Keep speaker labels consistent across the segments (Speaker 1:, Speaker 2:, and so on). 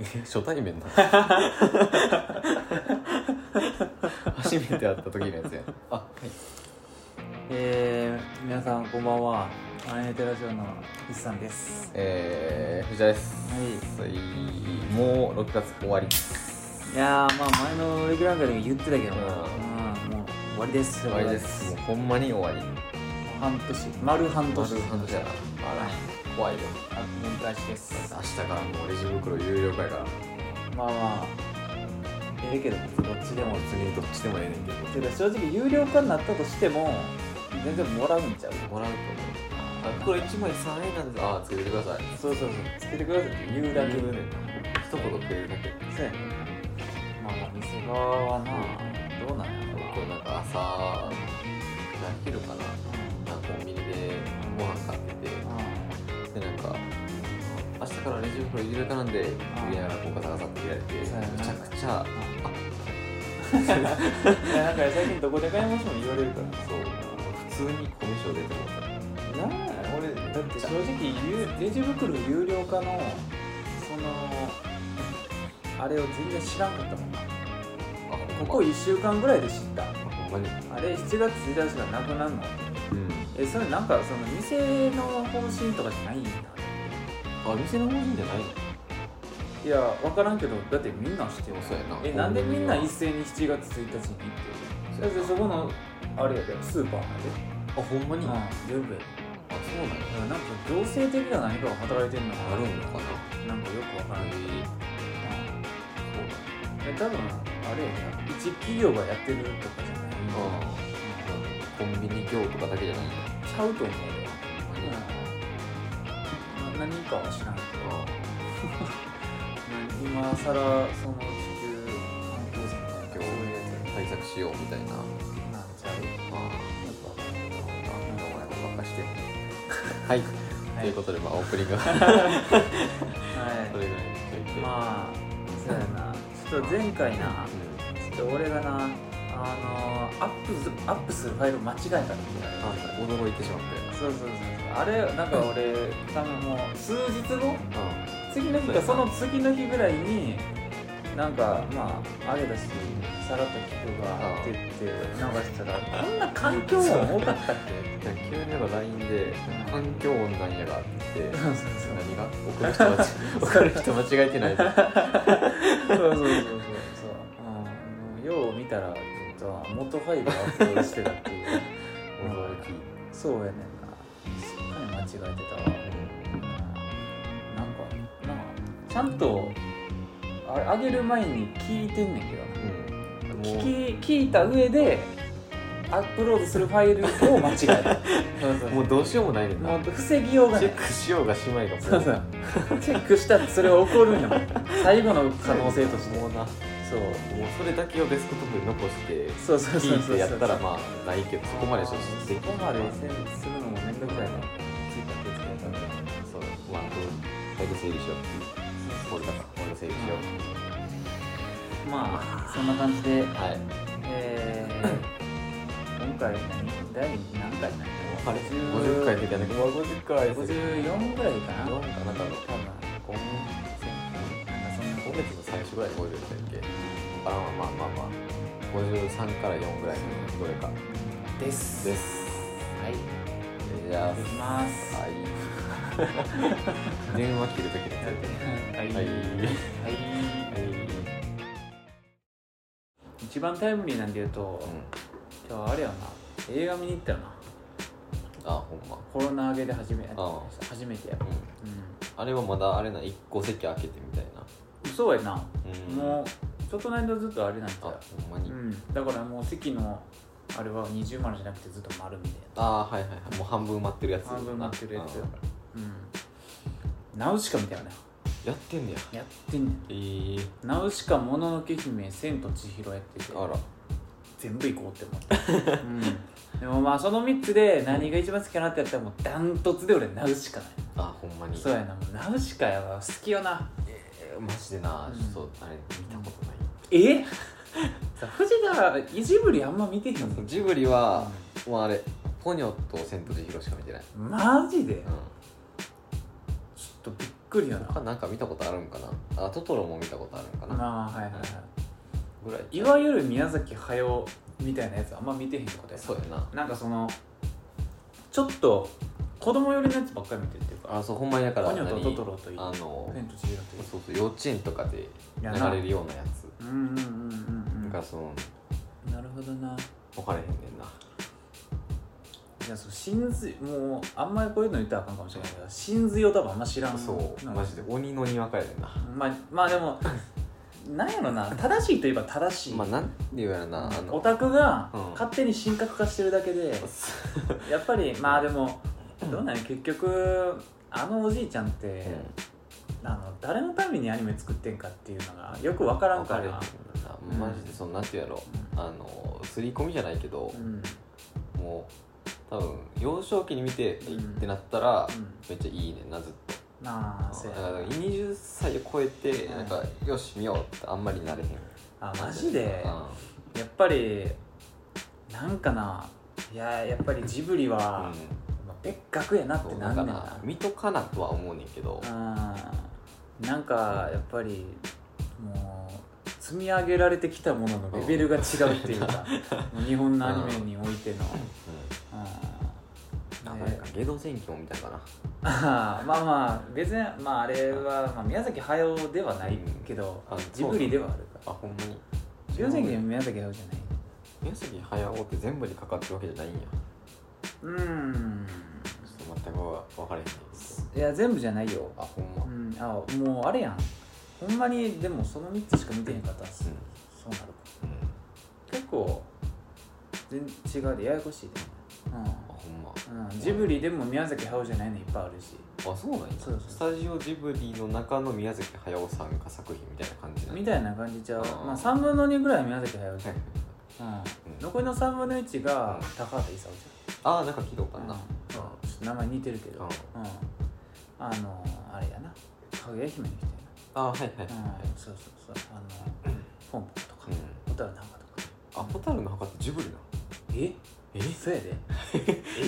Speaker 1: 初対面なの初めて会った時のやつやん
Speaker 2: あはいえー、皆さんこんばんはアネテラジオの一さんです
Speaker 1: えー、藤田ですはい、もう6月終わり
Speaker 2: いやーまあ前のウェブランドでも言ってたけどな、うん、もう終わりです
Speaker 1: 終わりですもうほんまに終わり
Speaker 2: 半年丸半年
Speaker 1: 丸半年やなあら怖いよ
Speaker 2: あ分解です
Speaker 1: 明日からもうレジ袋有料化やから
Speaker 2: まあまあええけどどっちでも
Speaker 1: 別にどっちでもええねんけど
Speaker 2: てか正直有料化になったとしても全然もらうんちゃう
Speaker 1: もらうと思うあ袋1枚3円なんですああつけてください
Speaker 2: そうそうそうつけてくださいって言うだけ
Speaker 1: 言うねん一言くれるだけ
Speaker 2: そうやねまあまあ店側はなどうなんやろ
Speaker 1: 僕なんか朝昼かななんかコンビニでご飯買っててでなんか明日からレジ袋入れるかなんで入れながらこうガサガサって切られて
Speaker 2: そうやな
Speaker 1: めちゃくちゃ
Speaker 2: いやなんか最近どこで買い物しても言われるから
Speaker 1: そう普通にコミュ障出てもった
Speaker 2: なあ俺だって正直ゆうレジ袋有料化のそのあれを全然知らんかったもんな
Speaker 1: あ
Speaker 2: ここ1週間ぐらいで知った
Speaker 1: あほんまに
Speaker 2: あれ7月1日がなくなるの
Speaker 1: うん
Speaker 2: えそれなんかその店の方針とかじゃないんだ
Speaker 1: あ店の方針じゃないの
Speaker 2: いや分からんけどだってみんなしてます
Speaker 1: そうやな
Speaker 2: えなんでみんな一斉に7月1日に行ってるのだってそこのあれやでスーパーなんで
Speaker 1: あほんまに、あ
Speaker 2: 全部や
Speaker 1: そうな
Speaker 2: でなん
Speaker 1: んや
Speaker 2: か行政的な何かが働いてるのか
Speaker 1: あるんのかな
Speaker 2: ななんかよく分からん
Speaker 1: へ
Speaker 2: けど
Speaker 1: えそ
Speaker 2: え多分
Speaker 1: う
Speaker 2: あれやな一企業がやってるとかじゃない
Speaker 1: なんやああコンビニ業とかだけじゃないん
Speaker 2: ち
Speaker 1: だ
Speaker 2: ゃうと思うよ、
Speaker 1: ほんま
Speaker 2: うん、な何
Speaker 1: に
Speaker 2: かは知らんけど
Speaker 1: あ
Speaker 2: 今さらその地球環境省みたいなそういうや
Speaker 1: あ対策しようみたいなあ
Speaker 2: つなんちゃう
Speaker 1: あ
Speaker 2: やっぱ
Speaker 1: してはい、 ということで、まあ、オープニングは それ
Speaker 2: は
Speaker 1: ぐらいにしとい
Speaker 2: い
Speaker 1: て、
Speaker 2: まあそうやなちょっと前回なちょっと俺がなあのアップすアップするファイル間違えたって言われ
Speaker 1: あ驚いてしまっ
Speaker 2: たそうそうそうそうあれ なんか俺多分もう数日後
Speaker 1: たよ、う
Speaker 2: 次の日かその次の日ぐらいになんかまああれだしさらっと聞くわって言って流したらこんな環境音多かったっけ
Speaker 1: ん、急になんか LINE で「環境音なんやが」って言って
Speaker 2: そうそうそう
Speaker 1: 何が送る人 間違え送る人間違えてないで
Speaker 2: そうそうそうそうそう、うん、よう見たらずっと元ファイルアップロードしてたっていう
Speaker 1: 驚き、
Speaker 2: そうやねんなすっかり間違えてたわ、うん、なんかなんかちゃんとあれ上げる前に聞いてんねんけどな
Speaker 1: うん、もう
Speaker 2: 聞き聞いた上でアップロードするファイルを間違え たそうそう
Speaker 1: もうどうしようもないねんな
Speaker 2: もう防ぎようがな
Speaker 1: チ
Speaker 2: い
Speaker 1: ェックしようがしまいがも
Speaker 2: そうそうチェックしたらそれは起こるんやもん最後の可能性として
Speaker 1: もうなもう
Speaker 2: そう
Speaker 1: それだけをデスクトップに残して
Speaker 2: そうそうそう
Speaker 1: 聞い
Speaker 2: そう
Speaker 1: てやったらまあないけどそこまで
Speaker 2: そ
Speaker 1: 正
Speaker 2: こ
Speaker 1: 直できん
Speaker 2: までせするのも面倒くさいな
Speaker 1: そう、まあ、だいぶ整理しようっていう、これだから、これ整理しよ
Speaker 2: まあそんな感じで
Speaker 1: う。はい。
Speaker 2: えー、今回何第何回な
Speaker 1: あれ、五十回出たね。まあ、五十回
Speaker 2: の54ぐらいかな多
Speaker 1: 四かなんかの、
Speaker 2: 分
Speaker 1: 今
Speaker 2: なんかそんな
Speaker 1: 今月の最初ぐらい五十だっけ。あ、まあまあまあまあ、五十三から四ぐらいのどれか
Speaker 2: です
Speaker 1: です。
Speaker 2: はい
Speaker 1: じゃあ、
Speaker 2: 行きます
Speaker 1: はい。電話切るときにやっ
Speaker 2: は
Speaker 1: て。はい。
Speaker 2: はい
Speaker 1: い。
Speaker 2: 一番タイムリーなんで言うと、今日あれやな映画見に行ったよな
Speaker 1: あ、ほんま。
Speaker 2: コロナ明けで初め
Speaker 1: あ
Speaker 2: 初めてや
Speaker 1: うん。あれはまだあれな、一個席開けてみたいな。
Speaker 2: うんそうやな、
Speaker 1: うん
Speaker 2: もうちょっとの間ずっとあれなん
Speaker 1: あ、ほ
Speaker 2: だよ
Speaker 1: んまに
Speaker 2: う。んだからもう席のあれは二重丸じゃなくてずっと丸みたい
Speaker 1: あーはいはいはいもう半分埋まってるやつ
Speaker 2: な半分待ってるやつ
Speaker 1: あ
Speaker 2: やからうんナウシカみたいな
Speaker 1: ーやってんねや
Speaker 2: やってんねん
Speaker 1: えー、
Speaker 2: ナウシカもののけ姫千と千尋やってて
Speaker 1: あら
Speaker 2: 全部行こうって思 った、うん、でもまあその3つで何が一番好きかなってやったらもうダントツで俺ナウシカだよ
Speaker 1: あほんまに
Speaker 2: そうやなもうナウシカやわ好きよな
Speaker 1: えーマジでな
Speaker 2: うん
Speaker 1: ちょっとあれ見たことない、
Speaker 2: えさ藤田ジブリあんま見てへんの
Speaker 1: ジブリは、もうあれポニョと千と千尋しか見てない
Speaker 2: マジで
Speaker 1: う
Speaker 2: ちょっとびっくりや
Speaker 1: 他
Speaker 2: な
Speaker 1: なんか見たことあるんかなあトトロも見たことあるんかな
Speaker 2: ああはいはいはい
Speaker 1: ぐらい
Speaker 2: いわゆる宮崎駿みたいなやつあんま見てへんことや
Speaker 1: そうやな
Speaker 2: なんかそのちょっと子供寄りのやつばっかり見てるっていうか
Speaker 1: あそうほんまにだから
Speaker 2: ポニョと
Speaker 1: 何
Speaker 2: トトロといい
Speaker 1: あの
Speaker 2: 千と千尋といい
Speaker 1: そうそう幼稚園とかで
Speaker 2: やな
Speaker 1: 流れるようなやつ
Speaker 2: うんうんうんうんう
Speaker 1: なん
Speaker 2: ん
Speaker 1: かその
Speaker 2: なるほどな
Speaker 1: 分かれへんねんない
Speaker 2: やそう真髄もうあんまりこういうの言ったらあかんかもしれないけど真髄を多分あんま知らん
Speaker 1: そう
Speaker 2: なんか
Speaker 1: マジで鬼のにわかやねんな
Speaker 2: まあまあでも なんやろな正しいといえば正しい、
Speaker 1: まあなんていうやろなあ
Speaker 2: オ
Speaker 1: の
Speaker 2: タクが
Speaker 1: うん
Speaker 2: 勝手に神格化してるだけで、やっぱりまあでもどうなんや結局あのおじいちゃんって、あの誰のためにアニメ作ってんかっていうのがよく分からん
Speaker 1: 分
Speaker 2: か
Speaker 1: かれへんねん
Speaker 2: ら
Speaker 1: な
Speaker 2: うん
Speaker 1: マジでそのなんていうやろ
Speaker 2: うん
Speaker 1: あの刷り込みじゃないけど
Speaker 2: うんうん
Speaker 1: もう多分幼少期に見て
Speaker 2: うん
Speaker 1: いいってなったらめっちゃいいねんなずっと
Speaker 2: まあそう
Speaker 1: だ
Speaker 2: や
Speaker 1: か
Speaker 2: な
Speaker 1: ら20歳を超えて
Speaker 2: うん
Speaker 1: なんかよし見ようってあんまりなれへん
Speaker 2: あマジで
Speaker 1: うん
Speaker 2: やっぱりなんかないややっぱりジブリは、まあ別格やなっ
Speaker 1: そ
Speaker 2: て
Speaker 1: う
Speaker 2: な
Speaker 1: なん
Speaker 2: んね
Speaker 1: か
Speaker 2: ん
Speaker 1: な
Speaker 2: な
Speaker 1: 見とかなとは思うねんけど
Speaker 2: うんなんかやっぱりもう積み上げられてきたもののレベルが違うっていう か、もう日本のアニメにおいての、
Speaker 1: な
Speaker 2: うんん
Speaker 1: か
Speaker 2: ね
Speaker 1: なんかゲド戦記も見たいかな
Speaker 2: ああ まあまあ別に、まあ、あれは、まあ、宮崎駿ではないけど、
Speaker 1: うんあ
Speaker 2: ジブリではあるか
Speaker 1: あほんまに
Speaker 2: ら宮崎は宮崎駿じゃない
Speaker 1: 宮崎駿って全部にかかってるわけじゃないんや
Speaker 2: うーん
Speaker 1: ちょっと全く分かれへんねんけ
Speaker 2: い
Speaker 1: ど
Speaker 2: や全部じゃないよ
Speaker 1: あほん
Speaker 2: う
Speaker 1: ま
Speaker 2: んあもうあれやんほんまにでもその3つしか見てへんかったらす、
Speaker 1: うん
Speaker 2: そうなるか
Speaker 1: うん
Speaker 2: 結構全然違うでややこしいで
Speaker 1: あほん
Speaker 2: う
Speaker 1: ま
Speaker 2: ん、うん、ジブリでも宮崎駿じゃないのいっぱいあるし
Speaker 1: あそうなんや
Speaker 2: そうそう
Speaker 1: スタジオジブリの中の宮崎駿さんが作品みたいな感じなんや
Speaker 2: みたいな感じちゃう
Speaker 1: あー
Speaker 2: まあ3分の2ぐらいは宮崎駿じゃん、うん
Speaker 1: うん
Speaker 2: 残りの3分の1が
Speaker 1: うん
Speaker 2: 高畑勲じゃん
Speaker 1: あなんか聞いたこと
Speaker 2: う
Speaker 1: ある
Speaker 2: ん
Speaker 1: な
Speaker 2: ちょっと名前似てるけど、
Speaker 1: うん
Speaker 2: うんあのーあれやなかぐや姫の人
Speaker 1: あはいはいはい
Speaker 2: やな、うん、そうそうそうあのーフォンポとか
Speaker 1: うん
Speaker 2: ホタルの墓とか
Speaker 1: あ、ホタルの墓ってジブリなの
Speaker 2: え
Speaker 1: え
Speaker 2: そう やで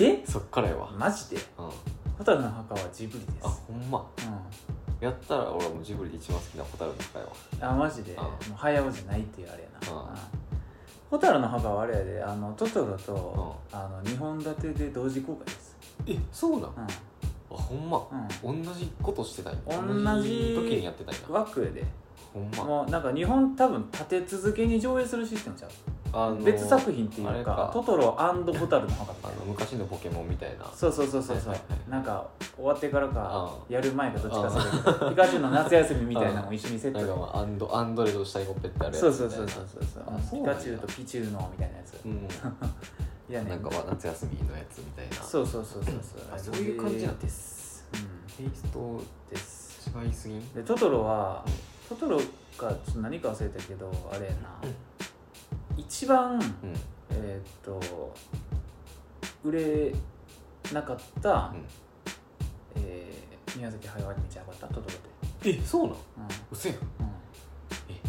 Speaker 2: え
Speaker 1: そっからやわうん
Speaker 2: マジで
Speaker 1: あ、
Speaker 2: ホタルの墓はジブリです
Speaker 1: ほんまやったら俺はもうジブリで一番好きなホタルの墓やわ
Speaker 2: うん、あマジで
Speaker 1: うん
Speaker 2: もう早尾じゃないっていうあれやな、
Speaker 1: うん
Speaker 2: うんホタルの墓はあれやであのトトロと、
Speaker 1: う
Speaker 2: あの2本立てで同時公開です、
Speaker 1: え、そうなん
Speaker 2: う
Speaker 1: あ、
Speaker 2: ん
Speaker 1: ほんま
Speaker 2: うん、
Speaker 1: 同じことしてたんや
Speaker 2: 同じ
Speaker 1: 時にやってたんや
Speaker 2: 枠やで
Speaker 1: ほんま
Speaker 2: もうなんか日本多分立て続けに上映するシステムちゃう
Speaker 1: あの
Speaker 2: 別作品っていう
Speaker 1: あれ
Speaker 2: かトトロホタルの墓みた
Speaker 1: あ
Speaker 2: いな
Speaker 1: の昔のポケモンみたいな
Speaker 2: そうそうそうそうそう、
Speaker 1: はいはいはい
Speaker 2: なんか終わってからか
Speaker 1: あ
Speaker 2: やる前かどっちかするけどピカチュウの夏休みみたいなのも一緒にセット
Speaker 1: なん
Speaker 2: で
Speaker 1: かまあアンドアンドレとシャイコペってあるやつ
Speaker 2: そ
Speaker 1: み
Speaker 2: う
Speaker 1: た
Speaker 2: そ
Speaker 1: いうな
Speaker 2: そうそうそう
Speaker 1: あ
Speaker 2: ピ
Speaker 1: そうなんや
Speaker 2: カチュウとピチュウのみたいなやつ
Speaker 1: うん
Speaker 2: いやね
Speaker 1: なんかまあ夏休みのやつみたいな
Speaker 2: そうそうそうそう
Speaker 1: あそういう感じなん
Speaker 2: ですう
Speaker 1: テイスト
Speaker 2: んです
Speaker 1: 違いすぎん
Speaker 2: でトトロはトトロかちょっと何か忘れたけどあれやな一番
Speaker 1: うんうん
Speaker 2: えーっと売れなかった、えー宮崎駿アニメじゃなかったトトロで、
Speaker 1: え、そうなん
Speaker 2: うん
Speaker 1: うせやん
Speaker 2: うん
Speaker 1: え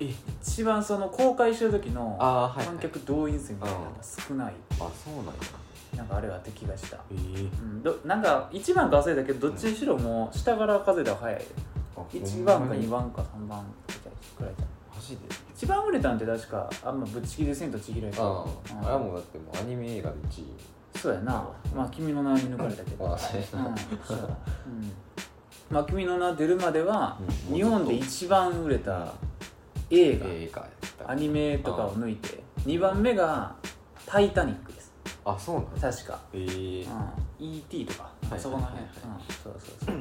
Speaker 2: うん一番その公開してる時の
Speaker 1: あーはいはい
Speaker 2: 観客動員数みたいなのが少ない、
Speaker 1: あ、そうなんや
Speaker 2: なんかあれはって気がした、
Speaker 1: えー
Speaker 2: うん、どなんか1番か忘れたけどどっちにしろもう下から数えたら早い
Speaker 1: あ
Speaker 2: 1番
Speaker 1: ほ
Speaker 2: か
Speaker 1: んまに
Speaker 2: 2番か3番くらいじゃん
Speaker 1: マジで
Speaker 2: 一番売れたんって確かあんまぶっちぎり千と千尋やけ
Speaker 1: あ
Speaker 2: ど
Speaker 1: あ、あれはもうだってもうアニメ映画で1位
Speaker 2: そうやなまあ君の名に抜かれたけど
Speaker 1: ああ、そうや
Speaker 2: う
Speaker 1: な、
Speaker 2: んそうだうんまあ君の名出るまでは
Speaker 1: うん
Speaker 2: 日本で一番売れた映画、
Speaker 1: 映画やった
Speaker 2: アニメとかを抜いて2番目が「タイタニック」です
Speaker 1: あ、そうなん
Speaker 2: 確か、
Speaker 1: えー、
Speaker 2: うん、E.T. とか、
Speaker 1: はい
Speaker 2: そこの辺、
Speaker 1: は
Speaker 2: う
Speaker 1: い
Speaker 2: ん、そうそうそう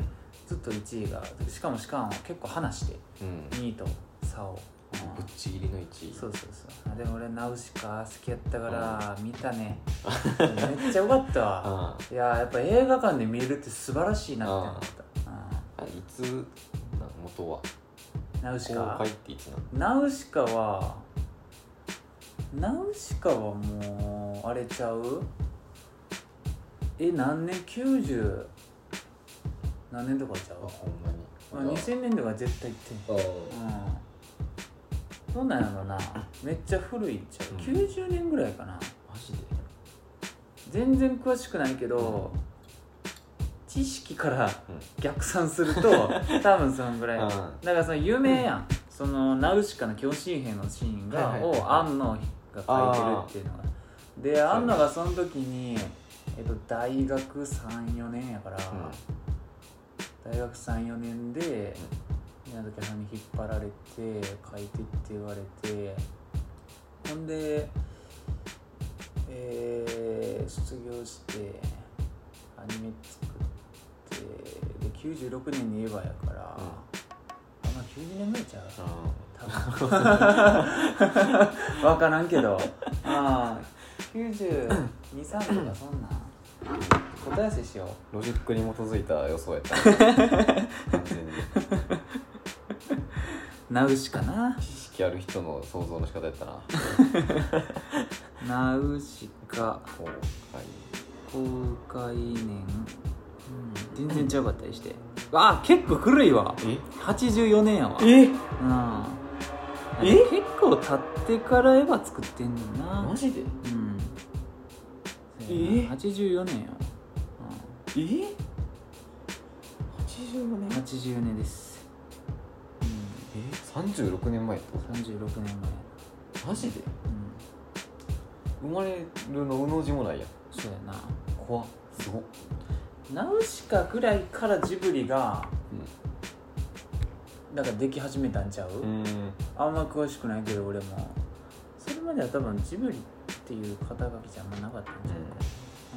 Speaker 2: ずっと1位がしかもしかも結構離して
Speaker 1: うん
Speaker 2: 2位と差を、
Speaker 1: ぶっちぎりの1
Speaker 2: う
Speaker 1: 位
Speaker 2: ん、そうそうそうあでも俺ナウシカ好きやったから見たねめっちゃよかったわ
Speaker 1: あ
Speaker 2: いやーやっぱ映画館で見れるって素晴らしいなって思った、
Speaker 1: あいつなん元は
Speaker 2: うん、ナウシ
Speaker 1: 公
Speaker 2: カ
Speaker 1: 開っていつなの
Speaker 2: ナウシカはナウシカはもうあれちゃうえ何年90何年とかちゃ
Speaker 1: あ、
Speaker 2: う、
Speaker 1: ほんまに
Speaker 2: まあ、2000年とか絶対行ってん
Speaker 1: あ
Speaker 2: うんどうなんやろなめっちゃ古いっちゃう、
Speaker 1: うん
Speaker 2: 90年ぐらいかな
Speaker 1: マジで
Speaker 2: 全然詳しくないけど、ち知識から逆算すると、 多分そのぐらい、
Speaker 1: うん
Speaker 2: だからその有名やん、そのナウシカの巨神兵のシーンが、
Speaker 1: はいはいはいはい
Speaker 2: を安野が書いてるっていうのがで安野がその時に、えっと、大学34年やから、大学34年で宮崎駿に引っ張られて書いてって言われてほんで、えー卒業してアニメ作ってで96年にエヴァやから、
Speaker 1: うん
Speaker 2: あまあ90年ぐらいちゃう多分 わからんけどああ923とかそんなん答え合わせしよう
Speaker 1: ロジックに基づいた予想やったな完全に
Speaker 2: ナウシカな
Speaker 1: 知識ある人の想像の仕方やったな
Speaker 2: ナウシカ
Speaker 1: 公開
Speaker 2: 公開年、全然ちゃうかったりしてわあ結構古いわ84年やわうん
Speaker 1: ええ
Speaker 2: 結構経ってからエヴァ作ってんねんな
Speaker 1: マジで
Speaker 2: うん
Speaker 1: え
Speaker 2: 84年やわ、
Speaker 1: え85
Speaker 2: うん、
Speaker 1: 年
Speaker 2: 84年です、う
Speaker 1: え36年前ってこ
Speaker 2: ん、36年前
Speaker 1: とマジで
Speaker 2: うん
Speaker 1: 生まれるのうの字もないやん
Speaker 2: そうやな
Speaker 1: 怖っすごっ
Speaker 2: ナウシカぐらいからジブリがなんかでき始めたんちゃう、
Speaker 1: うんうん
Speaker 2: あんま詳しくないけど俺もそれまでは多分ジブリっていう肩書きじゃあんまなかったんじゃないかな、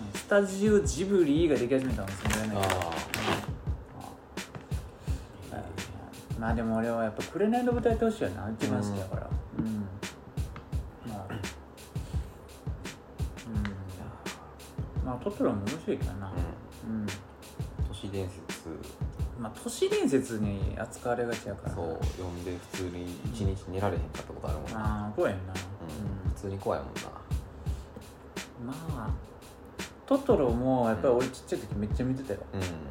Speaker 2: うんスタジオジブリができ始めたのもそんぐらい
Speaker 1: あ
Speaker 2: ないけど
Speaker 1: あ
Speaker 2: うんはいまあでも俺はやっぱ「紅の舞台」やってほしいよな一番好きだからうん、まあうんまあトトロも面白いからな
Speaker 1: う
Speaker 2: うん
Speaker 1: ん都市伝説
Speaker 2: まあ都市伝説に扱われがちやからな
Speaker 1: そう読んで普通に一日寝られへんかったことあるもんな
Speaker 2: まあ怖いよな、
Speaker 1: うん普通に怖いもんな
Speaker 2: まあトトロもやっぱり俺ちっちゃい時めっちゃ見てたよ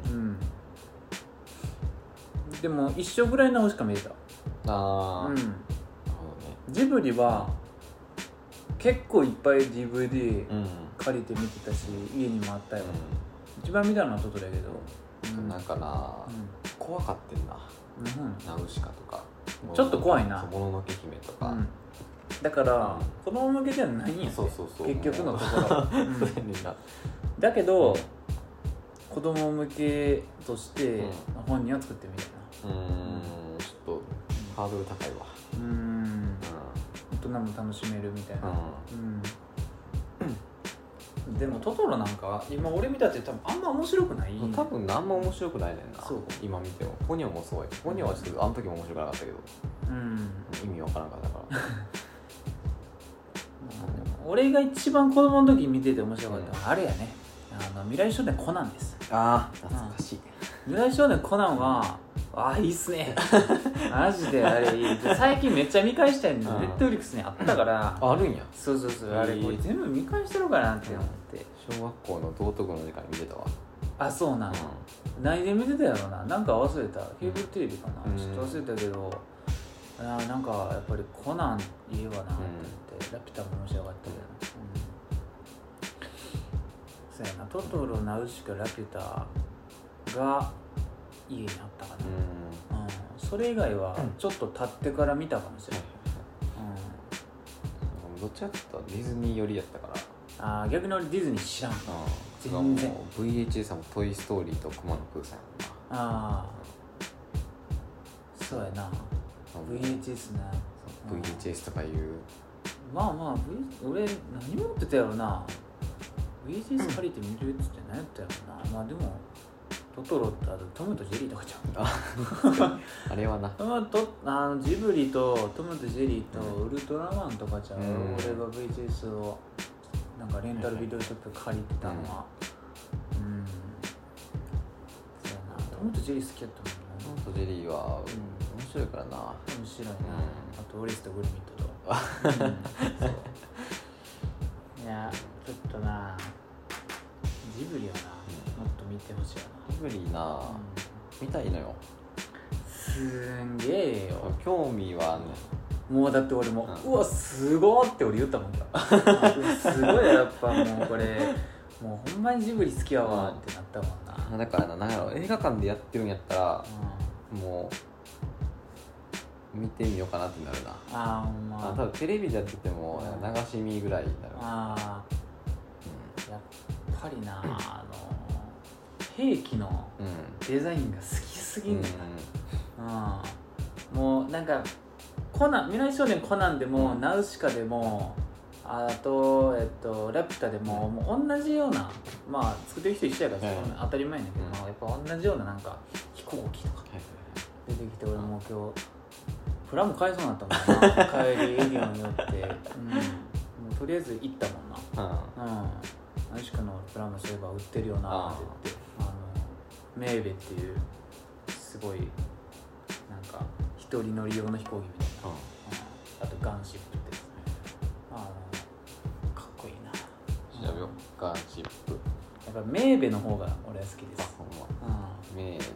Speaker 1: うん
Speaker 2: うんでも一緒ぐらいのしか見てた
Speaker 1: ああ、
Speaker 2: う
Speaker 1: な
Speaker 2: ん
Speaker 1: るほどね
Speaker 2: ジブリは結構いっぱい DVD
Speaker 1: うん、
Speaker 2: 借りて見てたし家にもあったよ
Speaker 1: う、
Speaker 2: 一番見たのはトトロやけどうん
Speaker 1: なんかな、
Speaker 2: う
Speaker 1: 怖かってんな、
Speaker 2: んうん
Speaker 1: ナウシカとか
Speaker 2: ちょっと怖いな
Speaker 1: そうもののけ姫とか、
Speaker 2: うんだから子供向けじゃないんやね
Speaker 1: そうそうそう
Speaker 2: 結局のところ、うん
Speaker 1: そうやねんな
Speaker 2: だけど子供向けとして
Speaker 1: うん
Speaker 2: 本人は作ってみたいな
Speaker 1: うんちょっとハードル高いわ
Speaker 2: うーん
Speaker 1: う
Speaker 2: 大人も楽しめるみたい
Speaker 1: ん、う
Speaker 2: なうん、でもトトロなんか今俺見たって多分あんま面白くない
Speaker 1: ん、多分あんま面白くないねんな
Speaker 2: そう
Speaker 1: 今見てもポニョもそうやポニョはちょっとあの時も面白くなかったけど
Speaker 2: うん
Speaker 1: 意味わからんかったから
Speaker 2: 俺が一番子供の時に見てて面白かったのはあれやねあの未来少年コナンです
Speaker 1: ああ懐かしい、
Speaker 2: 未来少年コナンはああいいっす ねマジであれいい最近めっちゃ見返したいんで
Speaker 1: うん
Speaker 2: Netflix にあったから
Speaker 1: あるんや
Speaker 2: そうそうそう
Speaker 1: へえ
Speaker 2: あれこれ全部見返してるかなって思って
Speaker 1: 小学校の道徳の時間に見てたわ、
Speaker 2: あそうなん
Speaker 1: うん
Speaker 2: 何で見てたやろななんか忘れたケーブルテレビかな、
Speaker 1: うん
Speaker 2: ちょっと忘れたけどあーなんかやっぱりコナンいいわなって思って、ラピュタも面白かったけど、うん、そうやなトトロナウシカラピュタが家にあったか
Speaker 1: うん
Speaker 2: な、うんそれ以外は
Speaker 1: うん
Speaker 2: ちょっと経ってから見たかもしれない、
Speaker 1: どっちかっていうとディズニー寄りやったから
Speaker 2: うん、あー逆に俺ディズニー知らん全
Speaker 1: 全
Speaker 2: 然
Speaker 1: 然 VHS も「トイ・ストーリー」と「くまのプーさん」や
Speaker 2: ああそうやな
Speaker 1: もんな
Speaker 2: VHS な
Speaker 1: そう VHS とかいう
Speaker 2: まあまあ、v、俺何持ってたやろな VHS 借りて見るやつって何やったやろなまあでもトトロってあとトムとジェリーとかじゃん
Speaker 1: あれはな
Speaker 2: トムとあのジブリとトムとジェリーとウルトラマンとかじゃん、
Speaker 1: うん
Speaker 2: 俺が VHS をなんかレンタルビデオショップ借りてたのはうん、そうやなトムとジェリー好きやった
Speaker 1: ト
Speaker 2: もん
Speaker 1: ム
Speaker 2: な
Speaker 1: とジェリーは面白いからな
Speaker 2: 面白いな、
Speaker 1: うん
Speaker 2: あとオリスとグルミットと、 うんそういやちょっとなジブリはなもっと見てほしいよ
Speaker 1: ジブリな
Speaker 2: な、
Speaker 1: 見たいのよ
Speaker 2: すんげえよ
Speaker 1: 興味はあんねん
Speaker 2: もうだって俺も
Speaker 1: うん
Speaker 2: うわすごーって俺言ったもんだすごいやっぱもうこれもうほんまにジブリ好きやわってなったもんな、
Speaker 1: あだからななんやろ映画館でやってるんやったら
Speaker 2: うん
Speaker 1: もう見てみようかなってなるな
Speaker 2: あーほん
Speaker 1: あ
Speaker 2: ま
Speaker 1: 多分テレビでやってても流し見ぐらいになる
Speaker 2: あーやっぱりなあの兵器の
Speaker 1: うんうん
Speaker 2: デザインが好きすぎ
Speaker 1: うんん
Speaker 2: ねうん、もうなんかコナン未来少年コナンでも、
Speaker 1: うん
Speaker 2: ナウシカでもあと、えっと、ラピュタでも,、もう同じようなまあ作ってる人一緒やから、
Speaker 1: はい
Speaker 2: その当たり前やねんけど、
Speaker 1: うん
Speaker 2: やっぱ同じようななんか飛行機とか出てきて俺もう今日プラも買えそうになったもん な帰りエリアに寄って、うん、もうとりあえず行ったもんな
Speaker 1: うん
Speaker 2: うん、アイシカのプラムそういえば売ってるよなって言ってあのメーベっていうすごいなんか一人乗り用の飛行機みたいな、うんあとガンシップってあのかっこいいな
Speaker 1: うん調べよっかチップ
Speaker 2: やっぱメーベの方が俺は好きで
Speaker 1: あ
Speaker 2: す、
Speaker 1: ほんま
Speaker 2: う
Speaker 1: メールち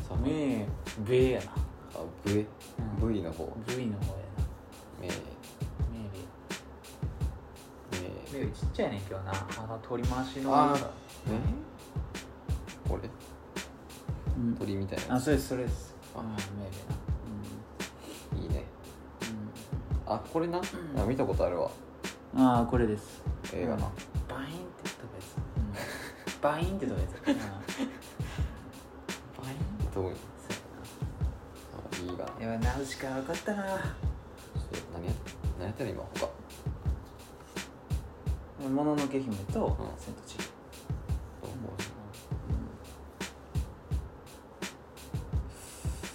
Speaker 1: ょさ
Speaker 2: ん、メーベやな、
Speaker 1: あ V
Speaker 2: うん、
Speaker 1: V の方
Speaker 2: V の方やなメ
Speaker 1: メー
Speaker 2: ーベ
Speaker 1: メー
Speaker 2: メーベちっちゃいねん今日なあの取り回しの
Speaker 1: あーえこれ
Speaker 2: うん
Speaker 1: 鳥みたい
Speaker 2: あ
Speaker 1: なやつ
Speaker 2: そうですそれです
Speaker 1: あ
Speaker 2: うんメーベな、うん
Speaker 1: いいねあこれなあ見たことあるわ
Speaker 2: ああこれです
Speaker 1: 映画な
Speaker 2: バインって飛ぶやつ、バインって飛ぶやつ、バイン
Speaker 1: どこにあいいがな
Speaker 2: やばいナウシカ分かったな
Speaker 1: ちょっと何や何やってんの今他
Speaker 2: もののけ姫と
Speaker 1: うん
Speaker 2: 千と千尋
Speaker 1: 以上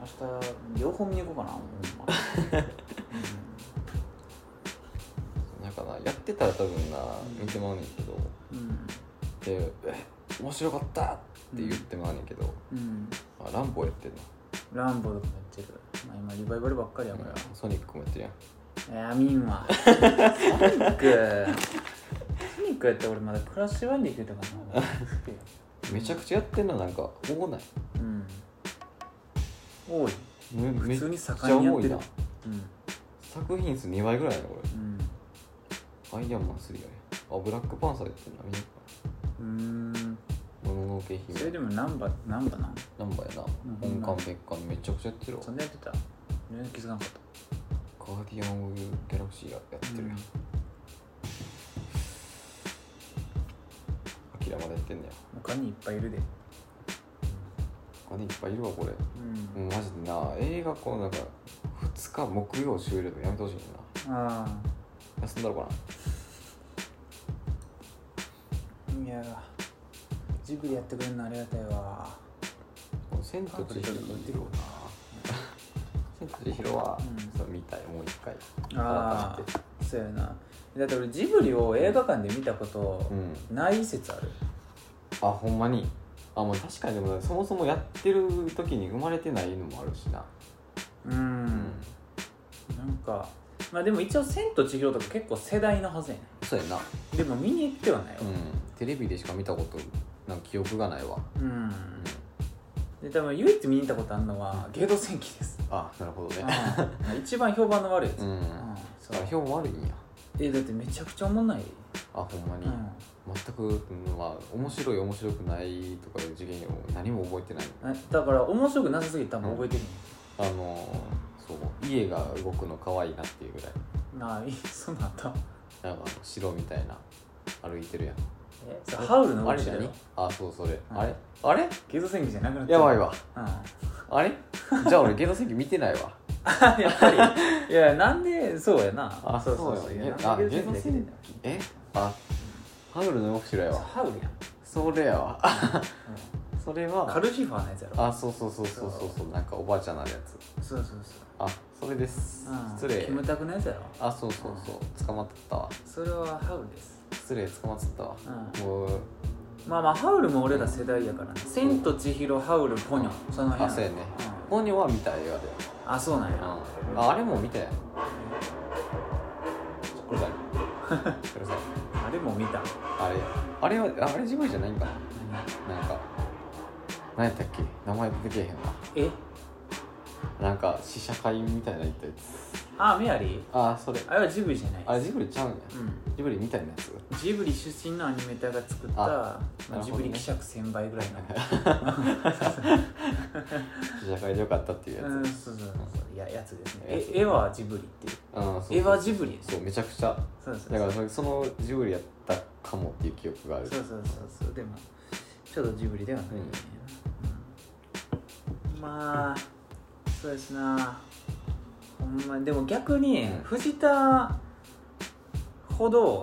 Speaker 2: 明日両方見に行こうかなほんま
Speaker 1: なんかなやってたら多分な見てまうねんけど
Speaker 2: うん
Speaker 1: で「え面白かった!」って言ってまうねんけど、
Speaker 2: うん、うん、
Speaker 1: あランボーやってんの
Speaker 2: ランボーとかもやってる、まあ、今リバイバルばっかりやから、
Speaker 1: ソニックもやってるや
Speaker 2: い
Speaker 1: ん
Speaker 2: やミン はソニックソニックやって俺まだクラッシュバンディキューとか な
Speaker 1: めちゃくちゃやってんのなんか多ない
Speaker 2: うん多い
Speaker 1: め
Speaker 2: 普通
Speaker 1: め
Speaker 2: に
Speaker 1: っちゃ
Speaker 2: 盛んにやっ
Speaker 1: 多
Speaker 2: て
Speaker 1: い
Speaker 2: る
Speaker 1: な
Speaker 2: うん
Speaker 1: 作品数2倍ぐらいやなこ
Speaker 2: うん
Speaker 1: れアイアンマン3やねあブラックパンサーやってんなみんな
Speaker 2: うーん
Speaker 1: もののけ
Speaker 2: それ
Speaker 1: 姫
Speaker 2: でもナンバナンバなん
Speaker 1: ナンバーやな
Speaker 2: うん
Speaker 1: 本館別館めちゃくちゃやってるわ
Speaker 2: そんなやってた全然気づかなかっ
Speaker 1: ガーディアン・オブ・ギャラクシーややってるやん、
Speaker 2: うん
Speaker 1: アキラまでやってんねや
Speaker 2: た他にいっぱいいるで
Speaker 1: お金いっぱいいるわこれ
Speaker 2: うん、
Speaker 1: もうマジでな映画こうなんか2日木曜終了とかやめてほしいねんな
Speaker 2: あ
Speaker 1: 休んだろうか
Speaker 2: あいやジブリやってくれるのありがたいわ
Speaker 1: な「千と千尋」千と千尋は、
Speaker 2: うん
Speaker 1: そう見たいもう一回
Speaker 2: あ
Speaker 1: 改めて
Speaker 2: あそうやなだって俺ジブリを映画館で見たこと
Speaker 1: うん
Speaker 2: ない説ある
Speaker 1: あほんまにあもう確かにでもそもそもやってる時に生まれてないのもあるしな
Speaker 2: うん、なんかまあでも一応「千と千尋」とか結構世代のはずやね
Speaker 1: そうやな
Speaker 2: でも見に行ってはないわ
Speaker 1: うんテレビでしか見たことなんか記憶がないわ、
Speaker 2: うんで多分唯一見に行ったことあるのはゲート戦記です
Speaker 1: あなるほどね
Speaker 2: うん一番評判の悪いやつ、
Speaker 1: うん、
Speaker 2: うんそ
Speaker 1: だから
Speaker 2: う
Speaker 1: 評判悪いんや
Speaker 2: えだってめちゃくちゃおもんない、
Speaker 1: あほんまに、
Speaker 2: うん、
Speaker 1: 全く、うんまあ、面白い面白くないとかいう次元を何も覚えてない
Speaker 2: あだから面白くなさすぎて多分覚えてる、
Speaker 1: あのーそう家が動くの可愛いなっていうぐらい
Speaker 2: なあいい そんなんあった
Speaker 1: なんかあの城みたいな歩いてるやん
Speaker 2: えそれハウルの
Speaker 1: あ
Speaker 2: 動
Speaker 1: れ
Speaker 2: きだよ
Speaker 1: 何あそうそれ、
Speaker 2: うん
Speaker 1: あれあれ
Speaker 2: ゲート戦記じゃなくなっちゃ
Speaker 1: や
Speaker 2: う
Speaker 1: ばいわ
Speaker 2: うん
Speaker 1: あれじゃあ俺ゲート戦記見てないわ
Speaker 2: やっぱりいやなんでそうやな
Speaker 1: あ
Speaker 2: そうそうそう
Speaker 1: そう
Speaker 2: い
Speaker 1: や
Speaker 2: や
Speaker 1: ね
Speaker 2: なんで
Speaker 1: あ
Speaker 2: ゲート戦記だけだよ
Speaker 1: えあハウルの動く城やわ
Speaker 2: ハウルやん、
Speaker 1: それやわ
Speaker 2: う
Speaker 1: それ
Speaker 2: ん、カ
Speaker 1: は
Speaker 2: ルシファーのやつやろ
Speaker 1: あそうそうそうそうそうそうなんかおばあちゃんなるやつ
Speaker 2: そうそうそ
Speaker 1: あそれです
Speaker 2: う、うん、
Speaker 1: 失礼
Speaker 2: キムタクのやつやろ
Speaker 1: あそうそうそう捕まってたわ
Speaker 2: それはハウルです
Speaker 1: 失礼捕まってたわ
Speaker 2: うん
Speaker 1: もう
Speaker 2: まあまあハウルも俺ら世代やからね「千と千尋」「ハウル」「ポニョ」その辺
Speaker 1: あそうやね
Speaker 2: うん
Speaker 1: ポニョは見た映画で
Speaker 2: あそうなんや
Speaker 1: うんああれも見たやんちょうる さいうるさい
Speaker 2: あれも見た
Speaker 1: あれあれはあれジブリじゃないんかななんか何やったっけ名前出てけえへんわ
Speaker 2: え
Speaker 1: なんか試写会みたいな言ったやつ
Speaker 2: あメアリー
Speaker 1: ああそれ
Speaker 2: あれはジブリじゃない
Speaker 1: あれジブリちゃうんや
Speaker 2: う
Speaker 1: ジブリみたいなやつ
Speaker 2: ん、ジブリ出身のアニメーターが作った
Speaker 1: あ
Speaker 2: ま
Speaker 1: な
Speaker 2: あ、
Speaker 1: る
Speaker 2: ジ
Speaker 1: ほどね
Speaker 2: ブリ希釈1000倍ぐらいの
Speaker 1: 試写会でよかったっていうや
Speaker 2: うん
Speaker 1: つ
Speaker 2: そうそうそうそうややつですね
Speaker 1: やつ
Speaker 2: え絵はジブリっていう
Speaker 1: うんそう
Speaker 2: 絵はジブリです
Speaker 1: そうめちゃくちゃ
Speaker 2: そうそうそう
Speaker 1: だからそそのジブリやったかもっていう記憶がある
Speaker 2: そうそうそうそうでもちょっとジブリではないよね、うんまあそうですなほんまにでも逆に
Speaker 1: うん
Speaker 2: 藤田ほど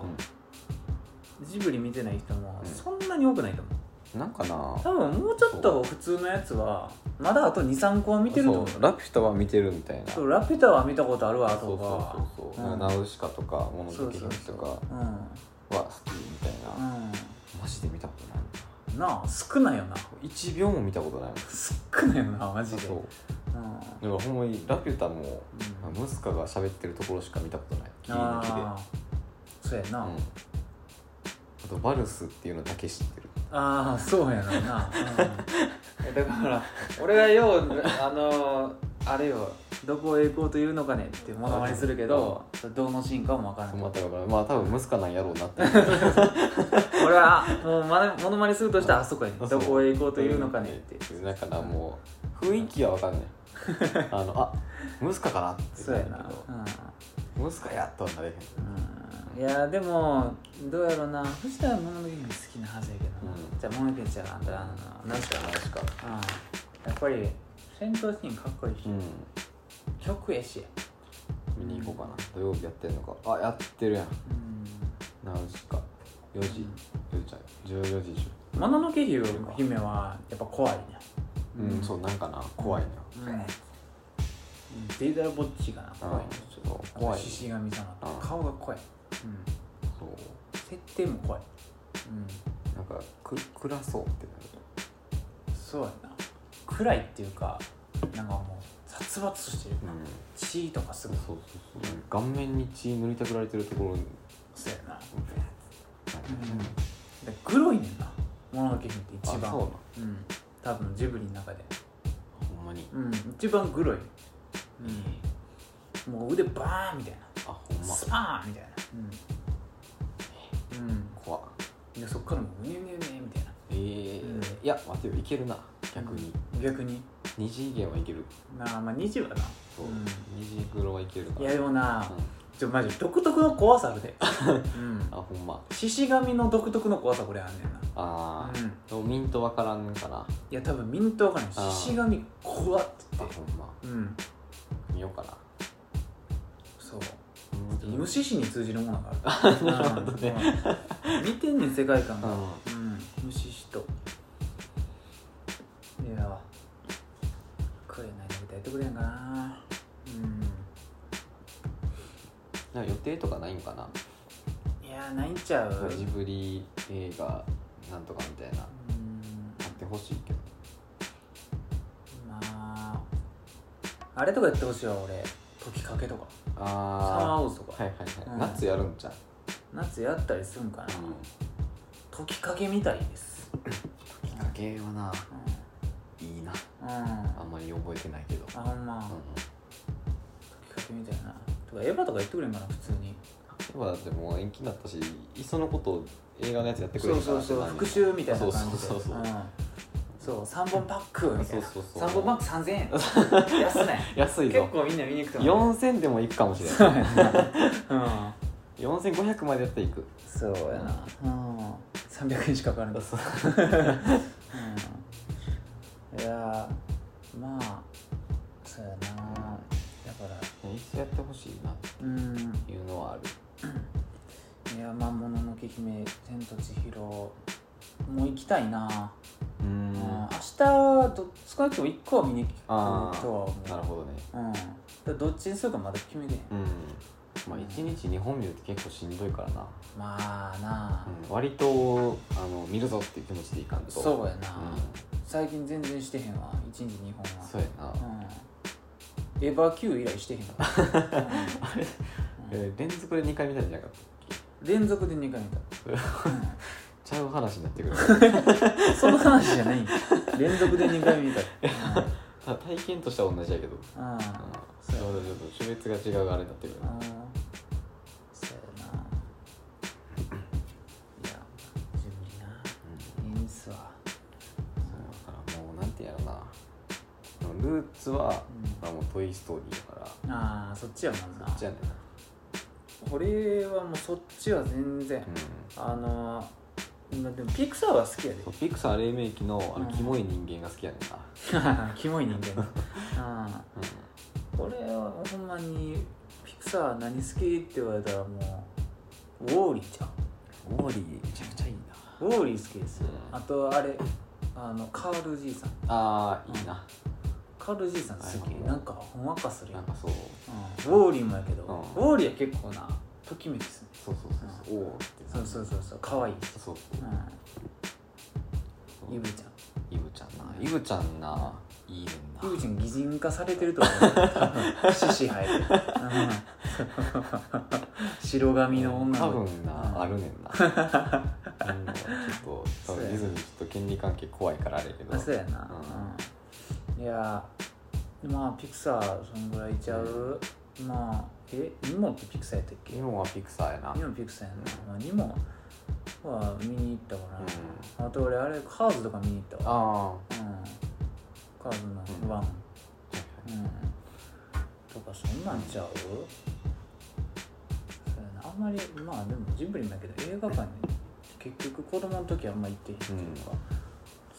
Speaker 1: う
Speaker 2: ジブリ見てない人も
Speaker 1: うん
Speaker 2: そんなに多くないと思うん
Speaker 1: なんかな
Speaker 2: 多分もうちょっと普通のやつはまだあと23個は見てると思う
Speaker 1: そうラピュタは見てるみたいな
Speaker 2: そうラピュタは見たことあるわ
Speaker 1: そ
Speaker 2: と
Speaker 1: うそ
Speaker 2: か
Speaker 1: うそうそう、
Speaker 2: うん
Speaker 1: ナウシカとかもの
Speaker 2: そ
Speaker 1: の
Speaker 2: う
Speaker 1: け
Speaker 2: そう
Speaker 1: 姫
Speaker 2: そ
Speaker 1: と
Speaker 2: う
Speaker 1: かは好きみたいな、
Speaker 2: う
Speaker 1: マジで見たことない
Speaker 2: ん、うん、なあ少ないよな
Speaker 1: 1秒も見たことないもん
Speaker 2: 少ないよなマジで
Speaker 1: そう
Speaker 2: うん
Speaker 1: だからほんまにラピュタも
Speaker 2: うん
Speaker 1: ムスカが喋ってるところしか見たことない切り抜きで、うん、
Speaker 2: あーそうやな、
Speaker 1: あとバルスっていうのだけ知ってる
Speaker 2: ああそうやろうな、うん だから俺がようあのーあれよどこへ行こうというのかねってモノマネするけどどの進化もわからん
Speaker 1: まただからまあ多分ムスカなんやろうなって
Speaker 2: 俺はもうまねモノマネするとしたらあそこやね
Speaker 1: あそう
Speaker 2: どこへ行こうというのかねって
Speaker 1: だからもう雰囲気は分かんない あのあムスカかなって
Speaker 2: そうやな
Speaker 1: ムスカやとはなれへん
Speaker 2: うん、うん、いやでもどうやろうな藤田はモノマネ好きなはずやけどな、
Speaker 1: うん
Speaker 2: じゃあモノマネちゃうあんたらあのなん
Speaker 1: 確か確か
Speaker 2: ああやっぱり戦闘シーンかっこいいし、
Speaker 1: うん
Speaker 2: 曲ええし
Speaker 1: 見に行こうかな土曜日やってんのかあやってるやん
Speaker 2: うん
Speaker 1: 何時か4時4時じゃん14時でし
Speaker 2: もののけ姫はやっぱ怖いね
Speaker 1: ょうんそうなんかな怖いな
Speaker 2: うんデイダラボッチがな怖いね
Speaker 1: ちょっと
Speaker 2: 怖
Speaker 1: 怖
Speaker 2: い
Speaker 1: い
Speaker 2: 獅子神様
Speaker 1: うん
Speaker 2: 顔が怖い、うん、
Speaker 1: そう
Speaker 2: 設定も怖い、
Speaker 1: なんかく暗そうってなる
Speaker 2: うん、そうやな暗いっていうかなんかもう殺伐としてるよな、血とかす
Speaker 1: そ
Speaker 2: ぐ
Speaker 1: うそうそうそう顔面に血塗りたくられてるところに
Speaker 2: そうやな、
Speaker 1: なんか
Speaker 2: でグロいねんなもののけ姫って一
Speaker 1: あ
Speaker 2: 番
Speaker 1: そうなん
Speaker 2: うん多分ジブリの中で
Speaker 1: ほんまに
Speaker 2: うん一番グロい、うん、もう腕バーンみたいな
Speaker 1: あほんま
Speaker 2: スパーンみたいなうん、うん
Speaker 1: 怖っ
Speaker 2: いやそっからもううねうねうねみたいな
Speaker 1: えー
Speaker 2: うん
Speaker 1: いや待てよいけるな逆に、
Speaker 2: 逆に
Speaker 1: 二次元はいける
Speaker 2: なあまあ20はな
Speaker 1: そう、
Speaker 2: うん
Speaker 1: 二次黒はいけるか
Speaker 2: い
Speaker 1: ら
Speaker 2: やでもな
Speaker 1: うん
Speaker 2: ちょマジ独特の怖さあるでうん
Speaker 1: あほんま
Speaker 2: 獅子神の独特の怖さこれあんねんな
Speaker 1: あー、
Speaker 2: うん
Speaker 1: でもミントわからんかなあ
Speaker 2: いや多分ミントわかんない
Speaker 1: あー
Speaker 2: 獅子神怖って
Speaker 1: ほ
Speaker 2: 言って
Speaker 1: んま
Speaker 2: うん
Speaker 1: 見ようかな
Speaker 2: そう
Speaker 1: うん
Speaker 2: イノシシに通じるものがあ るなるほどね見てんねん世界観
Speaker 1: う
Speaker 2: が
Speaker 1: ん
Speaker 2: うん無視しといや食えないみたいとこやんかなうん
Speaker 1: なんか予定とかないんかな、
Speaker 2: いやないんちゃう
Speaker 1: ジブリ映画なんとかみたいなあ
Speaker 2: うん
Speaker 1: ってほしいけど
Speaker 2: まああれとかやってほしいわ俺時かけとかサマー
Speaker 1: あ
Speaker 2: ウォーズと
Speaker 1: あ
Speaker 2: か、
Speaker 1: はいはいは
Speaker 2: う
Speaker 1: い、
Speaker 2: ん
Speaker 1: 夏やるんじゃん、
Speaker 2: 夏やったりするんかな、時かけみたいです
Speaker 1: きっかけはな
Speaker 2: うん、
Speaker 1: いいな
Speaker 2: うん、あ
Speaker 1: あんまり覚えてないけど、うん、
Speaker 2: ほんま、時かけみたいなとかエヴァとかやってくれんかな普通に
Speaker 1: 今だってもう延期になったしいっそのこと映画のやつやってくれ
Speaker 2: そう
Speaker 1: るか
Speaker 2: そうそう
Speaker 1: らってなる
Speaker 2: 復習みたいな感じで
Speaker 1: そうそうそうそうん
Speaker 2: そう3本パックみたいな
Speaker 1: そうそうそう
Speaker 2: 3本パック3000円 安ない
Speaker 1: 安い
Speaker 2: 結
Speaker 1: ぞ
Speaker 2: 構みんな見に行くと思う
Speaker 1: 4000でも行くかもしれ ない
Speaker 2: うん
Speaker 1: 4500までやったら行く
Speaker 2: そうやなうん300円しかかかるんだ
Speaker 1: そう
Speaker 2: うんいやーまあそうやなだから
Speaker 1: 一緒やってほしいなっ
Speaker 2: うん
Speaker 1: ていうのはある
Speaker 2: いやまあ「もののけ姫千と千尋」もう行きたいな
Speaker 1: う
Speaker 2: うんん明日はど少なくとも1個は見に行くと
Speaker 1: あ
Speaker 2: は
Speaker 1: あ
Speaker 2: 思う
Speaker 1: なるほどね
Speaker 2: うん、だからどっちにするかまだ決めてへん
Speaker 1: うんまあ1日2本見るって結構しんどいからな、
Speaker 2: まあなあ、
Speaker 1: うん、割とあの見るぞっていう気持ちでいかんと
Speaker 2: そうやな、
Speaker 1: う
Speaker 2: 最近全然してへんわ1日2本
Speaker 1: ん
Speaker 2: は
Speaker 1: そうやな、
Speaker 2: うん、エヴァ Q 以来してへんわ、
Speaker 1: あれ、えー連続で2回見たんじゃなかっ
Speaker 2: うん連続で2回見た、
Speaker 1: それたちゃう 話になってくる
Speaker 2: うんその話じゃないん連続で2回見た、うん
Speaker 1: ただ体験としては同じやけど、うん、
Speaker 2: うん
Speaker 1: それはちょっと種別が違うあれになってくるな、
Speaker 2: あーそうやないや準備な
Speaker 1: う
Speaker 2: いいんすわ
Speaker 1: んそうだからもうなんてやろなルーツ
Speaker 2: うん
Speaker 1: は、まあ、もうトイ・ストーリーだから
Speaker 2: ああそっちやもんな
Speaker 1: じゃあね
Speaker 2: 俺はもうそっちは全然、
Speaker 1: う
Speaker 2: あのーまあでもピクサーは好きやで
Speaker 1: んピクサー黎明期のあの
Speaker 2: うん
Speaker 1: キモい人間が好きやねんな、
Speaker 2: キモい人間な
Speaker 1: うん
Speaker 2: うん俺はほんまにピクサー何好きって言われたらもうウォーリーちゃん
Speaker 1: ウォーリーめちゃくちゃいいな
Speaker 2: ウォーリー好きですよ
Speaker 1: うん
Speaker 2: あとあれあのカールじいさん
Speaker 1: ああいいな、
Speaker 2: カールじいさん好
Speaker 1: あ
Speaker 2: き
Speaker 1: れも
Speaker 2: なんかほんわかするや
Speaker 1: なん
Speaker 2: ん、
Speaker 1: かそう
Speaker 2: うん、ウォーリーもやけど、
Speaker 1: うん
Speaker 2: ウォーリーは結構なときめきする
Speaker 1: そうそうそうそう、おおって
Speaker 2: そうそうそうそうかわいいし、
Speaker 1: そう
Speaker 2: うん、イブちゃ
Speaker 1: イブちゃんなイブちゃんないいねんなん
Speaker 2: イブちゃん擬人化されてると思うよ多分獅子入る、うん、白髪の女
Speaker 1: 多
Speaker 2: の子
Speaker 1: 分な、
Speaker 2: うん
Speaker 1: あるね んなうんちょっと多
Speaker 2: そうやな
Speaker 1: 分ディズニーちょっと権利関係怖いからあれやけど
Speaker 2: あそうやな、うんいやーまあピクサーそんぐらいちゃう、まあえニモってピクサーやったっけ
Speaker 1: 日本はピクサーやな
Speaker 2: ニモピクサーやな、まあ、ニモは見に行ったか
Speaker 1: うん
Speaker 2: な、あと俺あれカーズとか見に行ったわ
Speaker 1: あ
Speaker 2: うん、カーズのワン、うんとかそんなんちゃうそうやなあんまりまあでもジブリもやけど映画館に結局子供の時あんま行ってへんっていうか、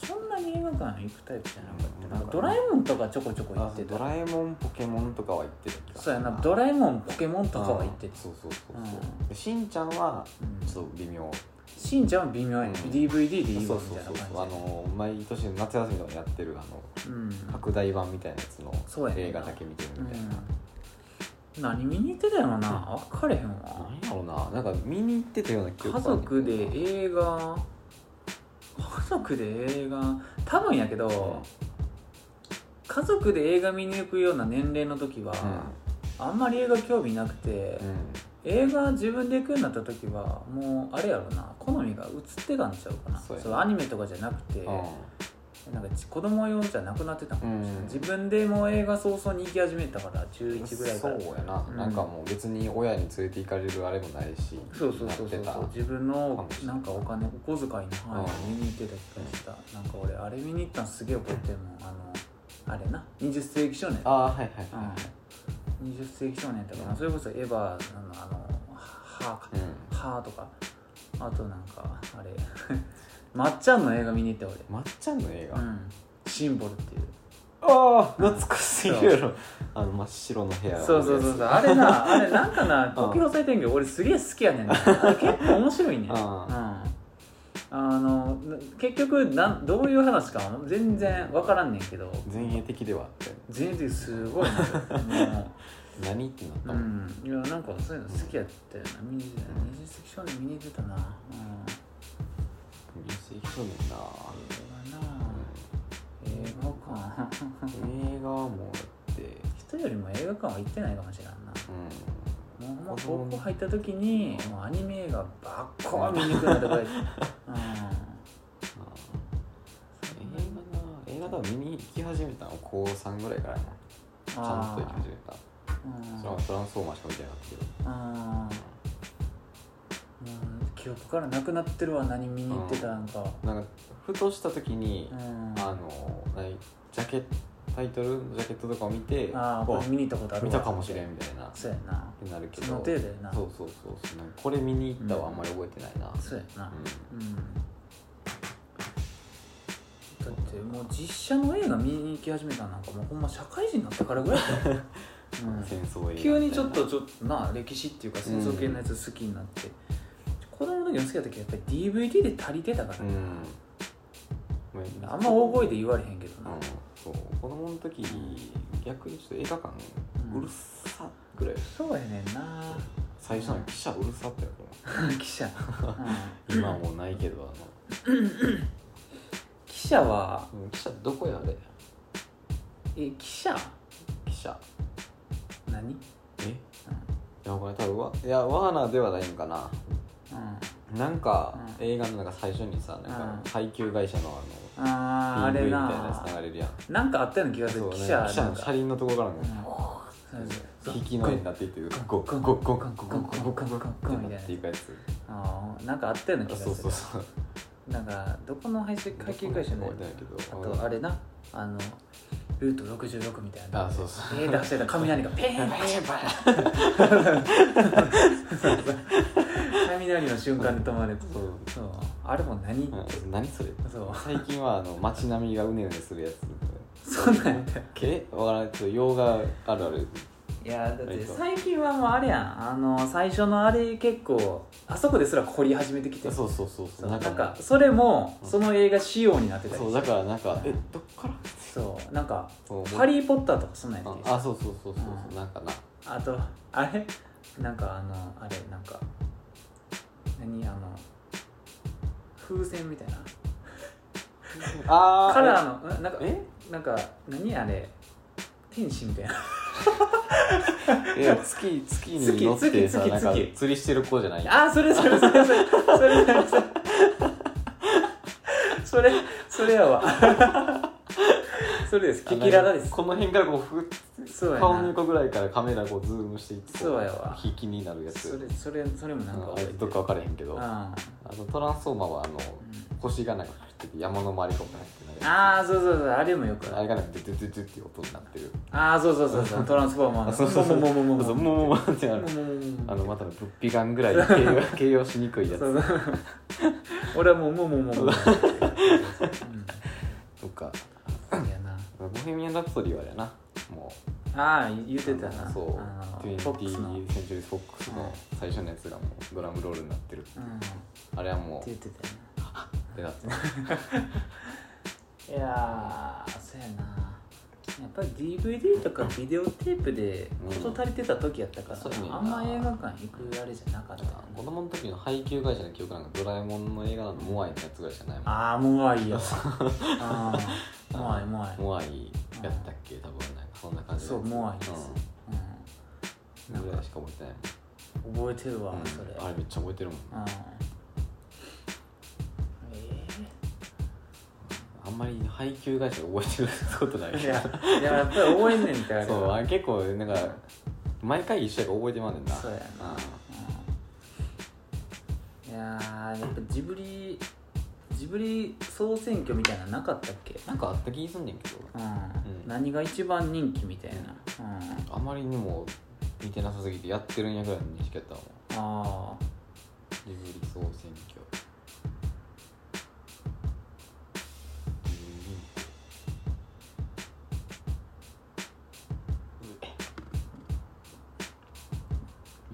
Speaker 2: そんなに映画館行くタイプじゃなかった、
Speaker 1: うん
Speaker 2: なんかドラえもんとかちょこちょこ
Speaker 1: あ
Speaker 2: 行って
Speaker 1: ド
Speaker 2: た
Speaker 1: ラえもんポケモンとかは行ってる気がす
Speaker 2: そう
Speaker 1: る
Speaker 2: やなドラえもんポケモンとかは行って
Speaker 1: うん
Speaker 2: た
Speaker 1: そうそうそうそう
Speaker 2: う、
Speaker 1: でしんちゃんは
Speaker 2: うん
Speaker 1: ちょっと微妙、
Speaker 2: しんちゃんは微妙やね、
Speaker 1: うん
Speaker 2: DVD でいい
Speaker 1: そ
Speaker 2: わ
Speaker 1: う
Speaker 2: み
Speaker 1: そう
Speaker 2: たいな
Speaker 1: そ
Speaker 2: 感
Speaker 1: う
Speaker 2: じ
Speaker 1: そうあの毎年夏休みとかにやってるあの
Speaker 2: うん
Speaker 1: 拡大版みたいなやつの
Speaker 2: そうやねんな
Speaker 1: 映画だけ見てるみたいな、
Speaker 2: うん、何見に行ってたよな分かれへんわ
Speaker 1: なんやろうななんか見に行ってたような記憶
Speaker 2: 家族で
Speaker 1: え
Speaker 2: 映画家族で映画多分やけど家族で映画見に行くような年齢の時は、あんまり映画興味なくて、映画自分で行くようになった時はもうあれやろな好みが移ってたんちゃうかな
Speaker 1: そうやな
Speaker 2: アニメとかじゃなくて、なんかち子供用じゃなくなってたかもしれない、
Speaker 1: うん
Speaker 2: 自分でもう映画早々に行き始めたから中1ぐらいから
Speaker 1: そうやな、
Speaker 2: うん
Speaker 1: なんかもう別に親に連れて行かれるあれもないし
Speaker 2: そうそうそうそう
Speaker 1: なって
Speaker 2: 自分
Speaker 1: か
Speaker 2: の
Speaker 1: もしれな
Speaker 2: ないんかお金お小遣いの範囲
Speaker 1: う
Speaker 2: で見に行ってた気がした、なんか俺あれ見に行ったのすげえ覚えてるもんあのあれな20世紀少年
Speaker 1: たああはいはいは
Speaker 2: うん、20世紀少年とかなそれこそエヴァのあの歯か
Speaker 1: い、うん
Speaker 2: 歯とかあとなんかあれ まっちゃんの映画見に行った俺
Speaker 1: まっちゃんの映画、
Speaker 2: うんシンボルっていう
Speaker 1: ああ懐かしいやろあの真っ白の部屋
Speaker 2: そうそうそうそう あれなあれなんかな
Speaker 1: うん
Speaker 2: 時表祭天狗俺すげえ好きやねんなあれ結構面白いねん
Speaker 1: うん
Speaker 2: あのな結局なんどういう話かは全然分からんねんけど
Speaker 1: 前衛的ではあって
Speaker 2: 全然すごいな も
Speaker 1: 何ってなった
Speaker 2: う、う
Speaker 1: もん、
Speaker 2: ん、いやなんかそういうの好きやったよな見に出た二十世紀少年見に出たなうん
Speaker 1: ミュージック少年な、
Speaker 2: 映画な映画館
Speaker 1: うん映画はもうだって
Speaker 2: 人よりも映画館は行ってないかもしれんな
Speaker 1: う
Speaker 2: もうほんま高校入った時にもうアニメ映画ばっか見に行くな とか言って、うん
Speaker 1: 映画な映画だ見に行き始めたの高3ぐらいからやなち
Speaker 2: ん、
Speaker 1: ゃんと行き
Speaker 2: あ
Speaker 1: 始めた
Speaker 2: ー
Speaker 1: それはトランスフォーマーしか見てなかったけど
Speaker 2: あーうん記憶からなくなってるわ何見に行ってたんか
Speaker 1: なんかふとした時に
Speaker 2: う、ん
Speaker 1: あの何ジャケタイトルのジャケットとかを見て
Speaker 2: あーこれ見に行ったことあ
Speaker 1: あ
Speaker 2: る
Speaker 1: 見たかもしれ
Speaker 2: ん
Speaker 1: んみたいなっ
Speaker 2: そうやな
Speaker 1: てなるけ
Speaker 2: そ
Speaker 1: ど
Speaker 2: の程度やな
Speaker 1: そうそうそうそうなんかこれ見に行ったはあんまり覚えてないな、
Speaker 2: そうやな
Speaker 1: う
Speaker 2: うん、だってもう実写の映画見に行き始めたのなんかもうほんま社会人になってからぐらいだ よ、うん
Speaker 1: 戦争映画みたいな
Speaker 2: 急にちょっとちょっとな歴史っていうか戦争系のやつ好きになって、子供の時の好きだったけどやっぱり DVD で足りてたか
Speaker 1: う
Speaker 2: ら、
Speaker 1: ん
Speaker 2: あんま大声で言われへんけどな、
Speaker 1: うんそう子供の時逆にちょっと映画館
Speaker 2: うん
Speaker 1: うるさぐらい
Speaker 2: そうやねんな
Speaker 1: 最初の記者うるさってやつ
Speaker 2: 記者、
Speaker 1: 今はもうないけど
Speaker 2: 記者は
Speaker 1: あの、記者どこやあれ
Speaker 2: え記者
Speaker 1: 記者
Speaker 2: 何うん
Speaker 1: えいやお金多分わいやワーナーではないんかななんか、
Speaker 2: うん
Speaker 1: 映画のなんか最初にさなんか配給会社のあ
Speaker 2: あー
Speaker 1: の
Speaker 2: あ
Speaker 1: PV
Speaker 2: れ
Speaker 1: みたいな
Speaker 2: な
Speaker 1: やつ流れるやん
Speaker 2: なんかあったような気がす
Speaker 1: そ
Speaker 2: る
Speaker 1: う
Speaker 2: 記
Speaker 1: ね
Speaker 2: 者
Speaker 1: 記
Speaker 2: な
Speaker 1: 者
Speaker 2: ん
Speaker 1: の
Speaker 2: か
Speaker 1: 車輪のところからね
Speaker 2: うんそう
Speaker 1: 引きの絵になっていってゴッゴッゴッゴッゴッゴッゴッゴッゴッゴッゴッってなっていくやつ
Speaker 2: あーなんかあったような気
Speaker 1: あ
Speaker 2: がす
Speaker 1: そう
Speaker 2: る
Speaker 1: そうそう
Speaker 2: なんかどこの配信会計会社の
Speaker 1: 覚えてないけ
Speaker 2: あ
Speaker 1: ど
Speaker 2: とあれなあのルート66みたいな
Speaker 1: あそうそう
Speaker 2: えー、出してた雷がペーンペーンペーン 雷の瞬間で止まる
Speaker 1: そう
Speaker 2: そうあれも何、
Speaker 1: うん何それ
Speaker 2: そう
Speaker 1: 最近はあの街並みがうねうねするやつ
Speaker 2: そうなんやったっ
Speaker 1: えわからんちょっと洋画あるある
Speaker 2: いやだっ
Speaker 1: え
Speaker 2: て
Speaker 1: っと
Speaker 2: 最近はもうあれやんあの最初のあれ結構あそこですら凝り始めてきて
Speaker 1: そうそうそうそう
Speaker 2: なんか
Speaker 1: ね
Speaker 2: それも
Speaker 1: うん
Speaker 2: その映画仕様になってたり
Speaker 1: そうだからなんかえどっから
Speaker 2: そうなんか
Speaker 1: そう
Speaker 2: 「ハリー・ポッター」とかそんなんやっ
Speaker 1: あ
Speaker 2: てた
Speaker 1: あそうそうそうそうそうなんかな
Speaker 2: あとあれなんかあのあれなんか何あの風船みたいな
Speaker 1: あ
Speaker 2: カラーのうんなんか
Speaker 1: え
Speaker 2: なんか何あれ天使みたいな
Speaker 1: いや月月に乗ってさ
Speaker 2: 月
Speaker 1: なんか
Speaker 2: 月
Speaker 1: 釣りしてる子じゃない
Speaker 2: あそれそれそれそれそれそれそれそれそれやわそれですキキララです
Speaker 1: この辺からこうふっ
Speaker 2: そうや
Speaker 1: 顔の
Speaker 2: な
Speaker 1: 横ぐらいからカメラこうズームしていってこ
Speaker 2: そうやわ
Speaker 1: 引きになるやつ
Speaker 2: それそれそれもなんか
Speaker 1: うんあ
Speaker 2: 覚え
Speaker 1: れ
Speaker 2: てる
Speaker 1: どっか分からへんけ
Speaker 2: う
Speaker 1: ど
Speaker 2: ん
Speaker 1: あのトランスフォーマーはあの
Speaker 2: う
Speaker 1: 腰がなんか入ってて山の周りとか入ってない
Speaker 2: ああそうそうそうあれもよく
Speaker 1: あれがなんかドゥドゥドゥドゥっていう音になってる
Speaker 2: ああそうそうそうそうトランスフォーマーの
Speaker 1: あそうそうそう
Speaker 2: もうもうもうもう
Speaker 1: そう
Speaker 2: もう
Speaker 1: もうもうってなる
Speaker 2: もうもうもう
Speaker 1: あのまたの物皮がんぐらいで形容形容しにくいや
Speaker 2: そ
Speaker 1: つ
Speaker 2: うそう 俺はもうもうも うもうもう、
Speaker 1: とか
Speaker 2: うん、やな
Speaker 1: ボヘミアン・ラプソディはあれやなもう
Speaker 2: ああ言ってたな
Speaker 1: そう
Speaker 2: あの
Speaker 1: 20
Speaker 2: フォックスの、うん、って
Speaker 1: センチュリー・フォックスの最初のやつがもうドラムロールになってるあれはもう
Speaker 2: 言ってたよ
Speaker 1: ってなって
Speaker 2: ないやーそうやなやっぱり DVD とかビデオテープで事足りてた時やったから、
Speaker 1: そうやねんな
Speaker 2: あんま映画館行くあれじゃなかったよな
Speaker 1: 子供の時の配給会社の記憶なんかドラえもんの映画のモアイのやつぐらいしかないも
Speaker 2: ああもうあ いよああもうあいもうあい
Speaker 1: んモアイやったっけ多分なんかそんな感じの
Speaker 2: そうモアイです、
Speaker 1: う
Speaker 2: うんん、なん
Speaker 1: ぐら
Speaker 2: か
Speaker 1: いしか覚えてない
Speaker 2: 覚えてるわ、
Speaker 1: もん
Speaker 2: それ
Speaker 1: うんあれめっちゃ覚えてるもん
Speaker 2: うんえ
Speaker 1: あんまり配給会社覚えてることな い
Speaker 2: ーいやいややっぱり覚えんねんってあれ
Speaker 1: そ
Speaker 2: は
Speaker 1: うあれ結構なんか毎回一緒やから覚えてまうねんな
Speaker 2: そうやな、うんいやーやっぱジブリジブリ総選挙みたいなのなかったっけ
Speaker 1: なんかあった気すんねんけど
Speaker 2: うん、
Speaker 1: ん
Speaker 2: 何が一番人気みたいな、うん、
Speaker 1: あまりにも見てなさすぎてやってるんやぐらいの認識やったもん
Speaker 2: ああ
Speaker 1: ジブリ総選挙ジブリめ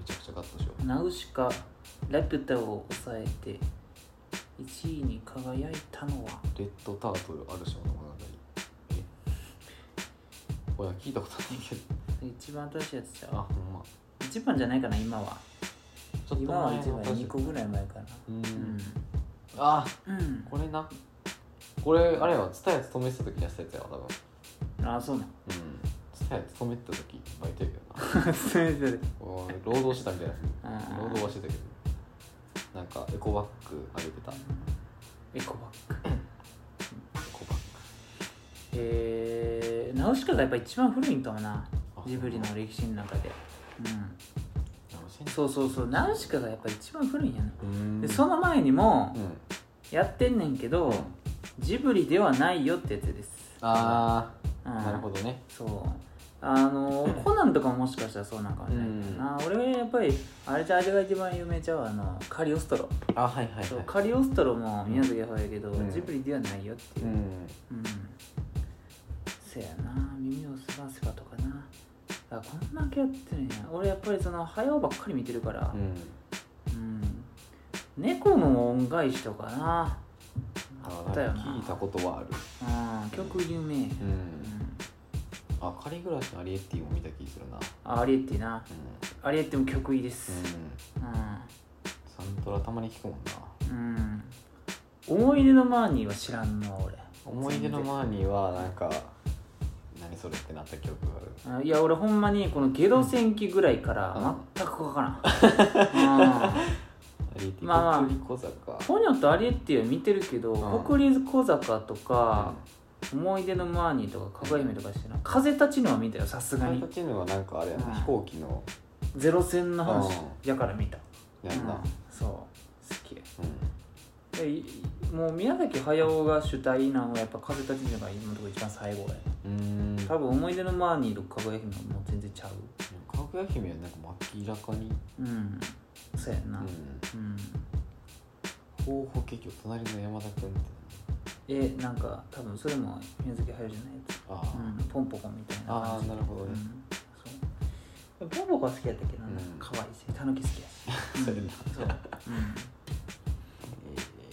Speaker 1: ちゃくちゃカットしよ
Speaker 2: ナウシカラピュタを抑えて1位に輝いたのは
Speaker 1: うレッドタートルあるしょ物語えこれ聞いたことないけど
Speaker 2: 一番新しいやつちゃう
Speaker 1: あほんま
Speaker 2: 一番じゃないかな今は
Speaker 1: ちょっと
Speaker 2: 今は
Speaker 1: 前
Speaker 2: 一番
Speaker 1: の
Speaker 2: 2個ぐらい前かな
Speaker 1: う
Speaker 2: うんん
Speaker 1: あ
Speaker 2: うん
Speaker 1: これなこれあれはツタヤ勤めてた時やったやつやわ多分
Speaker 2: ああそうなん
Speaker 1: うんツタヤ勤めてた時バイトやけどな
Speaker 2: すいません
Speaker 1: おー労働してたみたい
Speaker 2: あ
Speaker 1: な
Speaker 2: ー
Speaker 1: 労働はしてたけどなんかエコバッグあげてたエ
Speaker 2: エコバッグ
Speaker 1: コバッ
Speaker 2: えー、ナウシカがやっぱ一番古いんかもな
Speaker 1: あ
Speaker 2: ジブリの歴史の中で、
Speaker 1: グ楽しい
Speaker 2: うん、
Speaker 1: ね
Speaker 2: そうそうそうナウシカがやっぱ一番古いんやな、
Speaker 1: うーん
Speaker 2: でその前にも
Speaker 1: うん
Speaker 2: やってんねんけど、ジブリではないよってやつです
Speaker 1: あ
Speaker 2: うん
Speaker 1: あなるほどね
Speaker 2: そうあのコナンとかももしかしたらそうなんかもしれないけどな、俺はやっぱりあれじゃあれが一番有名ちゃうわあのカリオストロ、
Speaker 1: あはいはい
Speaker 2: そう
Speaker 1: は
Speaker 2: カリオストロも宮崎駿やけど、
Speaker 1: うん
Speaker 2: ジブリではないよって
Speaker 1: い
Speaker 2: いうう、
Speaker 1: ん
Speaker 2: うんせやな耳をすばせばとかなあこんだけやってるんや俺やっぱりその早尾ばっかり見てるから
Speaker 1: うん
Speaker 2: うん、猫の恩返しとかな
Speaker 1: あ
Speaker 2: あったよな
Speaker 1: 聞いたことはある
Speaker 2: うん曲有名、うん
Speaker 1: うんあ仮暮らしのアリエッティも見た気するな
Speaker 2: あアリエッティな
Speaker 1: う
Speaker 2: アリエッティも曲いいで
Speaker 1: んう
Speaker 2: す
Speaker 1: ん
Speaker 2: う、
Speaker 1: サントラたまに聞くもんなん
Speaker 2: うん思い出のマーニーは知らんの俺
Speaker 1: 思い出のマーニーはなんか何それってなった記憶がある
Speaker 2: あいや俺ほんまにこのゲド戦記ぐらいか
Speaker 1: うん
Speaker 2: ら全く分からん、うん
Speaker 1: アリリエティ、
Speaker 2: まあまあ
Speaker 1: コクリコ坂
Speaker 2: ポニョとアリエッティは見てるけど、
Speaker 1: うん
Speaker 2: 国立小坂とか、思い出のマーニーとか、かぐや姫とかしてな、風立ちぬは見たよ、さすが
Speaker 1: カ
Speaker 2: に
Speaker 1: タ。チヌはなんかあれやな、
Speaker 2: うん
Speaker 1: 飛行機の
Speaker 2: ゼロ戦の話
Speaker 1: うん
Speaker 2: やから見た。
Speaker 1: やんな、
Speaker 2: そう、好きや。
Speaker 1: うん
Speaker 2: でいもう宮崎駿が主体なのはやっぱ風立ちぬが今のところ一番最後やな
Speaker 1: うーん
Speaker 2: 多分思い出のマーニーとかぐや姫はもう全然ちゃう
Speaker 1: かぐや姫はなんか明らかに、
Speaker 2: うんそうや
Speaker 1: う
Speaker 2: な、
Speaker 1: ん、
Speaker 2: うん、
Speaker 1: 候補結局隣の山田君みたい
Speaker 2: えなんか多分それも宮崎駿じゃないやつ
Speaker 1: なあ
Speaker 2: うん、ポンポコみたいな
Speaker 1: あ、あ
Speaker 2: 感
Speaker 1: あ
Speaker 2: じ
Speaker 1: なるほど
Speaker 2: う
Speaker 1: ね、
Speaker 2: んそうポンポコは好きやったけどな
Speaker 1: うん
Speaker 2: 可愛いしタヌキ好きやし
Speaker 1: そうやな
Speaker 2: そううん
Speaker 1: え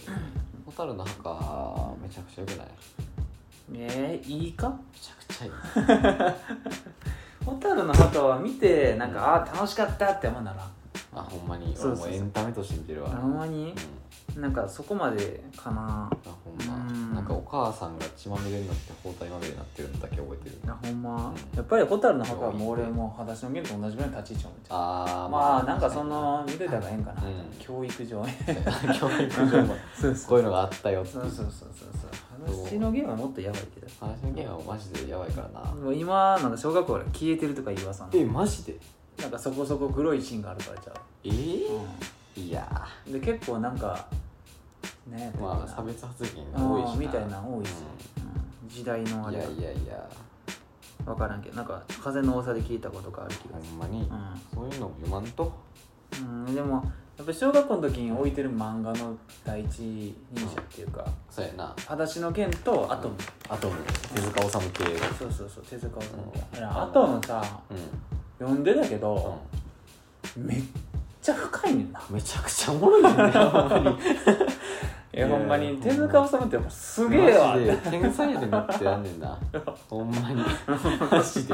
Speaker 1: ー、蛍の墓めちゃくちゃよくないめ
Speaker 2: えー、いいか
Speaker 1: ちゃくちゃいい
Speaker 2: ホタルの墓は見てなんかああー楽しかったって思うなら
Speaker 1: あほんまに
Speaker 2: そ
Speaker 1: 俺
Speaker 2: うそうそ
Speaker 1: も
Speaker 2: う
Speaker 1: エンタメとして見てるわ
Speaker 2: あほんまに
Speaker 1: うん
Speaker 2: なんかそこまでかな
Speaker 1: あほんま、
Speaker 2: うん
Speaker 1: なんかお母さんが血まみれになって包帯まみれになってるのだけ覚えてる
Speaker 2: あほんま
Speaker 1: うん
Speaker 2: やっぱりホタルの墓はもう俺もう裸足のゲルと同じぐらいの立ち位置を持っ
Speaker 1: あー
Speaker 2: まあなんかその見といた方がええんかな、
Speaker 1: うん
Speaker 2: 教育上
Speaker 1: 教育上も
Speaker 2: そう
Speaker 1: こ
Speaker 2: そうう
Speaker 1: いうのがあったよってい
Speaker 2: そううそうそうそう裸足のゲームはもっとやばいけど
Speaker 1: 話のゲームはマジでやばいからな、
Speaker 2: もう今なんか小学校から消えてるとか言わさん
Speaker 1: えマジで
Speaker 2: なんかそこそこ黒いシーンがあるからちゃ
Speaker 1: えー
Speaker 2: う、
Speaker 1: いや
Speaker 2: で結構なんかね
Speaker 1: ーまあ差別発言が多いし
Speaker 2: 多いみたいなの多いし、うん時代の
Speaker 1: う
Speaker 2: あ
Speaker 1: んい
Speaker 2: れ
Speaker 1: や
Speaker 2: が
Speaker 1: いやいや
Speaker 2: 分からんけどなんか風の多さで聞いたことがある気
Speaker 1: ほ
Speaker 2: が
Speaker 1: んまに、
Speaker 2: す
Speaker 1: そういうのも読まんと
Speaker 2: る、うんうん、でもやっぱ小学校の時に置いてる漫画の第一人者っていうか
Speaker 1: そうやな
Speaker 2: 「裸足の剣」と「アトム」
Speaker 1: あと手塚治虫系
Speaker 2: そうそうそう手塚治虫
Speaker 1: うん
Speaker 2: いやアトムさ
Speaker 1: うん、
Speaker 2: 読んでたけ
Speaker 1: う、
Speaker 2: ど、めっちゃ深いねんなん
Speaker 1: めちゃくちゃおもろいよねほんまに
Speaker 2: いやほんま
Speaker 1: いや
Speaker 2: に
Speaker 1: ほんま
Speaker 2: 手塚治虫ってやっぱすげえわ
Speaker 1: マジで天才やでなってやんねんなほ んまにマジで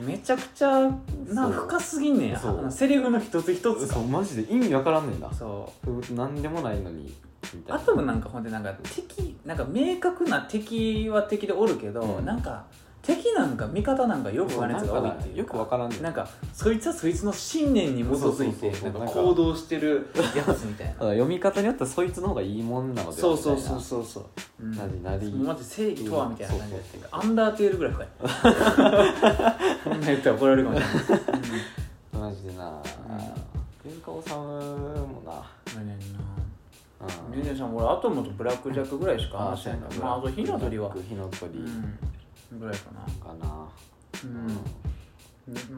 Speaker 2: めちゃくちゃな
Speaker 1: そう
Speaker 2: 深すぎんねや
Speaker 1: そう
Speaker 2: あのセリフの一つ一つが
Speaker 1: そうマジで意味わからんねんな
Speaker 2: そ
Speaker 1: なんでもないのにみ
Speaker 2: う
Speaker 1: たい
Speaker 2: ア
Speaker 1: な
Speaker 2: トムなんかほんでなんか敵なんか明確な敵は敵でおるけど、
Speaker 1: うん
Speaker 2: なんか敵なんか味方なんかよく
Speaker 1: そう
Speaker 2: わからんやつが多い
Speaker 1: な
Speaker 2: っ
Speaker 1: んか
Speaker 2: ていう
Speaker 1: よくわからんねん
Speaker 2: なんかそいつはそいつの信念に基づいて
Speaker 1: そうそうそうそう
Speaker 2: なんか行動してるやつみたい
Speaker 1: ただ
Speaker 2: な
Speaker 1: 読み方によってはそいつの方がいいもんなので
Speaker 2: そうそうそううそうそう、うん、
Speaker 1: なりなり
Speaker 2: もうマジ正義とはみたいな感じだったけど
Speaker 1: うん
Speaker 2: アンダーテールぐらい深い こんなん言ったら怒られるかもしれない、
Speaker 1: マジでな手塚治虫もな
Speaker 2: うん、何やんな
Speaker 1: うん
Speaker 2: ミュージシャン俺アトムとブラックジャックぐらいしか話し
Speaker 1: そ
Speaker 2: な
Speaker 1: う
Speaker 2: い
Speaker 1: や
Speaker 2: からまああと火の鳥は
Speaker 1: 火の鳥
Speaker 2: うんぐらいかな
Speaker 1: かな
Speaker 2: う
Speaker 1: うんほんま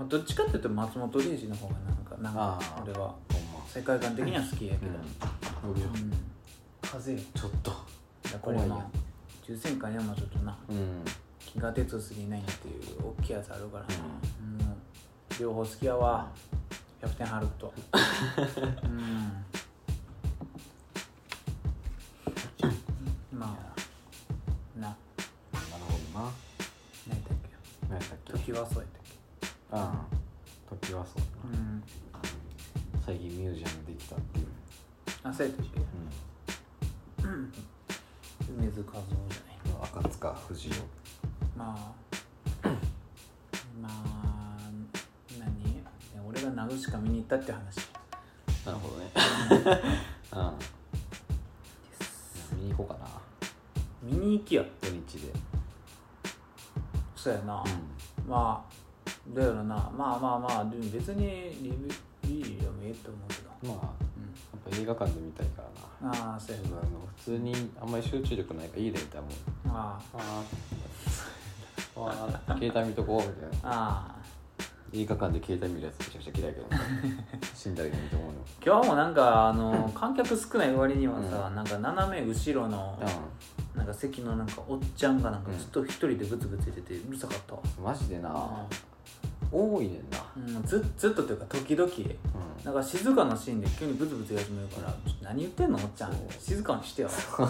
Speaker 2: まあ、どっちかっていうと松本零士の方がなんかなんか
Speaker 1: あー
Speaker 2: 俺は世界観的には好きやけど、う
Speaker 1: うん
Speaker 2: ん風よ
Speaker 1: ちょっと
Speaker 2: だから
Speaker 1: 怖い
Speaker 2: ま
Speaker 1: や
Speaker 2: あ重戦艦にはまあちょっとな
Speaker 1: うん
Speaker 2: 気が鉄すぎないっていう大きいやつあるから、うん両方好きやわキャプテンハル トうんまあな
Speaker 1: なるほどな
Speaker 2: 何だっけ
Speaker 1: 何やったっけ
Speaker 2: 時はそうやったっ
Speaker 1: ああ時はそう
Speaker 2: け
Speaker 1: だ
Speaker 2: う
Speaker 1: な
Speaker 2: ん
Speaker 1: 最近ミュージアムできたっていう
Speaker 2: あそうやったっ
Speaker 1: う
Speaker 2: けうん梅津和夫じゃない
Speaker 1: ん赤塚不二夫
Speaker 2: まあまあ何ね俺がナウシカ見に行ったって話
Speaker 1: なるほどね うん見に行こうかな
Speaker 2: 見に行きや
Speaker 1: 土日で
Speaker 2: そうやな、
Speaker 1: う
Speaker 2: まあだよなまあまあまあでも別にリビリビでもええと思うけど
Speaker 1: んまあやっぱ映画館で見たいからな
Speaker 2: ああそうや
Speaker 1: あの普通にあんまり集中力ないから家で見たらもう
Speaker 2: あ
Speaker 1: ああああ携帯見とこうみたいな
Speaker 2: あああ
Speaker 1: 映画館で携帯見るやつめちゃくちゃ嫌いやけど死んだり見て思うの
Speaker 2: 今日もなんかあ の観客少ない割にはさ、なんか斜め後ろの
Speaker 1: う
Speaker 2: なんか席のなんかおっちゃんがなんか
Speaker 1: うん
Speaker 2: ずっと一人でブツブツ言っててうるさかったわ
Speaker 1: んマジでな多いねんな
Speaker 2: うん、ずずっとというか時々なんか静かなシーンで急にブツブツ言い始めるから「ちょっと何言ってんのおっちゃん
Speaker 1: そう
Speaker 2: 静かにしてよ」ほん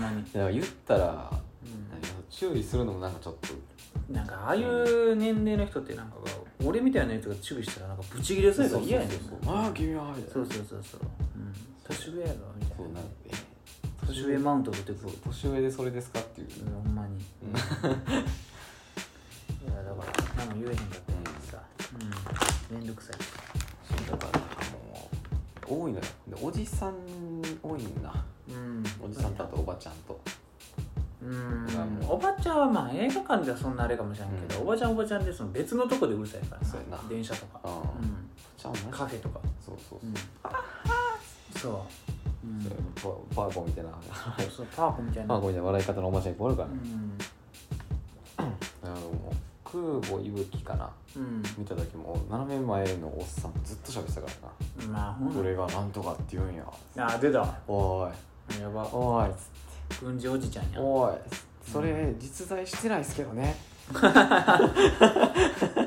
Speaker 2: まに、
Speaker 1: だから言ったら
Speaker 2: うん
Speaker 1: 何注意するのもなんかちょっと
Speaker 2: なんかああいう年齢の人ってなんかが俺みたいなやつが注意したらなんかブチギレそうやから嫌やねん
Speaker 1: そうそうそうああ君はみたい
Speaker 2: そう
Speaker 1: な
Speaker 2: そうそうそう、うん、年上やろみた
Speaker 1: そう
Speaker 2: い
Speaker 1: な
Speaker 2: なん
Speaker 1: かえ
Speaker 2: 年上マウント取ってく
Speaker 1: そう
Speaker 2: る
Speaker 1: 年上でそれですかっていう
Speaker 2: うんほんまにい
Speaker 1: うん
Speaker 2: やだから何も言えへんかったんやつさ、うん、めんどくさい
Speaker 1: そうだからもう多いのよでおじさん多いんだ
Speaker 2: うん
Speaker 1: おじさんとあとおばちゃんと
Speaker 2: うんおばちゃんはまあ映画館ではそんなあれかもしれんけど、
Speaker 1: うん
Speaker 2: おばちゃんおばちゃんでその別のとこでうるさいからさ
Speaker 1: そうやな
Speaker 2: 電車とか、
Speaker 1: あ
Speaker 2: う
Speaker 1: あ
Speaker 2: ん、
Speaker 1: ちゃんな
Speaker 2: カフェとか、
Speaker 1: そうそう
Speaker 2: うん、そう、うん、
Speaker 1: そうパーコみたいな
Speaker 2: そうパークみたいな、
Speaker 1: パー
Speaker 2: う
Speaker 1: コみたいな笑い方のおばちゃんいっぱいおるからね
Speaker 2: ん
Speaker 1: あのもう空母いぶきかな
Speaker 2: うん、
Speaker 1: 見た時も斜め前のおっさんずっと喋ってたからな
Speaker 2: まあほん
Speaker 1: 俺がなんとかって言うんや
Speaker 2: あ出た
Speaker 1: おい
Speaker 2: やば
Speaker 1: おい
Speaker 2: 軍事おじちゃんや
Speaker 1: おいそれ実在してないっすけどね
Speaker 2: まあ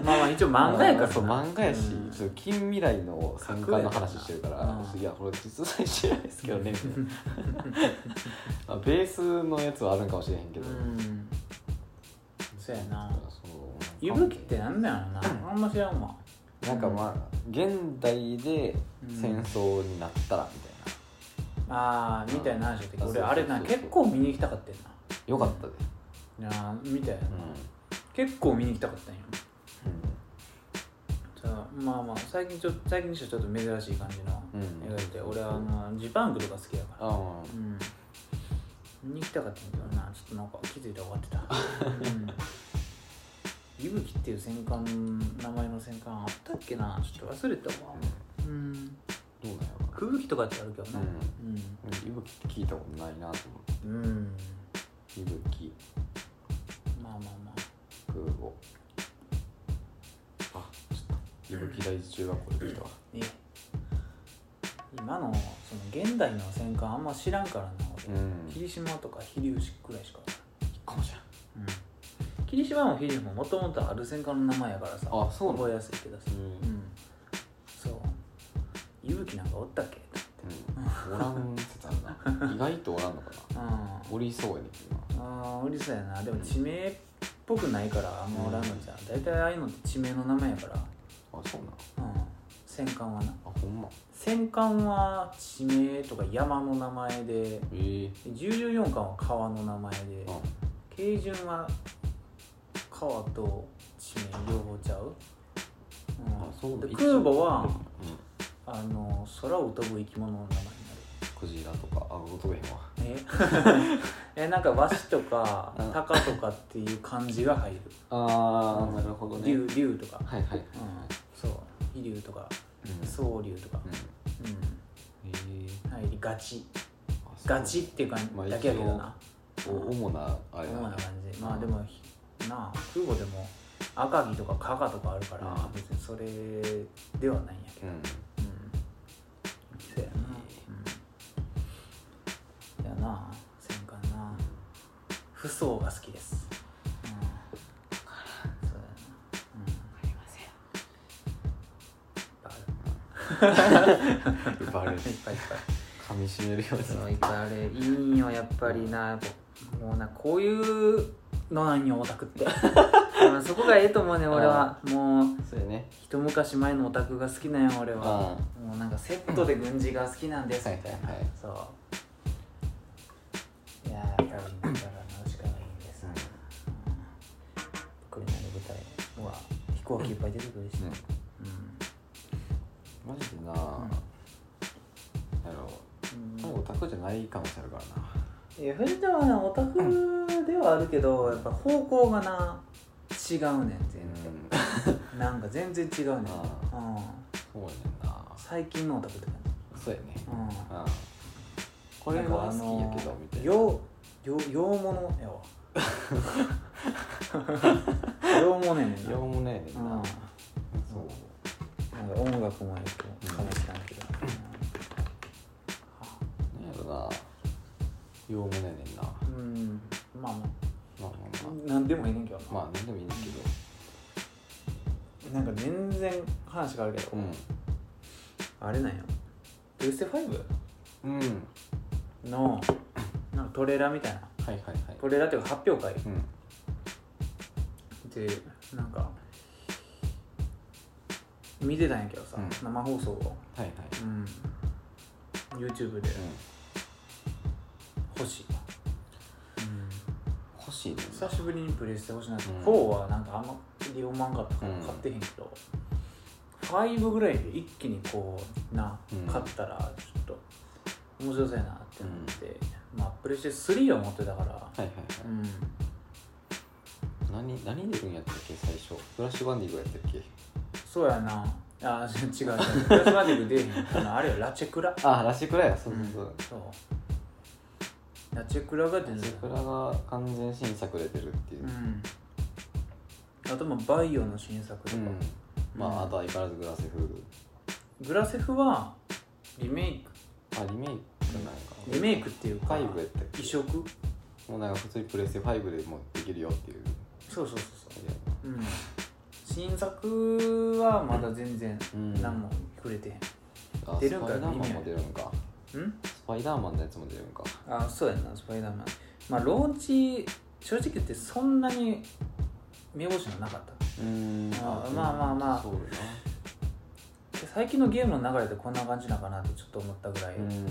Speaker 2: まあ一応漫画やからな
Speaker 1: そう漫画やし
Speaker 2: うん
Speaker 1: ちょっと近未来の戦艦の話してるか
Speaker 2: 架空やから
Speaker 1: ら
Speaker 2: な
Speaker 1: 「いやこれ実在してないっすけどね」みたい なあベースのやつはあるんかもしれへんけ
Speaker 2: う
Speaker 1: ど
Speaker 2: んそうやな
Speaker 1: そう
Speaker 2: いぶきってなんだよなあんま知らんわ
Speaker 1: なんかまあ現代で戦争になったらみたいな
Speaker 2: ああみたいな話やったけど
Speaker 1: あ
Speaker 2: 俺
Speaker 1: そうそうそう
Speaker 2: あれな結構見に行きたかったよ
Speaker 1: よかったで
Speaker 2: ないやー見たよな、
Speaker 1: う
Speaker 2: 結構見に行きたかったんよ
Speaker 1: ん
Speaker 2: じゃあまあまあ最近ちょっと最近にしてはちょっと珍しい感じの
Speaker 1: うん
Speaker 2: 映画で、俺はあのジパングとか好きやから
Speaker 1: ああ
Speaker 2: うん見に行きたかったんだけどなちょっとなんか気づいたら終わって たうんぶきっていう戦艦名前の戦艦あったっけなちょっと忘れたわうん
Speaker 1: どうだよ
Speaker 2: 吹雪とかってあるけどな
Speaker 1: うんいぶきって聞いたことないなと思
Speaker 2: うん、うん、
Speaker 1: ういぶき
Speaker 2: まあまあまあ
Speaker 1: 空母あちょっといぶき第一中学校できたわ
Speaker 2: え今のその現代の戦艦あんま知らんからな俺、
Speaker 1: ん
Speaker 2: 霧島とか秀吉くらいしか
Speaker 1: かもしれん
Speaker 2: うん霧島も秀吉ももともとある戦艦の名前やからさ
Speaker 1: あそうなの
Speaker 2: 覚えやすいけどさ
Speaker 1: う
Speaker 2: うんんそう勇気なんかおったっけ
Speaker 1: うんおらん説あるな意外とおらんのかな
Speaker 2: うんあ
Speaker 1: おりそうやねんけどな
Speaker 2: あーうりそうやなでも地名っぽくないからあんまおらんのじゃん大体ああいうのって地名の名前やから
Speaker 1: あそうなの
Speaker 2: うん戦艦はな
Speaker 1: あほんま
Speaker 2: 戦艦は地名とか山の名前で
Speaker 1: ええ
Speaker 2: 14巻は川の名前で
Speaker 1: あ
Speaker 2: 軽順は川と地名両方ちゃう、
Speaker 1: あそう
Speaker 2: う、
Speaker 1: なんの
Speaker 2: で空母は
Speaker 1: うん
Speaker 2: あの空を飛ぶ生き物の名
Speaker 1: クジラとかあごとべへんわ
Speaker 2: 前になるえ えなんかワシとか
Speaker 1: うん
Speaker 2: タカとかっていう漢字が入る
Speaker 1: あーなるほどね
Speaker 2: 竜竜とか、
Speaker 1: はいはいはいは
Speaker 2: う
Speaker 1: い
Speaker 2: ん、そう飛竜とか
Speaker 1: うん
Speaker 2: 蒼竜とか、
Speaker 1: う
Speaker 2: うん
Speaker 1: んええ
Speaker 2: 入りがち
Speaker 1: あそう
Speaker 2: ガチっていう感
Speaker 1: まあ
Speaker 2: じだけやけどな
Speaker 1: お主なあれだ
Speaker 2: 主な
Speaker 1: な
Speaker 2: 感じまあでもひなあ空母でも赤城とか加賀とかあるから
Speaker 1: うん
Speaker 2: 別にそれではないんやけど
Speaker 1: うん
Speaker 2: うんそうやなうんやな戦艦な不層が好きですうんそうやなうんいっぱい
Speaker 1: バレ
Speaker 2: ある
Speaker 1: る
Speaker 2: いっぱいいっぱい
Speaker 1: 噛み締めるよう
Speaker 2: そ
Speaker 1: に
Speaker 2: ういっぱいあれいいんよやっぱりなもうなこういうのなんよオタクって うんそこがええと思うね俺はもう
Speaker 1: そうやね
Speaker 2: 一昔前のオタクが好きなんよ俺は
Speaker 1: あ
Speaker 2: もうなんかセットで軍事が好きなんで
Speaker 1: あ
Speaker 2: す
Speaker 1: はい
Speaker 2: みた
Speaker 1: はい
Speaker 2: いな
Speaker 1: はい
Speaker 2: そういやーやっぱりだからなしかないんです、うん、これの舞台は飛行機いっぱい出てくるし、
Speaker 1: うん
Speaker 2: う
Speaker 1: マジでなあろ
Speaker 2: ん
Speaker 1: オタクじゃない可能性あるからない
Speaker 2: や藤田はなオタクではあるけどやっぱ方向がな違うねん全然、
Speaker 1: ん
Speaker 2: なんか全然違うねん、うん、
Speaker 1: あそうやねんな
Speaker 2: 最近のオタクって感じ
Speaker 1: そうやね
Speaker 2: うん
Speaker 1: ああこれは好きやけどみたいな
Speaker 2: よよ洋物やわ洋物やねんな
Speaker 1: ようもねえね
Speaker 2: うんな
Speaker 1: ん
Speaker 2: ん
Speaker 1: な
Speaker 2: か
Speaker 1: そう
Speaker 2: 音楽もやけど
Speaker 1: うん
Speaker 2: 悲しかんけど、
Speaker 1: なんやろなようもねえねんなま
Speaker 2: うんまあま
Speaker 1: あまあま
Speaker 2: あなんでもいいねんけどな、
Speaker 1: あまあ何でもいいんだけど
Speaker 2: なんか全然話があるけど、
Speaker 1: う
Speaker 2: あれなんやプレステ5
Speaker 1: んうん
Speaker 2: のなんかトレーラーみたいな
Speaker 1: はいはいはい
Speaker 2: トレーラーっていうか発表会
Speaker 1: うん
Speaker 2: でなんか見てたんやけどさ、
Speaker 1: うん
Speaker 2: 生放送を、
Speaker 1: はいはい
Speaker 2: うん、YouTube で
Speaker 1: うん
Speaker 2: 欲しい、
Speaker 1: 欲しいねんな
Speaker 2: 久しぶりにプレイしてほしいなって、
Speaker 1: うん
Speaker 2: 4はなんかあんまり読まんかったから
Speaker 1: うん
Speaker 2: 買ってへんけど、5ぐらいで一気にこうな
Speaker 1: うん
Speaker 2: 買ったらちょっと面白そうやなってなって、まあプレステ3を持ってたから
Speaker 1: はいはいはい
Speaker 2: うん
Speaker 1: 何何出るんやったっけ最初フラッシュバンディングやったっけ
Speaker 2: そうやなあ 違う違うプラスマティック出えへんあのあれよラチェクラ
Speaker 1: あラシクラやそうそうそう、
Speaker 2: そうラチェクラが出て
Speaker 1: ラシ
Speaker 2: た
Speaker 1: クラが完全新作出てるっていうう、
Speaker 2: んあとまあバイオの新作とか、
Speaker 1: うんまあ、あとは相変わらずグラセフ
Speaker 2: グラセフはリメイ
Speaker 1: あリメイクじゃないか
Speaker 2: クリメイクっていうか
Speaker 1: 5やったっけ
Speaker 2: 移植
Speaker 1: もうなんか普通にプレステ5でもできるよっていう
Speaker 2: そうそうそうそううん新作はまだ全然
Speaker 1: うん
Speaker 2: 何もくれてへん、
Speaker 1: あ
Speaker 2: 出るんか
Speaker 1: スパイダーマ
Speaker 2: 意味
Speaker 1: ン
Speaker 2: な
Speaker 1: も
Speaker 2: い
Speaker 1: 出るんか
Speaker 2: うん
Speaker 1: スパイダーマンのやつも出るんか
Speaker 2: あそうやなスパイダーマンまあローンチ正直言ってそんなに目星がなかった
Speaker 1: うん
Speaker 2: あまあまあまあ
Speaker 1: そうだ
Speaker 2: で最近のゲームの流れでこんな感じなのかなってちょっと思ったぐらい
Speaker 1: な
Speaker 2: う
Speaker 1: うん
Speaker 2: ん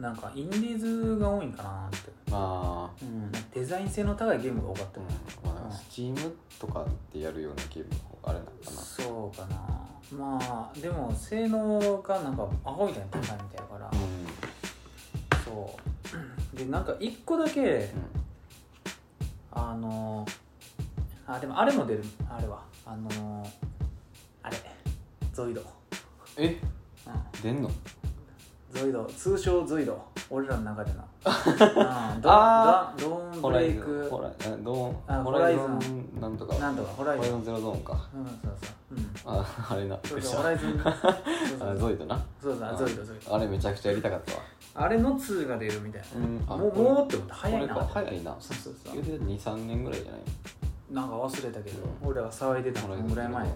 Speaker 2: なんかインディーズが多いんかなって、
Speaker 1: まあ
Speaker 2: うん、デザイン性の高いゲームが多かった
Speaker 1: う
Speaker 2: よ
Speaker 1: ん
Speaker 2: ね、
Speaker 1: まあスチームとかでやるようなゲームの方があれなのかな
Speaker 2: そうかなまあでも性能がなんかアホみたいに高いみたいだから、
Speaker 1: うん
Speaker 2: そうでなんか一個だけあのあでもあれも出るあれはあのあれゾイド、
Speaker 1: え
Speaker 2: う
Speaker 1: 出んの
Speaker 2: ん、ゾイド通称ゾイド俺らの中での、 うん、ド
Speaker 1: あ
Speaker 2: ドドーン
Speaker 1: ホ
Speaker 2: ブ
Speaker 1: ラ
Speaker 2: レ
Speaker 1: イ
Speaker 2: イ
Speaker 1: ズン
Speaker 2: ク
Speaker 1: ホライあドー
Speaker 2: あ
Speaker 1: ンホライズ
Speaker 2: ホライズ
Speaker 1: ンなんとか
Speaker 2: なんとかホライ
Speaker 1: ホ
Speaker 2: ズ
Speaker 1: ライ
Speaker 2: ン
Speaker 1: ズ
Speaker 2: うん
Speaker 1: ンゼロドーンか
Speaker 2: そうそううん
Speaker 1: ああれなびっ
Speaker 2: そ
Speaker 1: く
Speaker 2: う
Speaker 1: りし
Speaker 2: そうホ
Speaker 1: た
Speaker 2: ライズ ンそう
Speaker 1: あ
Speaker 2: そう
Speaker 1: ゾイドな
Speaker 2: そうそうゾイドゾイド
Speaker 1: あれめちゃくちゃやりたかったわ
Speaker 2: あれの2が出るみたい
Speaker 1: うん
Speaker 2: な
Speaker 1: あ
Speaker 2: もう
Speaker 1: これ
Speaker 2: もうって思った早いな
Speaker 1: これか早いな
Speaker 2: そうそうそう
Speaker 1: 言うて23年ぐらいじゃない
Speaker 2: なんか忘れたけど、
Speaker 1: うん
Speaker 2: 俺は騒いでたのぐらい前やっ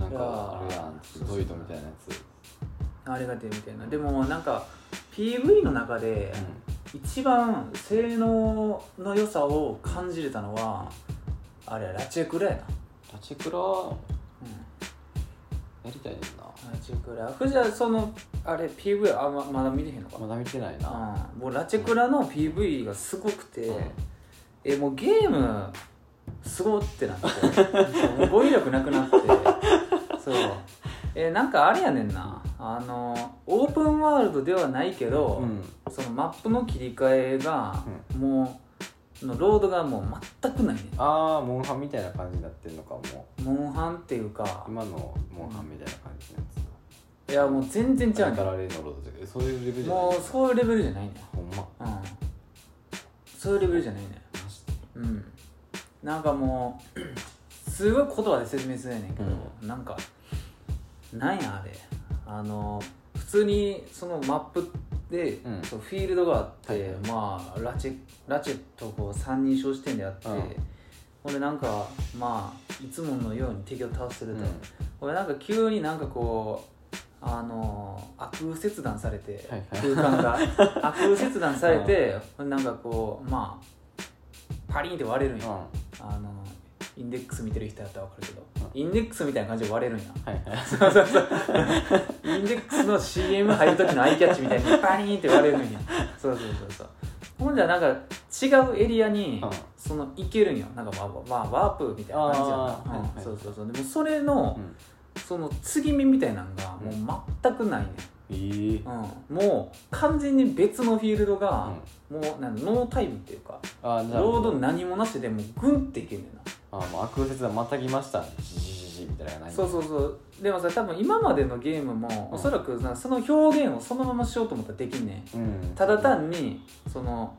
Speaker 1: なん
Speaker 2: いやー
Speaker 1: かあれやん
Speaker 2: そうそう
Speaker 1: ゾイドみたいなやつ
Speaker 2: た、うん、ありがてえみたいなでもなんか PV の中で一番性能の良さを感じれたのはあれやラチェクラやな、
Speaker 1: ラチクラや
Speaker 2: う、
Speaker 1: りたいねんなん
Speaker 2: ラチェクラ藤はそのあれ PV あままだ見れへんのか、
Speaker 1: まだ見てないな
Speaker 2: うん、もうラチェクラの PV がすごくて、
Speaker 1: うん
Speaker 2: えもうゲームすごって なってもう語彙力なくなってそうえなんかあれやねんなあのオープンワールドではないけど、
Speaker 1: うん
Speaker 2: そのマップの切り替えが、もうのロードがもう全くないね
Speaker 1: ああモンハンみたいな感じになってんのかも
Speaker 2: モンハンっていうか
Speaker 1: 今のモンハンみたいな感じのや
Speaker 2: いやもう全然
Speaker 1: つ
Speaker 2: 違う
Speaker 1: ガ
Speaker 2: ね
Speaker 1: ラレーのロードじゃえそういうレベルじゃない
Speaker 2: もうそういうレベルじゃないね
Speaker 1: ほんま
Speaker 2: うんそういうレベルじゃないね
Speaker 1: マジで
Speaker 2: うんなんかもう すごい言葉で説明するやねんけど、なんかなんやあれあの普通にそのマップで、
Speaker 1: うん
Speaker 2: そうフィールドがあって、
Speaker 1: はいはい
Speaker 2: まあラチェラチェとこう三人称視点であって、
Speaker 1: うん
Speaker 2: ほんでなんかまあいつものように敵を倒してる
Speaker 1: う
Speaker 2: と、
Speaker 1: ん
Speaker 2: 俺なんか急になんかこうあの悪切断されて、
Speaker 1: はい
Speaker 2: 空間が悪切断されて、なんかこうまあパリンって割れるん
Speaker 1: うん
Speaker 2: や、
Speaker 1: は
Speaker 2: あのインデックス見てる人やったら分かるけど、
Speaker 1: う
Speaker 2: インデックスみたいな感じで割れるんや
Speaker 1: いはい
Speaker 2: そうそうそうインデックスの CM 入る時のアイキャッチみた いにパリンって割れるんやそうそうそうそうほんじゃなんか違うエリアに、
Speaker 1: うん
Speaker 2: その行けるんよなんかまあ、まあ、ワープみたいな感じや
Speaker 1: あー
Speaker 2: な、うん
Speaker 1: はいはい
Speaker 2: そうそうそうでもそれの、
Speaker 1: うん
Speaker 2: その継ぎ目みたいなのが
Speaker 1: うん
Speaker 2: もう全くないね、
Speaker 1: えー
Speaker 2: うん、もう完全に別のフィールド
Speaker 1: う
Speaker 2: が
Speaker 1: ん、
Speaker 2: もうなんノータイムっていうか
Speaker 1: あーじゃあ
Speaker 2: ロード何もなしでもうグンっていけんねんな
Speaker 1: あーもう悪説だまたぎましたジジジジみたいなのがない
Speaker 2: そうそうそうでもさ多分今までのゲームも
Speaker 1: うん
Speaker 2: おそらくなその表現をそのまましようと思ったらできんねん
Speaker 1: うん
Speaker 2: ただ単にその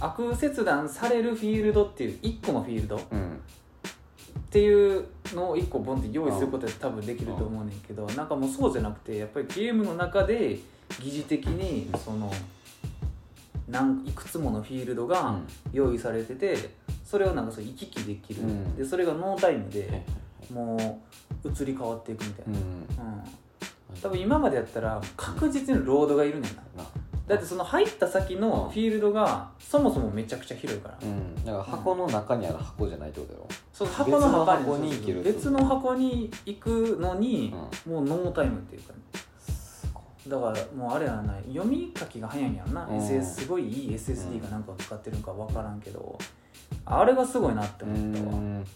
Speaker 2: 悪切断されるフィールドっていう1個のフィールドっ
Speaker 1: うん
Speaker 2: ていうのを1個ボンって用意することで多分できると思うねんけどなんかもうそうじゃなくてやっぱりゲームの中で疑似的にそのなんいくつものフィールド
Speaker 1: う
Speaker 2: が
Speaker 1: ん
Speaker 2: 用意されててそれをなんかそう行き来できる、
Speaker 1: うん
Speaker 2: でそれがノータイム
Speaker 1: はいはい
Speaker 2: でもう移り変わっていくみたいな、
Speaker 1: うん
Speaker 2: うん多分今までやったら確実にロードがいるねんな
Speaker 1: な
Speaker 2: だってその入った先のフィールドがそもそもめちゃくちゃ広いから、
Speaker 1: うんだから箱の中にある箱じゃないってことだろ
Speaker 2: その箱の箱
Speaker 1: 別の箱に行ける
Speaker 2: 別の箱に行くのに、もうノータイムっていうかね
Speaker 1: すごい
Speaker 2: だからもうあれやない読み書きが早いんやろな、
Speaker 1: うん
Speaker 2: SS すごいいい SSD かなんかを使ってるんか分からんけど、あれがすごいなって
Speaker 1: う
Speaker 2: 思ったわ
Speaker 1: ん
Speaker 2: うん、
Speaker 1: あ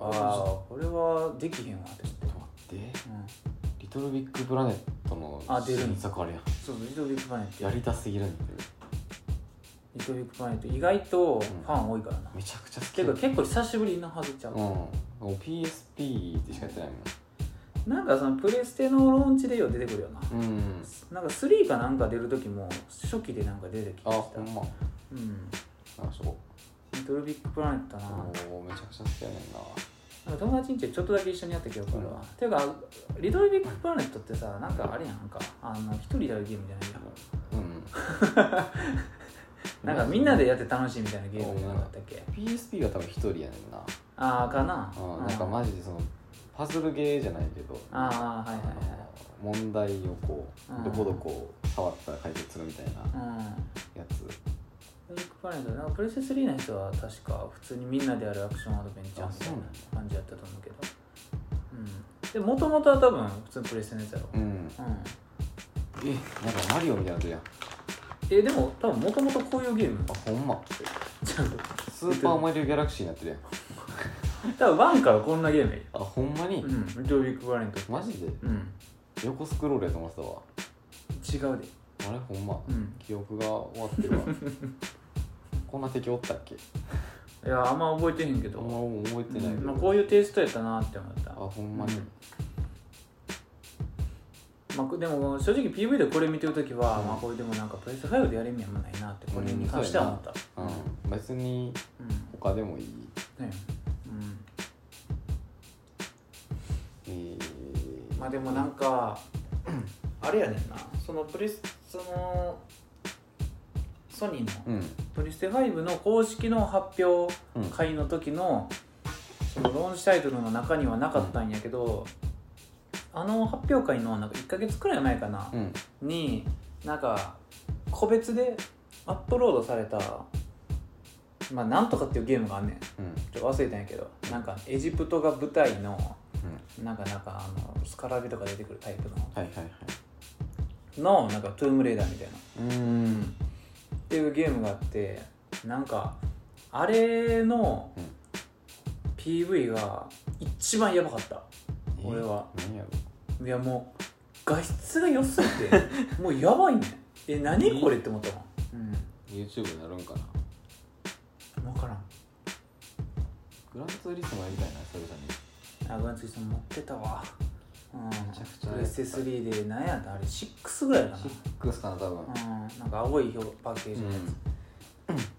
Speaker 2: ああ
Speaker 1: あ
Speaker 2: これはできへんわって
Speaker 1: ちょっと待って
Speaker 2: 思っ
Speaker 1: リトルビッグプラネットの
Speaker 2: あ出るん
Speaker 1: 新作あれや
Speaker 2: そうそうリトルビッグパネット
Speaker 1: やりたすぎるんで
Speaker 2: リトルビッグパネット意外とファン多いからな、
Speaker 1: めちゃくちゃ好き
Speaker 2: てか結構久しぶりなはずちゃう、
Speaker 1: うんもう PSP ってしかやってない
Speaker 2: なんかそのプレステのローンチでよう出てくるよな、
Speaker 1: もんうん
Speaker 2: なんか3かなんか出る時も初期でなんか出てき
Speaker 1: あ
Speaker 2: てた
Speaker 1: ほんま
Speaker 2: うん
Speaker 1: あそう
Speaker 2: リトルビッグプラネットな,、
Speaker 1: おーめちゃくちゃ好きやねんな
Speaker 2: なんか友達んちちょっとだけ一緒にやった記憶あるわ、
Speaker 1: うん
Speaker 2: ていうかリトルビッグプラネットってさなんかあれやんなんかあの一人でやるゲームじゃないやん
Speaker 1: うん
Speaker 2: なんかみんなでやって楽しいみたいなゲームじゃなかったっけ
Speaker 1: PSP は多分一人やねんな
Speaker 2: ああかな
Speaker 1: うんなんかマジでそのパズルゲーじゃないけど
Speaker 2: ああはいはい
Speaker 1: あの問題をこ
Speaker 2: うん
Speaker 1: うどこどこ触ったら解決するみたいな
Speaker 2: はいうん
Speaker 1: やつ
Speaker 2: ブレイクパレードなんかプレステ3の人は確か普通にみんなでやるアクションアドベンチャーみたいな
Speaker 1: あそうなんだ
Speaker 2: 感じやったと思うけどうんでもともとは多分普通にプレステのやつやろ
Speaker 1: うん
Speaker 2: うん
Speaker 1: えなんかマリオみたいなのやん
Speaker 2: えでも多分もともとこういうゲーム
Speaker 1: あほんま
Speaker 2: ちゃう
Speaker 1: スーパーマリオギャラクシーになってるやん
Speaker 2: 多分ワンからこんなゲームや
Speaker 1: あほんまに、
Speaker 2: うんリトルビッグパレード
Speaker 1: マジで
Speaker 2: うん
Speaker 1: 横スクロールやと思って
Speaker 2: 違うで
Speaker 1: たわあれほんま、
Speaker 2: うん
Speaker 1: 記憶が終わってるわ こんな敵おったっけ
Speaker 2: いやあんま覚えてへんけ
Speaker 1: あ
Speaker 2: ど、
Speaker 1: んまもう覚えてない
Speaker 2: うん
Speaker 1: け
Speaker 2: ま
Speaker 1: ど、
Speaker 2: あ、こういうテイストやったなって思った
Speaker 1: あほんまに、
Speaker 2: うんまあ、でも正直 PV でこれ見てるときは、
Speaker 1: うん
Speaker 2: まあこれでもなんかプレステ5でやる意味はあんまないなってこれに関しては思った
Speaker 1: うん別に
Speaker 2: うん
Speaker 1: 他でもいい
Speaker 2: ねうん
Speaker 1: えー
Speaker 2: まあでもなんかあれやねんなそのプレスそのソニー
Speaker 1: う
Speaker 2: の
Speaker 1: ん
Speaker 2: プレステ5の公式の発表
Speaker 1: うん
Speaker 2: 会の時のそのローンチタイトルの中にはなかったんやけどあの発表会のなんか1ヶ月くらい前かな
Speaker 1: うん
Speaker 2: になんか個別でアップロードされたまあなんとかっていうゲームがあんねん
Speaker 1: うん
Speaker 2: ちょっと忘れたんやけどなんかエジプトが舞台の
Speaker 1: うん
Speaker 2: なんかなんかあのスカラビとか出てくるタイプ
Speaker 1: はいはいはい
Speaker 2: ののなんかトゥームレーダーみたいなっ
Speaker 1: うーん
Speaker 2: ていうゲームがあってなんかあれの
Speaker 1: うん
Speaker 2: PV が一番やばかった
Speaker 1: えー
Speaker 2: 俺は
Speaker 1: 何やろ
Speaker 2: いやもう画質が良すぎてもうやばいねんえ何これって思ったもん、
Speaker 1: YouTube になるんかな
Speaker 2: うん、分からん
Speaker 1: グランツーリスモやりたいな久々に
Speaker 2: あグランツーリスモ持ってたわうん
Speaker 1: めちゃくちゃ
Speaker 2: プレステ3で何やったあれ6ぐらいかな
Speaker 1: 6かな多分
Speaker 2: うんなんか青い表パッケージのや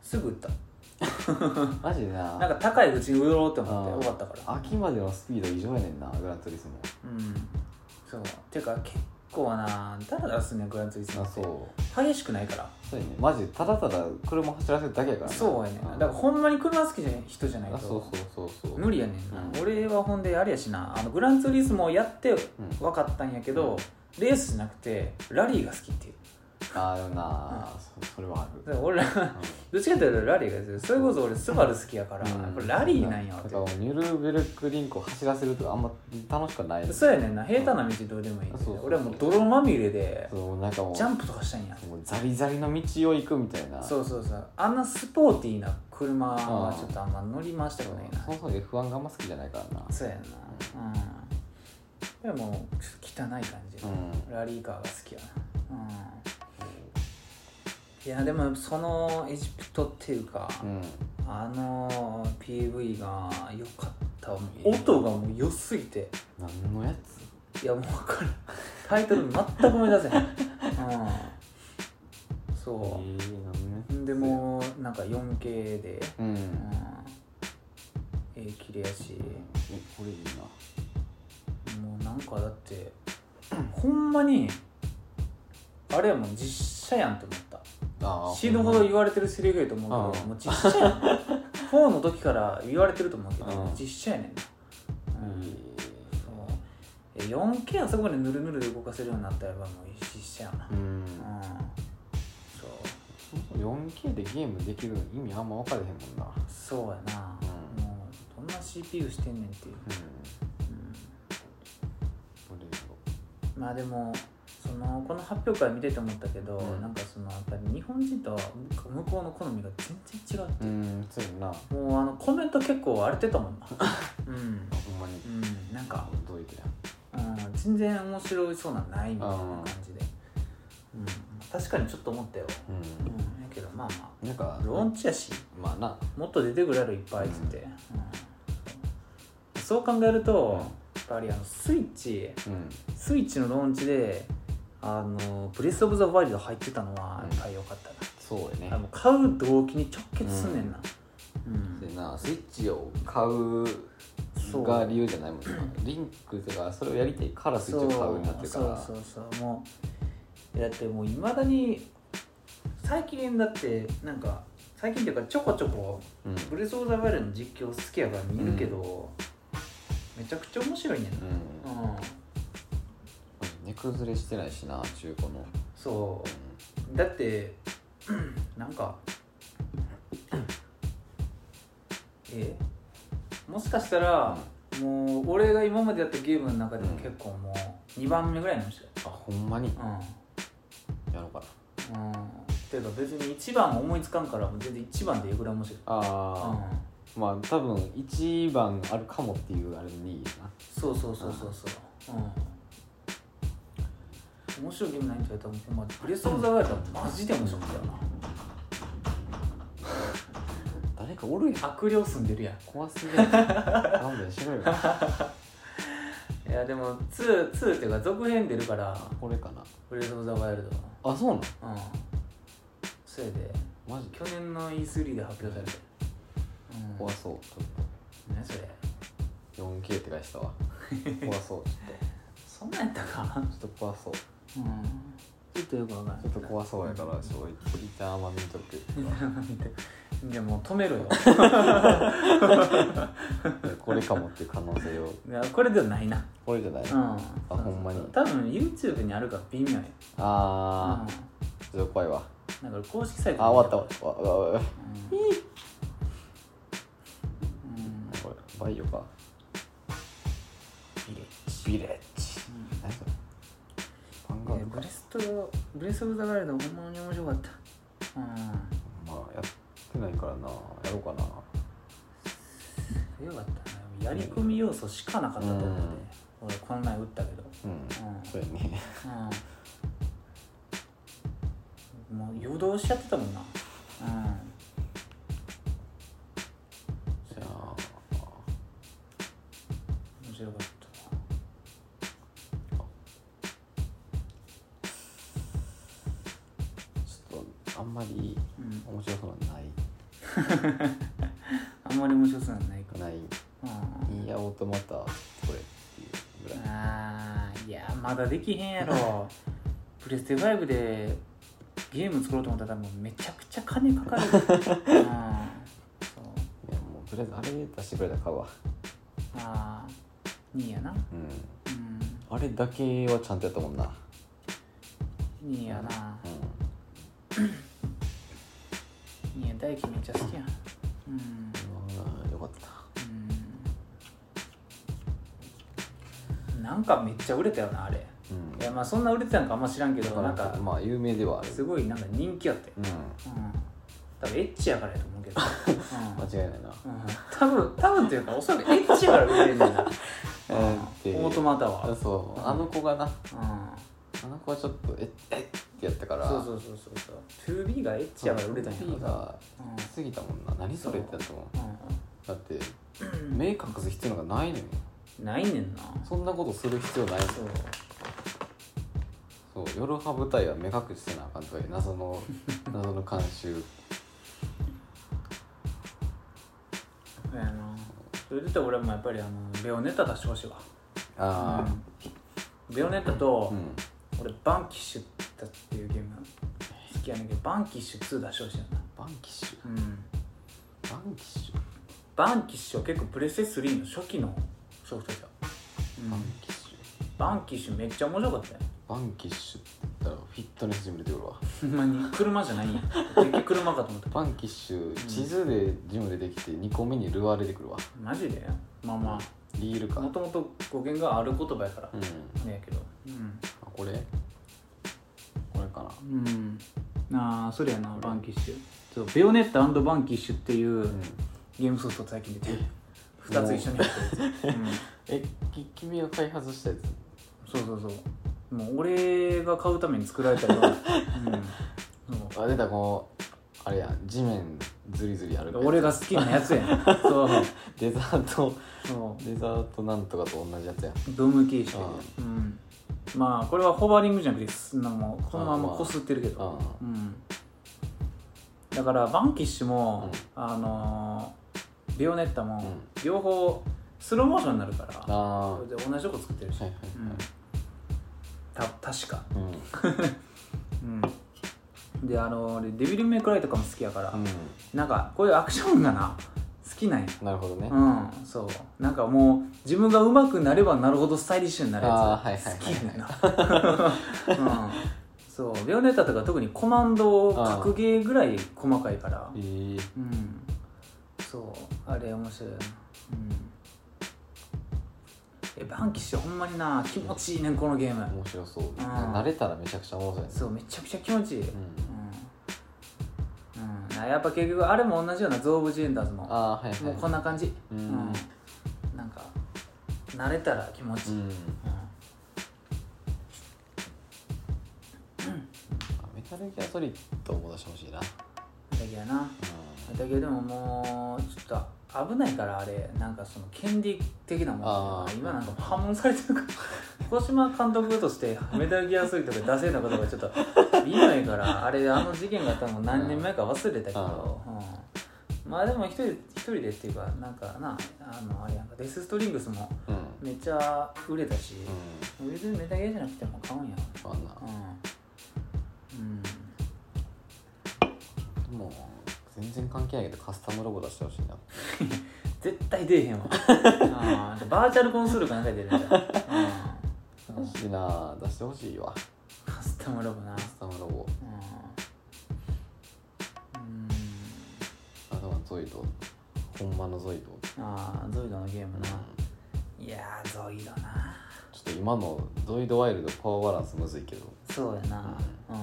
Speaker 2: つ、すぐ売った
Speaker 1: うんマジでな
Speaker 2: なんか高いうちに売ろうって思
Speaker 1: あ
Speaker 2: っ
Speaker 1: ー
Speaker 2: て終わったから
Speaker 1: 秋までのスピード異常やねんなグランツーリス
Speaker 2: うんそうてか結構なダラダラすんねんグランツーリス
Speaker 1: モ
Speaker 2: モ
Speaker 1: あ
Speaker 2: って
Speaker 1: そう
Speaker 2: 激しくないから
Speaker 1: そうやねマジでただただ車走らせるだけやからな
Speaker 2: そうやねん
Speaker 1: ん
Speaker 2: だからほんまに車好きじゃない人じゃないと
Speaker 1: あそうそうそうそう
Speaker 2: 無理やねんな、
Speaker 1: うん
Speaker 2: 俺はほんであれやしなあのグランツーリスモやって分かったんやけど、レースじゃなくてラリーが好きっていう
Speaker 1: あーでもなそそれはある
Speaker 2: だから俺らどっちかというとラリーが好きそれこそ俺スバル好きやから、
Speaker 1: うん
Speaker 2: これラリーなんやわ
Speaker 1: だ
Speaker 2: っ
Speaker 1: からも
Speaker 2: て
Speaker 1: うニュルベルクリンクを走らせるとかあんま楽しくない
Speaker 2: そうやねんな平坦な道どうでもいいって
Speaker 1: あそうそうそう
Speaker 2: 俺はもう泥まみれで
Speaker 1: そうなんかもう
Speaker 2: ジャンプとかしたんや
Speaker 1: もうザリザリの道を行くみたいな
Speaker 2: そううそうそうあんなスポーティーな車はちょっとあんま乗り回した
Speaker 1: そ
Speaker 2: く
Speaker 1: う
Speaker 2: ないな
Speaker 1: そもそも F1 があんま好きじゃないからな
Speaker 2: そうやなうんでもちょっと汚い感じ
Speaker 1: う
Speaker 2: の、
Speaker 1: ん
Speaker 2: ラリーカーが好きやなうんいやでもそのエジプトっていうか、
Speaker 1: うん
Speaker 2: あの PV が良かったもう
Speaker 1: いい
Speaker 2: 音がもう良すぎて
Speaker 1: 何のやつ
Speaker 2: いやもう分からんタイトル全く思い出せへん、うん、そ
Speaker 1: えー何のや
Speaker 2: うでもうなんか 4K で、
Speaker 1: つうん、
Speaker 2: うん、ええ綺麗やし
Speaker 1: えこれいいな
Speaker 2: もうなんかだって ほんまにあれはもう実写やんって思った
Speaker 1: あー
Speaker 2: 死ぬほど言われてるセリフやと思うけど、もう実写 やん4の時から言われてると思うけど、
Speaker 1: うん
Speaker 2: 実写やねんな、
Speaker 1: ほんま
Speaker 2: うん
Speaker 1: に
Speaker 2: そうえ 4K あそこまでぬるぬるで動かせるようになったらやっぱもう実写やな
Speaker 1: う
Speaker 2: うん
Speaker 1: ん
Speaker 2: そう
Speaker 1: そもそも 4K でゲームできる意味あんま分かれへんもんな
Speaker 2: そうやな、
Speaker 1: うん
Speaker 2: もうどんな CPU してんねんっていう、
Speaker 1: うん
Speaker 2: う
Speaker 1: こ
Speaker 2: ん、
Speaker 1: れ
Speaker 2: まあでもそのこの発表会見てて思ったけど、
Speaker 1: うん
Speaker 2: なんかそのやっぱり日本人と向こうの好みが全然違う
Speaker 1: うんそうやなほ
Speaker 2: もう あのコメント結構荒れてたもんなうん
Speaker 1: んまに
Speaker 2: うんなんか
Speaker 1: どういうとや
Speaker 2: うん、全然面白そうなんないみたいな感じで、うん、確かにちょっと思ったよ、うん、やけどまあま
Speaker 1: うんなんか
Speaker 2: あローンチやし
Speaker 1: まあな
Speaker 2: もっと出てくれるいっぱいっつって、うんそう考えるとやっぱりあのスイッチ
Speaker 1: うん
Speaker 2: スイッチのローンチであのブレス・オブ・ザ・ワイルド入ってたのはやっぱり良かったな、
Speaker 1: そうや
Speaker 2: あ
Speaker 1: ね
Speaker 2: の買う動機に直結すんねんな、うん
Speaker 1: でなスイッチを買う
Speaker 2: そう
Speaker 1: が理由じゃないもんなリンクとかそれをやりたいからスイッチを買うようになってるから
Speaker 2: そうそうそうもうだってもういまだに最近だってなんか最近っていうかちょこちょこ
Speaker 1: うん
Speaker 2: 「ブレス・オブ・ザ・ワイルド」の実況好きやから見るけど、めちゃくちゃ面白いねんな
Speaker 1: う
Speaker 2: うん、
Speaker 1: ん値崩れしてないしな中古の
Speaker 2: そううだって なんか えもしかしたら、もう俺が今までやったゲームの中でも結構もう2番目ぐらいの面白い
Speaker 1: あほんまに
Speaker 2: うん
Speaker 1: やろうかな
Speaker 2: うんていうか別に1番思いつかんからもう全然1番でいくらい面白い、う
Speaker 1: あ
Speaker 2: ん、
Speaker 1: あまあ多分1番あるかもっていうあれにいいな
Speaker 2: そうそうそうそうそう、うん、面白いゲームないんちゃうと思うほんまブレス・オブ・ザ・ワイルドはマジで面白かったよ
Speaker 1: 誰かおるやん
Speaker 2: な悪霊住んでるや
Speaker 1: 怖すぎる勘弁しろよ
Speaker 2: んいやでも 2, 2っていうか続編出るから
Speaker 1: これかな
Speaker 2: ブレス・オブ・ザ・ワイルド
Speaker 1: あそうなの
Speaker 2: はうんそれで
Speaker 1: マジ
Speaker 2: 去年の E3 で発表されてうん
Speaker 1: 怖そうちょっ
Speaker 2: 何それ
Speaker 1: と 4K って返したわ怖そうちょっ
Speaker 2: そんなんやったか
Speaker 1: とちょっと怖そう
Speaker 2: うんちょっとよくわからん
Speaker 1: ちょっと怖そうやからちょっと一旦甘みとく
Speaker 2: いやもう止めろ よ
Speaker 1: これかもっていう可能性を
Speaker 2: いやこれではないな
Speaker 1: これじゃない、
Speaker 2: うん
Speaker 1: あほんまに
Speaker 2: 多分 YouTube にあるから微妙や
Speaker 1: あーちょっと怖いわ
Speaker 2: うんだから公式サイト
Speaker 1: あ終わったわわわ
Speaker 2: う
Speaker 1: わ
Speaker 2: ん
Speaker 1: これバイオか
Speaker 2: ビレ
Speaker 1: ビレッジ何それファンガ
Speaker 2: ッ
Speaker 1: ー
Speaker 2: ジ
Speaker 1: ド
Speaker 2: ブ
Speaker 1: か
Speaker 2: レストブレス・オブ・ザ・ワイルドほんまに面白かったう
Speaker 1: まあやってないからなやろうかなん
Speaker 2: よかったなやり込み要素しかなかったと思って俺こんなん打ったけど
Speaker 1: うん
Speaker 2: うん
Speaker 1: そうやね
Speaker 2: うんもう夜通しやってたもんなうん
Speaker 1: じゃあ
Speaker 2: 面白かった
Speaker 1: ちょっとあんまり
Speaker 2: うん
Speaker 1: 面白そうなのない
Speaker 2: あんまり面白そうなんないか
Speaker 1: ない
Speaker 2: ら、
Speaker 1: いやオートマタこれっていうぐらい
Speaker 2: あーいやまだできへんや ろプレステ5でゲーム作ろうと思ったら多分めちゃくちゃ金かかる うんそう
Speaker 1: いやもうとりあえずあれ出してくれたら買うわ
Speaker 2: まあ2位やな
Speaker 1: うん
Speaker 2: う
Speaker 1: あれだけはちゃんとやったもんなん
Speaker 2: 2位やな
Speaker 1: うん
Speaker 2: 2位や大輝めっちゃ好きやんうん
Speaker 1: うんよかった
Speaker 2: うんなんかめっちゃ売れたよなあれ
Speaker 1: うん
Speaker 2: いやまあそんな売れてたんかあんま知らんけ
Speaker 1: だ
Speaker 2: ど
Speaker 1: か
Speaker 2: な
Speaker 1: ら
Speaker 2: んか
Speaker 1: まあ有名ではある
Speaker 2: すごいなんか人気やって
Speaker 1: うん
Speaker 2: うん多分エッチやからやと思うけ ど、うん
Speaker 1: 間違いないな
Speaker 2: うん多分多分というかおそらくエッチから売れるんだな
Speaker 1: えーって
Speaker 2: オートマタは、う
Speaker 1: あ
Speaker 2: ん、
Speaker 1: そうあの子がなあの子はちょっとええってやったから
Speaker 2: そうそうそうそうそう 2B がエッチやから売れたんやろ
Speaker 1: P が過ぎたもんな何それってやったもんだって目隠す必要なんかないのよ
Speaker 2: うんないねんな
Speaker 1: そんなことする必要ないのよ
Speaker 2: そう
Speaker 1: そう夜羽舞台は目隠しせなあかんとかいう謎 の謎の慣習
Speaker 2: そうやなそれで言ったら俺もやっぱりあのベオネッタ出してほしいわ
Speaker 1: ああ
Speaker 2: うんベオネッタと、
Speaker 1: うん、
Speaker 2: 俺バンキッシュだっていうゲーム好きやねんけどバンキッシュ2出してほしいよな
Speaker 1: バンキッシュ
Speaker 2: うん
Speaker 1: バンキッシュ、
Speaker 2: バンキッシュは結構プレステ3の初期のソフトじゃん、
Speaker 1: バンキッシュ
Speaker 2: バンキッシュめっちゃ面白か ったよ
Speaker 1: バンキッシュって言ったらフィットネスジム出てくるわ
Speaker 2: ほんまに車じゃないんや結局車かと思った
Speaker 1: バンキッシュ地図でジム出てきて2個目にルアー出てくるわ
Speaker 2: マジでまあま
Speaker 1: リール
Speaker 2: あ
Speaker 1: か
Speaker 2: もともと語源がある言葉やから
Speaker 1: うん
Speaker 2: ねやけどうん、
Speaker 1: あこれこれかな
Speaker 2: うん、なあそれやなバンキッシュそうベヨネッタバンキッシュっていう
Speaker 1: うん
Speaker 2: ゲームソフト最近出てる2つ一緒にやってるやつ、うん
Speaker 1: えき君が開発したやつ
Speaker 2: そうそうそうもう俺が買うために作られたような、うんそう
Speaker 1: あ出たこうあれやん地面ずりずりあるやつ
Speaker 2: 俺が好きなやつやんそう
Speaker 1: デザート
Speaker 2: そ
Speaker 1: デザートなんとかと同じやつやん
Speaker 2: うドームキーしてるうんまあこれはホバリングじゃなくてすなんかもうこのままこすってるけど
Speaker 1: あ
Speaker 2: うんだからバンキッシュも、
Speaker 1: う
Speaker 2: あのービオネッタも、
Speaker 1: うん
Speaker 2: 両方スローモーションになるから
Speaker 1: ああ
Speaker 2: それで同じとこ作ってるし、
Speaker 1: はいはい
Speaker 2: うん、た確か
Speaker 1: うん
Speaker 2: うんであの俺デビルメイクライとかも好きやから、
Speaker 1: う
Speaker 2: なんかこういうアクションがな好きなんや
Speaker 1: んなるほどね
Speaker 2: うんそうなんかもう自分が上手くなればなるほどスタイリッシュになる
Speaker 1: あ
Speaker 2: や
Speaker 1: ーはい
Speaker 2: つ
Speaker 1: はい
Speaker 2: 好き
Speaker 1: はい
Speaker 2: やねんなうんそうビオネッタとか特にコマンドを格ゲーぐらい細かいから
Speaker 1: えー
Speaker 2: うんそうあれ面白いよなうんえバンキッシュほんまにな気持ちいいねんこのゲーム
Speaker 1: 面白そう
Speaker 2: あー
Speaker 1: 慣れたらめちゃくちゃ面白いね
Speaker 2: そうめちゃくちゃ気持ちいい
Speaker 1: うん
Speaker 2: うん、うん、やっぱ結局あれも同じようなゾーブ・ジェンダーズも
Speaker 1: あーはいはい
Speaker 2: もうこんな感じ
Speaker 1: う
Speaker 2: うん
Speaker 1: ん
Speaker 2: なんか慣れたら気持ち
Speaker 1: う
Speaker 2: いい、
Speaker 1: ん
Speaker 2: うん
Speaker 1: あメタルギアソリッドも出してほしいなうん
Speaker 2: メタギアなメタギアでももうちょっと危ないからあれなんかその権利的なも
Speaker 1: あ
Speaker 2: ん
Speaker 1: ー
Speaker 2: 今なんかもう破門されてるから 小島監督としてメタルギアソリッドが出せるのかどうかちょっ と微妙いからあれあの事件があったのも何年前か忘れたけど、うん、まあでも一人一人でっていうかなんかなあのあれやんかデス・ストリングスも
Speaker 1: うん
Speaker 2: めっちゃ売れたし、
Speaker 1: うん
Speaker 2: 別にメタゲーじゃなくても買うんや
Speaker 1: まあな
Speaker 2: うん、
Speaker 1: でも全然関係ないけどカスタムロゴ出してほしいな
Speaker 2: 絶対出えへんわあーバーチャルコンソールかなんかで出るんじゃんうんうん
Speaker 1: 欲しいな出してほしいわ
Speaker 2: カスタムロゴな
Speaker 1: カスタムロゴ
Speaker 2: うんうん
Speaker 1: あとはゾイド本場のゾイド
Speaker 2: ああゾイドのゲームな、いやーゾイドな
Speaker 1: ちょっと今のゾイドワイルドパワーバランスむずいけど
Speaker 2: そうやなうん、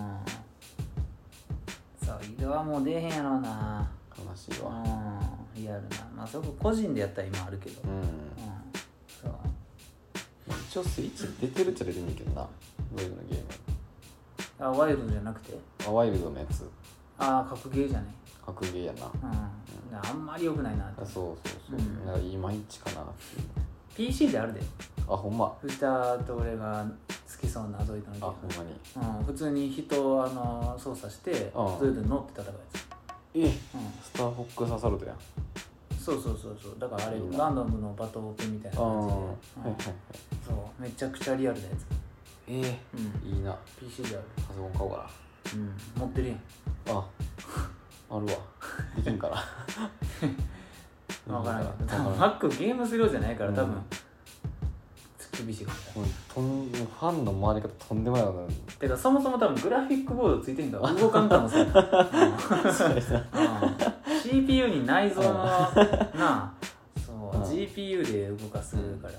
Speaker 2: ゾイドはもう出えへんやろうな
Speaker 1: 悲しいわ
Speaker 2: うんリアルなまあそこ個人でやったら今あるけど、
Speaker 1: うん、
Speaker 2: うんそう
Speaker 1: 一応スイッチ出てるっちゃ出てんねんけどなゾイドのゲーム
Speaker 2: あワイルドじゃなくて
Speaker 1: あワイルドのやつ
Speaker 2: ああ格ゲーじゃね
Speaker 1: 格ゲーやな
Speaker 2: うんあんまり良くないな
Speaker 1: あそうそうそう、
Speaker 2: うん
Speaker 1: なんかいまいちかなっていう
Speaker 2: PC であるで
Speaker 1: あほんま
Speaker 2: 藤田と俺が好きそうなゾイドのゲ
Speaker 1: あ
Speaker 2: ー
Speaker 1: ほんまに
Speaker 2: ム、うん、普通に人をあの操作して
Speaker 1: ああ
Speaker 2: ゾイドに乗って戦うやつ、
Speaker 1: え
Speaker 2: う
Speaker 1: スターフォックスアサルトやん
Speaker 2: ん、そうそうそうそうだからあれ
Speaker 1: いいな
Speaker 2: ランダムのバトオープンみたいな
Speaker 1: あ
Speaker 2: 感じでう
Speaker 1: ー、はい
Speaker 2: ん
Speaker 1: はいはい
Speaker 2: そうめちゃくちゃリアルなやつ、
Speaker 1: え
Speaker 2: うん、
Speaker 1: ー、いいな
Speaker 2: PC である、
Speaker 1: パソコン買おうかな
Speaker 2: うん、持ってるやん
Speaker 1: ああるわできんから
Speaker 2: 分からんけど多
Speaker 1: わ
Speaker 2: 分
Speaker 1: ん
Speaker 2: マックゲームするようじゃないから多分、
Speaker 1: うん
Speaker 2: 厳しい から
Speaker 1: もうとんファンの回り方とんでもないことに
Speaker 2: てかそもそも多分グラフィックボードついてんから動かんかもしれない、うん CPU に内蔵のなあそう、
Speaker 1: うん
Speaker 2: GPU で動かすから、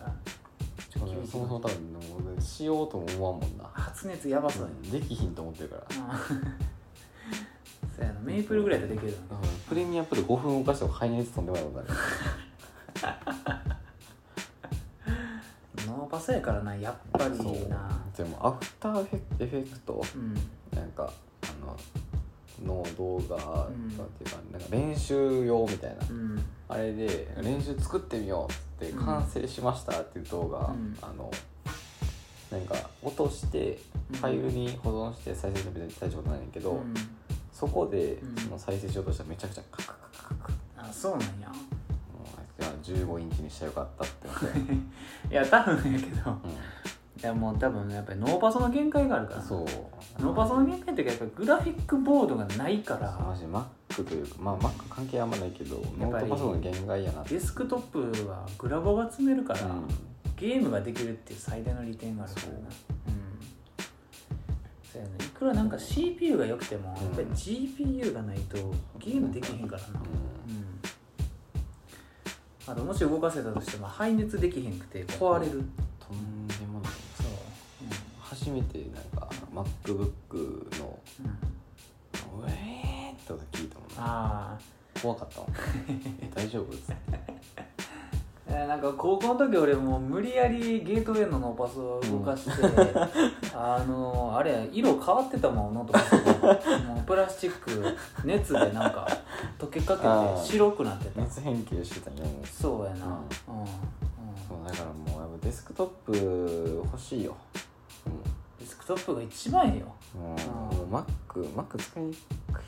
Speaker 1: ちょっと厳しいそもそも多分もうしようとも思わんもんな、
Speaker 2: 発熱やばそうやね、
Speaker 1: できひんと思ってるから、
Speaker 2: うんそうやなメイプルぐらいでできるよ
Speaker 1: うんプレミアプル5分動かしても排熱とんでもないことになる
Speaker 2: なノーパスやからなやっぱり
Speaker 1: そう
Speaker 2: な
Speaker 1: でもアフターエフェエフェクト
Speaker 2: うん
Speaker 1: なんかあのの動画とかっていうか,、なんか練習用みたいな、
Speaker 2: うん
Speaker 1: あれで練習作ってみようっつって
Speaker 2: うん
Speaker 1: 完成しましたっていう動画、
Speaker 2: うん
Speaker 1: あのなんか落として
Speaker 2: うん
Speaker 1: ファイルに保存して再生しても大丈夫ないんやけど、
Speaker 2: うん
Speaker 1: そこで
Speaker 2: うん
Speaker 1: その再生しようとしたらめちゃくちゃカクカクカクカクも
Speaker 2: あそうなんや
Speaker 1: うあ15インチにしたらよかったって 思って、
Speaker 2: いや多分やけど
Speaker 1: うん
Speaker 2: いやもう多分やっぱりノーパソの限界があるからな
Speaker 1: そう
Speaker 2: ノーパソの限界っていうかやっぱりグラフィックボードがないか
Speaker 1: マ
Speaker 2: ら
Speaker 1: ジ Mac というかまあ Mac 関係あんまないけど
Speaker 2: やっ
Speaker 1: ノ
Speaker 2: ぱ
Speaker 1: ー
Speaker 2: り
Speaker 1: トパソコンの限界やなって
Speaker 2: デスクトップはグラボが積めるから、
Speaker 1: うん
Speaker 2: ゲームができるっていう最大の利点があるからなう
Speaker 1: そうん
Speaker 2: そうやねいくらなんか CPU が良くても、
Speaker 1: うん
Speaker 2: やっぱり GPU がないとゲームできへんからな
Speaker 1: う
Speaker 2: うん
Speaker 1: ん、
Speaker 2: あともし動かせたとしても排熱できへんくて壊れる、
Speaker 1: とんでもない
Speaker 2: そう
Speaker 1: 初めてなんか MacBook の
Speaker 2: うん、うん、
Speaker 1: 「うえー」って音聞いたもんな
Speaker 2: ああ
Speaker 1: 怖かったもんえ大丈夫っつって
Speaker 2: 確えーなんか高校の時俺もう無理やりゲートウェイのノーパスを動かして、 あのあれ色変わってたもんノートパスが もうプラスチック熱でなんか溶けか
Speaker 1: あ
Speaker 2: け
Speaker 1: ー
Speaker 2: て白くなってた
Speaker 1: 熱変形してたねもう
Speaker 2: そうやなうん、うん
Speaker 1: そうだからもうやっぱデスクトップ欲しいよ
Speaker 2: デスクトップが一番いいよ
Speaker 1: うんも
Speaker 2: うん
Speaker 1: う MacMac 使いにく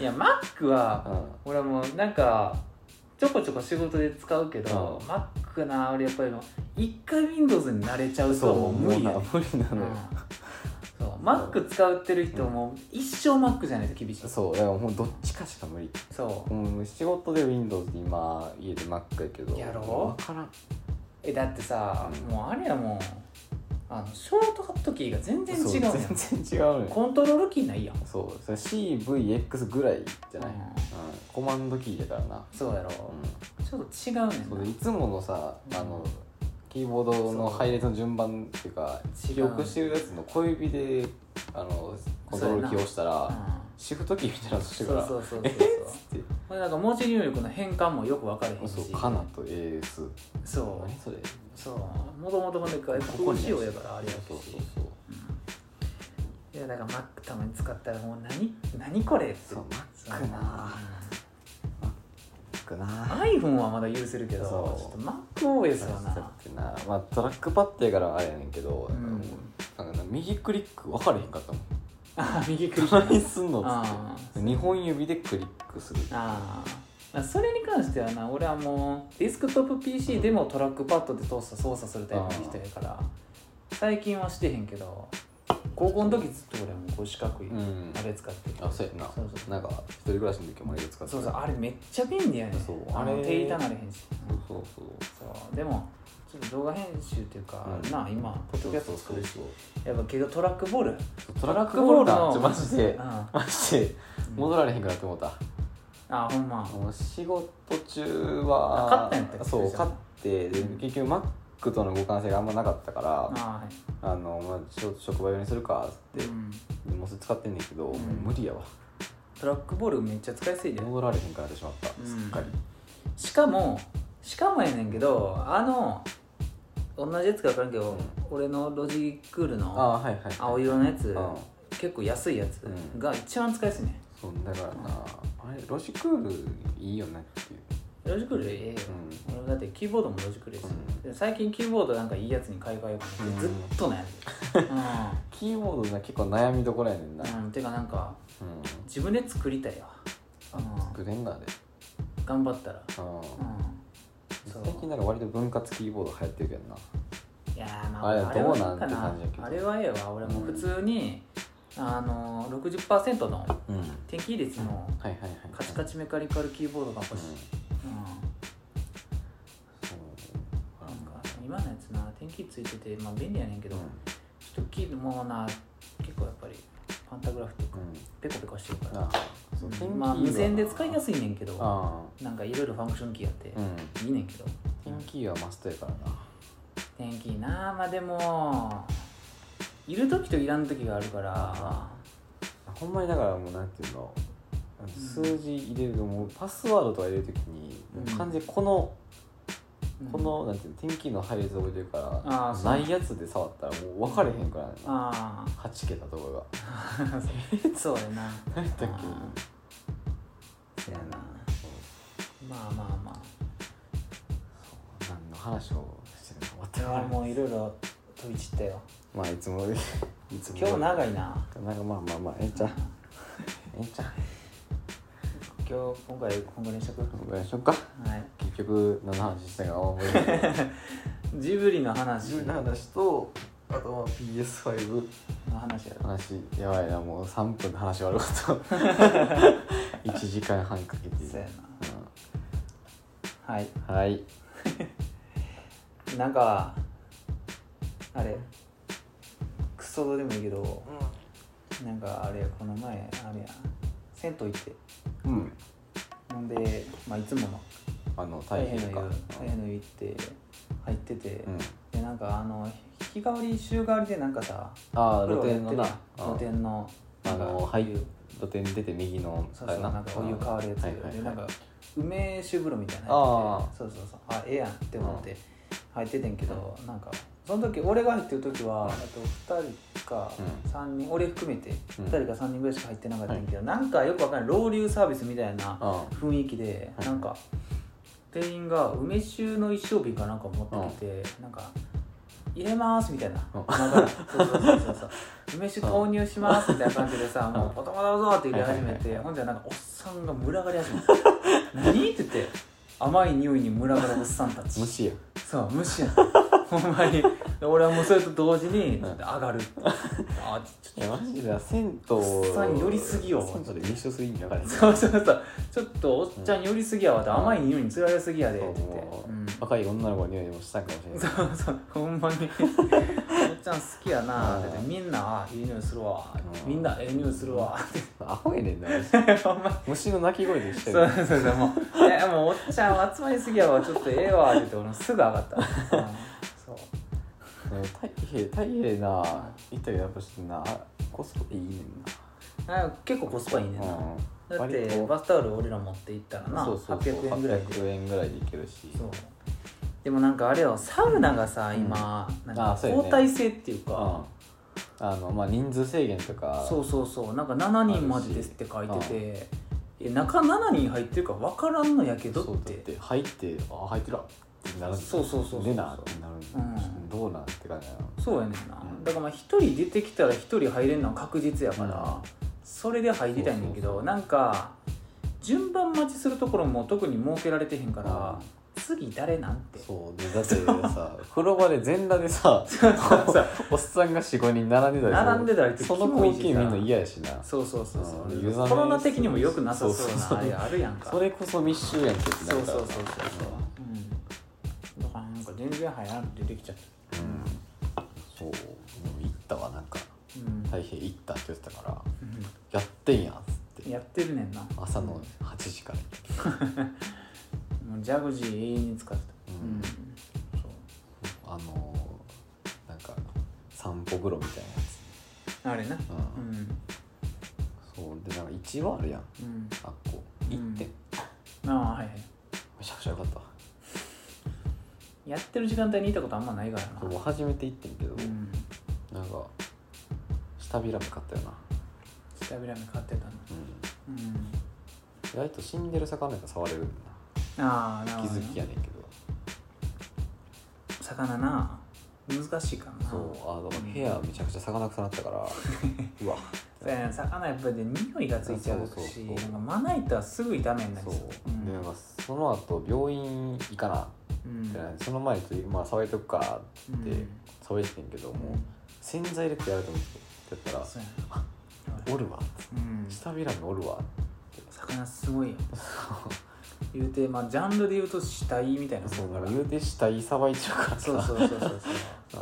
Speaker 2: いや Mac はい
Speaker 1: うん
Speaker 2: 俺はもうなんかちょこちょこ仕事で使うけど、
Speaker 1: うん
Speaker 2: Mac な俺やっぱりもう一回 Windows に慣れちゃうともう無理やね
Speaker 1: もうな無理なのよ、
Speaker 2: そう Mac 使ってる人も一生 Mac じゃないと厳しい
Speaker 1: そうだからもうどっちかしか無理
Speaker 2: そう
Speaker 1: もう仕事で Windows で今家で Mac やけど
Speaker 2: やろ
Speaker 1: 分からん
Speaker 2: えだってさ、
Speaker 1: うん
Speaker 2: もうあれやもんあのショートカットキーが全然違うや
Speaker 1: そ
Speaker 2: ん
Speaker 1: 全然違うのよ
Speaker 2: コントロールキーないやん
Speaker 1: そうそれ CVX ぐらいじゃない、
Speaker 2: う
Speaker 1: うんんコマンドキーやからな、
Speaker 2: そうやろ、
Speaker 1: う
Speaker 2: ちょっと違うねん
Speaker 1: ん、
Speaker 2: な
Speaker 1: そうでいつものさ、
Speaker 2: うん
Speaker 1: あのキーボードの配列の順番っていうか
Speaker 2: 違う
Speaker 1: 記憶してるやつの小指であのコントロールキーを押したら、
Speaker 2: う
Speaker 1: シフトキーみたいなのして
Speaker 2: ん
Speaker 1: るか
Speaker 2: そう
Speaker 1: ら
Speaker 2: そうそうそう
Speaker 1: えっ
Speaker 2: そ
Speaker 1: つって
Speaker 2: うなんか文字入力の変換もよく分かれへんし
Speaker 1: そうカナと AS
Speaker 2: そう
Speaker 1: 何それ
Speaker 2: そうもともとほんでか
Speaker 1: ここに
Speaker 2: 仕様やからあれやけ
Speaker 1: そう
Speaker 2: し
Speaker 1: そうそう
Speaker 2: いやだから Mac たまに使ったらもう何何これって
Speaker 1: そう Mac なか
Speaker 2: うん
Speaker 1: な
Speaker 2: iPhone はまだ許せるけど
Speaker 1: そう
Speaker 2: ちょっと MacOS は
Speaker 1: だ
Speaker 2: な
Speaker 1: ってなまあトラックパッドやからあれやねんけど、
Speaker 2: うん
Speaker 1: なんかな右クリック分かれへんかったもん
Speaker 2: あ右クリック
Speaker 1: 何すんのっ
Speaker 2: あ
Speaker 1: つって2本指でクリックする
Speaker 2: ああそれに関してはな俺はもうディスクトップ PC でもトラックパッドで操作操作するタイプの人やから最近はしてへんけど高校の時ずっと俺はもうこう四角い
Speaker 1: うん
Speaker 2: あれ使ってて
Speaker 1: あそうやな
Speaker 2: そうそう
Speaker 1: なんか一人暮らしの時もあれで使ってた
Speaker 2: そうそうあれめっちゃ便利やね
Speaker 1: そう
Speaker 2: あ
Speaker 1: あ
Speaker 2: の
Speaker 1: れ
Speaker 2: 手痛なれへんし
Speaker 1: そうそうそう
Speaker 2: そうでもちょっと動画編集というか、
Speaker 1: うん
Speaker 2: なあ今ポッドキャス
Speaker 1: そ
Speaker 2: ト
Speaker 1: う
Speaker 2: 作
Speaker 1: そ
Speaker 2: る
Speaker 1: う
Speaker 2: し
Speaker 1: そう
Speaker 2: やっぱけどトラックボール、うん、
Speaker 1: トラックボー
Speaker 2: トラックボール
Speaker 1: ルな
Speaker 2: の
Speaker 1: ちょマジで
Speaker 2: あ
Speaker 1: マジで戻られへんからって思った
Speaker 2: ほんま
Speaker 1: もう仕事中
Speaker 2: あ
Speaker 1: は
Speaker 2: 買ったんやったっけ
Speaker 1: そう
Speaker 2: それ
Speaker 1: 買ってで
Speaker 2: うん
Speaker 1: 結局マックとの互換性があんまなかったから
Speaker 2: あ
Speaker 1: あの、まあ、ちょっと職場用にするか
Speaker 2: ー、
Speaker 1: っ
Speaker 2: は
Speaker 1: つ
Speaker 2: い
Speaker 1: っ
Speaker 2: うん、
Speaker 1: てもうそれ使ってんねんけ
Speaker 2: う
Speaker 1: ど、
Speaker 2: ん
Speaker 1: もう無理やわ
Speaker 2: トラックボールめっちゃ使いやすいで
Speaker 1: 戻られへんからってしまった、
Speaker 2: うん
Speaker 1: すっかり
Speaker 2: しかもしかもやねんけどあの同じやつか分からんけど、
Speaker 1: うん
Speaker 2: 俺のロジクール
Speaker 1: あ
Speaker 2: の
Speaker 1: あはいはいはい
Speaker 2: 青色のやつ、
Speaker 1: うん
Speaker 2: 結構安いやつ
Speaker 1: うん
Speaker 2: が一番使いやすいね
Speaker 1: そうだからなあれロジクールいいよねっていう
Speaker 2: ロジクールええよ、俺だってキーボードもロジクールやし、で最近キーボードなんかいいやつに買い替えようかなってずっと悩んでる、
Speaker 1: キーボードな結構悩みどころやねんな、うん
Speaker 2: うん、うん、てかなんか自分で作りたいわ、うん
Speaker 1: 作れんなあれ、
Speaker 2: 頑張ったら、
Speaker 1: うん
Speaker 2: うん、そう
Speaker 1: 最近なんか割と分割キーボード流行ってるけどない
Speaker 2: やーま
Speaker 1: あれ
Speaker 2: あ
Speaker 1: どうなん
Speaker 2: あれはいいか
Speaker 1: って感じやけど
Speaker 2: あれはええわ俺も普通に、あの60%の
Speaker 1: うん
Speaker 2: 転記率の
Speaker 1: はいはいはい
Speaker 2: カチカ
Speaker 1: チ、
Speaker 2: チメカニカルキーボードが欲しい、
Speaker 1: うん
Speaker 2: うん、
Speaker 1: そう
Speaker 2: なんか今のやつな転記ついててまあ便利やねんけど、
Speaker 1: う
Speaker 2: ちょっとキーもうな結構やっぱりパンタグラフとか
Speaker 1: ん、
Speaker 2: ペコペコしてるから
Speaker 1: あそううん天気いいわな
Speaker 2: まあ無線で使いやすいねんけど
Speaker 1: あ
Speaker 2: なんかいろいろファンクションキーやって
Speaker 1: あうん
Speaker 2: いいねんけど
Speaker 1: 天気はマストやからな
Speaker 2: 天気いいなあまあでもいる時といらん時があるから
Speaker 1: ほんまにだからもうなんていうのあの数字入れるともうパスワードとか入れるときにもう完全にこの、このなんていうの天気の配列を置いてるか
Speaker 2: あー
Speaker 1: ら
Speaker 2: そう
Speaker 1: ないやつで触ったらもう分かれへんからね、
Speaker 2: あ
Speaker 1: 8桁とかが
Speaker 2: あ そうやな
Speaker 1: 何やったっ
Speaker 2: あー
Speaker 1: け
Speaker 2: そうやな
Speaker 1: そう
Speaker 2: まあまあま
Speaker 1: 何の話をしてるの
Speaker 2: あ
Speaker 1: か全く分からん
Speaker 2: もういろいろ飛び散ったよ
Speaker 1: まあいつもいつも
Speaker 2: 今日長いな
Speaker 1: なんかまあまあまあええ んちゃうええんちゃう
Speaker 2: 今日今回今後にしとく
Speaker 1: このぐらいにしよっか
Speaker 2: はい
Speaker 1: 結局何の話したかは覚えてない
Speaker 2: ジブリの話
Speaker 1: 自分の話とあとは PS5
Speaker 2: の話やろ
Speaker 1: 話やばいなもう3分の話終わること 1時間半かけて
Speaker 2: そうやなはい
Speaker 1: うんはい
Speaker 2: なんかあれクソどうでもいいけど、なんかあれこの前あれや銭湯行って
Speaker 1: うん
Speaker 2: 飲んで、まあ、いつもの
Speaker 1: あの
Speaker 2: 大
Speaker 1: 大
Speaker 2: 変
Speaker 1: 変
Speaker 2: の湯
Speaker 1: か
Speaker 2: 大変の湯行って入ってて、
Speaker 1: うん
Speaker 2: でなんかあの日替わり週替わりでなんかさ
Speaker 1: ああ
Speaker 2: 風
Speaker 1: 露
Speaker 2: 呂やっ
Speaker 1: 店
Speaker 2: てるやん露
Speaker 1: のな
Speaker 2: 天の
Speaker 1: あ
Speaker 2: なんか
Speaker 1: の俳優露店出て右の
Speaker 2: そう
Speaker 1: あ
Speaker 2: そう
Speaker 1: れ
Speaker 2: なんかお湯変わるやつ、
Speaker 1: はいはいはい
Speaker 2: でなんか梅酒風呂みたいな
Speaker 1: あ
Speaker 2: や
Speaker 1: あ
Speaker 2: つでそうそうそうあええやんって思って入っててんけど、なんかその時俺が入ってる時は、あと2人か
Speaker 1: う
Speaker 2: 3人、俺含めて
Speaker 1: うん
Speaker 2: 2人か3人ぐらいしか入ってなかったんやけど、なんかよくわかんない老流サービスみたいな
Speaker 1: あ
Speaker 2: 雰囲気で、
Speaker 1: はい
Speaker 2: なんか店員が梅酒の一升瓶かなんか持ってきて、なんか入れますみたいな、
Speaker 1: うん
Speaker 2: なんかそうそうそうそうそう梅酒投入しますみたいな感じでさ、もうポタポタポタって入れ始めて、
Speaker 1: はいはいはい
Speaker 2: ほんじゃなんかおっさんが群がり始めて何って言って甘い匂いに群がるおっさんた
Speaker 1: あ無
Speaker 2: ち
Speaker 1: 視や
Speaker 2: そう無視やんほんまにで俺はもうそれと同時にちょっと上がる、あーちょっと
Speaker 1: いやマジで銭湯
Speaker 2: おっさん寄りすぎよ
Speaker 1: 銭湯で密集する意味わからへん
Speaker 2: そうそうそうちょっとおっちゃん寄りすぎやわって、甘い匂いにつられすぎやでって言って、
Speaker 1: もう
Speaker 2: うん
Speaker 1: 若い女の子の匂いでもしたんかもしれ
Speaker 2: そ
Speaker 1: ないう
Speaker 2: そうほんまにおっちゃん好きやなって言って
Speaker 1: うん
Speaker 2: みんなあいい匂いするわ
Speaker 1: うん
Speaker 2: みんなええ匂いするわって
Speaker 1: アホやねんなマジで
Speaker 2: 言 ってほんまに
Speaker 1: 虫の鳴き声で一緒
Speaker 2: そ
Speaker 1: や
Speaker 2: うそうそうもうえもうおっちゃん集まりすぎやわちょっとええわって言って俺もすぐ上がった、うんそう
Speaker 1: ね大変大変な行ったけどやっぱちょっとなコスパいいねん
Speaker 2: あ結構コスパいいねん
Speaker 1: な
Speaker 2: な、
Speaker 1: うん
Speaker 2: だって
Speaker 1: 割と
Speaker 2: バスタオル俺ら持って行ったらな
Speaker 1: そうそうそう
Speaker 2: 800円ぐらいで
Speaker 1: 800円ぐらいでいけるし
Speaker 2: そうでもなんかあれよサウナがさ、
Speaker 1: うん
Speaker 2: 今なん
Speaker 1: あ
Speaker 2: か
Speaker 1: そうやね
Speaker 2: 交代制っていう
Speaker 1: うん
Speaker 2: か
Speaker 1: あのまあ人数制限とか
Speaker 2: そうそうそうなんか7人までですって書いててえ中7人入ってるか分からんのやけど
Speaker 1: そう
Speaker 2: っ
Speaker 1: だってて入ってあ入ってるわってなる
Speaker 2: そうそうそうそう
Speaker 1: でなってなる
Speaker 2: うん
Speaker 1: ちょっとどうなんって感じなの
Speaker 2: そうやねんな、
Speaker 1: うん
Speaker 2: だからまあ1人出てきたら1人入れるのは確実やから、それで入りたいんだけど
Speaker 1: そうそうそう
Speaker 2: なんか順番待ちするところも特に設けられてへんから、次誰なんて
Speaker 1: そうでだって さ風呂場で全裸でさ おっさんが45人並んでたりする
Speaker 2: 並んでたりって
Speaker 1: その
Speaker 2: キモい
Speaker 1: 光
Speaker 2: し
Speaker 1: 景見るの嫌やしな
Speaker 2: そうそうそうそう
Speaker 1: うんゆざめ
Speaker 2: コロナ的にもよくなさそう
Speaker 1: そうそ
Speaker 2: な
Speaker 1: う
Speaker 2: あれあるやんか
Speaker 1: それこそ密集やんけってな
Speaker 2: そ
Speaker 1: る
Speaker 2: う
Speaker 1: か
Speaker 2: そう
Speaker 1: ら
Speaker 2: そうそううんだからなんか全然入らんって出てきちゃった
Speaker 1: うんそうもう行ったわなんか
Speaker 2: うん
Speaker 1: 大平行ったって言ってたから
Speaker 2: うん
Speaker 1: やってんやんっつって
Speaker 2: やってるねんな
Speaker 1: 朝の8時から行って
Speaker 2: もうジャグジー永遠に使ってた
Speaker 1: うんあのーなんか散歩風呂みたいなや
Speaker 2: そうあれな
Speaker 1: つ、
Speaker 2: う
Speaker 1: うん
Speaker 2: ん
Speaker 1: そうでなんか一応あるやん
Speaker 2: うん
Speaker 1: あっこ行って、
Speaker 2: うんああはいは
Speaker 1: めちゃくちゃよかったわ
Speaker 2: いやってる時間帯にいたことあんまないからな
Speaker 1: そうもう初めて行ってんけど、
Speaker 2: うん
Speaker 1: なんか下びらめかったよな、
Speaker 2: 下びらめ買ってたの
Speaker 1: うん、
Speaker 2: うん
Speaker 1: 意外と死んでる魚やから触れるんだ
Speaker 2: ああなる
Speaker 1: な気
Speaker 2: ほど
Speaker 1: づ
Speaker 2: ね
Speaker 1: きやねんけど、
Speaker 2: 魚な難しいからな
Speaker 1: そうあの部屋めちゃくちゃ魚臭なったから うわ
Speaker 2: そうやね魚やっぱりね匂いがついちゃうし
Speaker 1: そうそうそ
Speaker 2: な
Speaker 1: う
Speaker 2: んかまな板はすぐ痛めになり
Speaker 1: そう
Speaker 2: そう、ん
Speaker 1: でなんかその後病院行かな
Speaker 2: うん
Speaker 1: ってなってその前にちょっとまあ騒いとくか
Speaker 2: うん
Speaker 1: って騒いでてんけど、もう洗剤入れてやると思ってやったら
Speaker 2: そうやね
Speaker 1: 「おるわ」
Speaker 2: うん
Speaker 1: 下びらめおるわ」って
Speaker 2: 魚すごいよ言うてまあジャンルで言うと死体みたいな
Speaker 1: そう
Speaker 2: か
Speaker 1: だからら言うて下いさばいちゃうからさ
Speaker 2: そうそうそうそうそう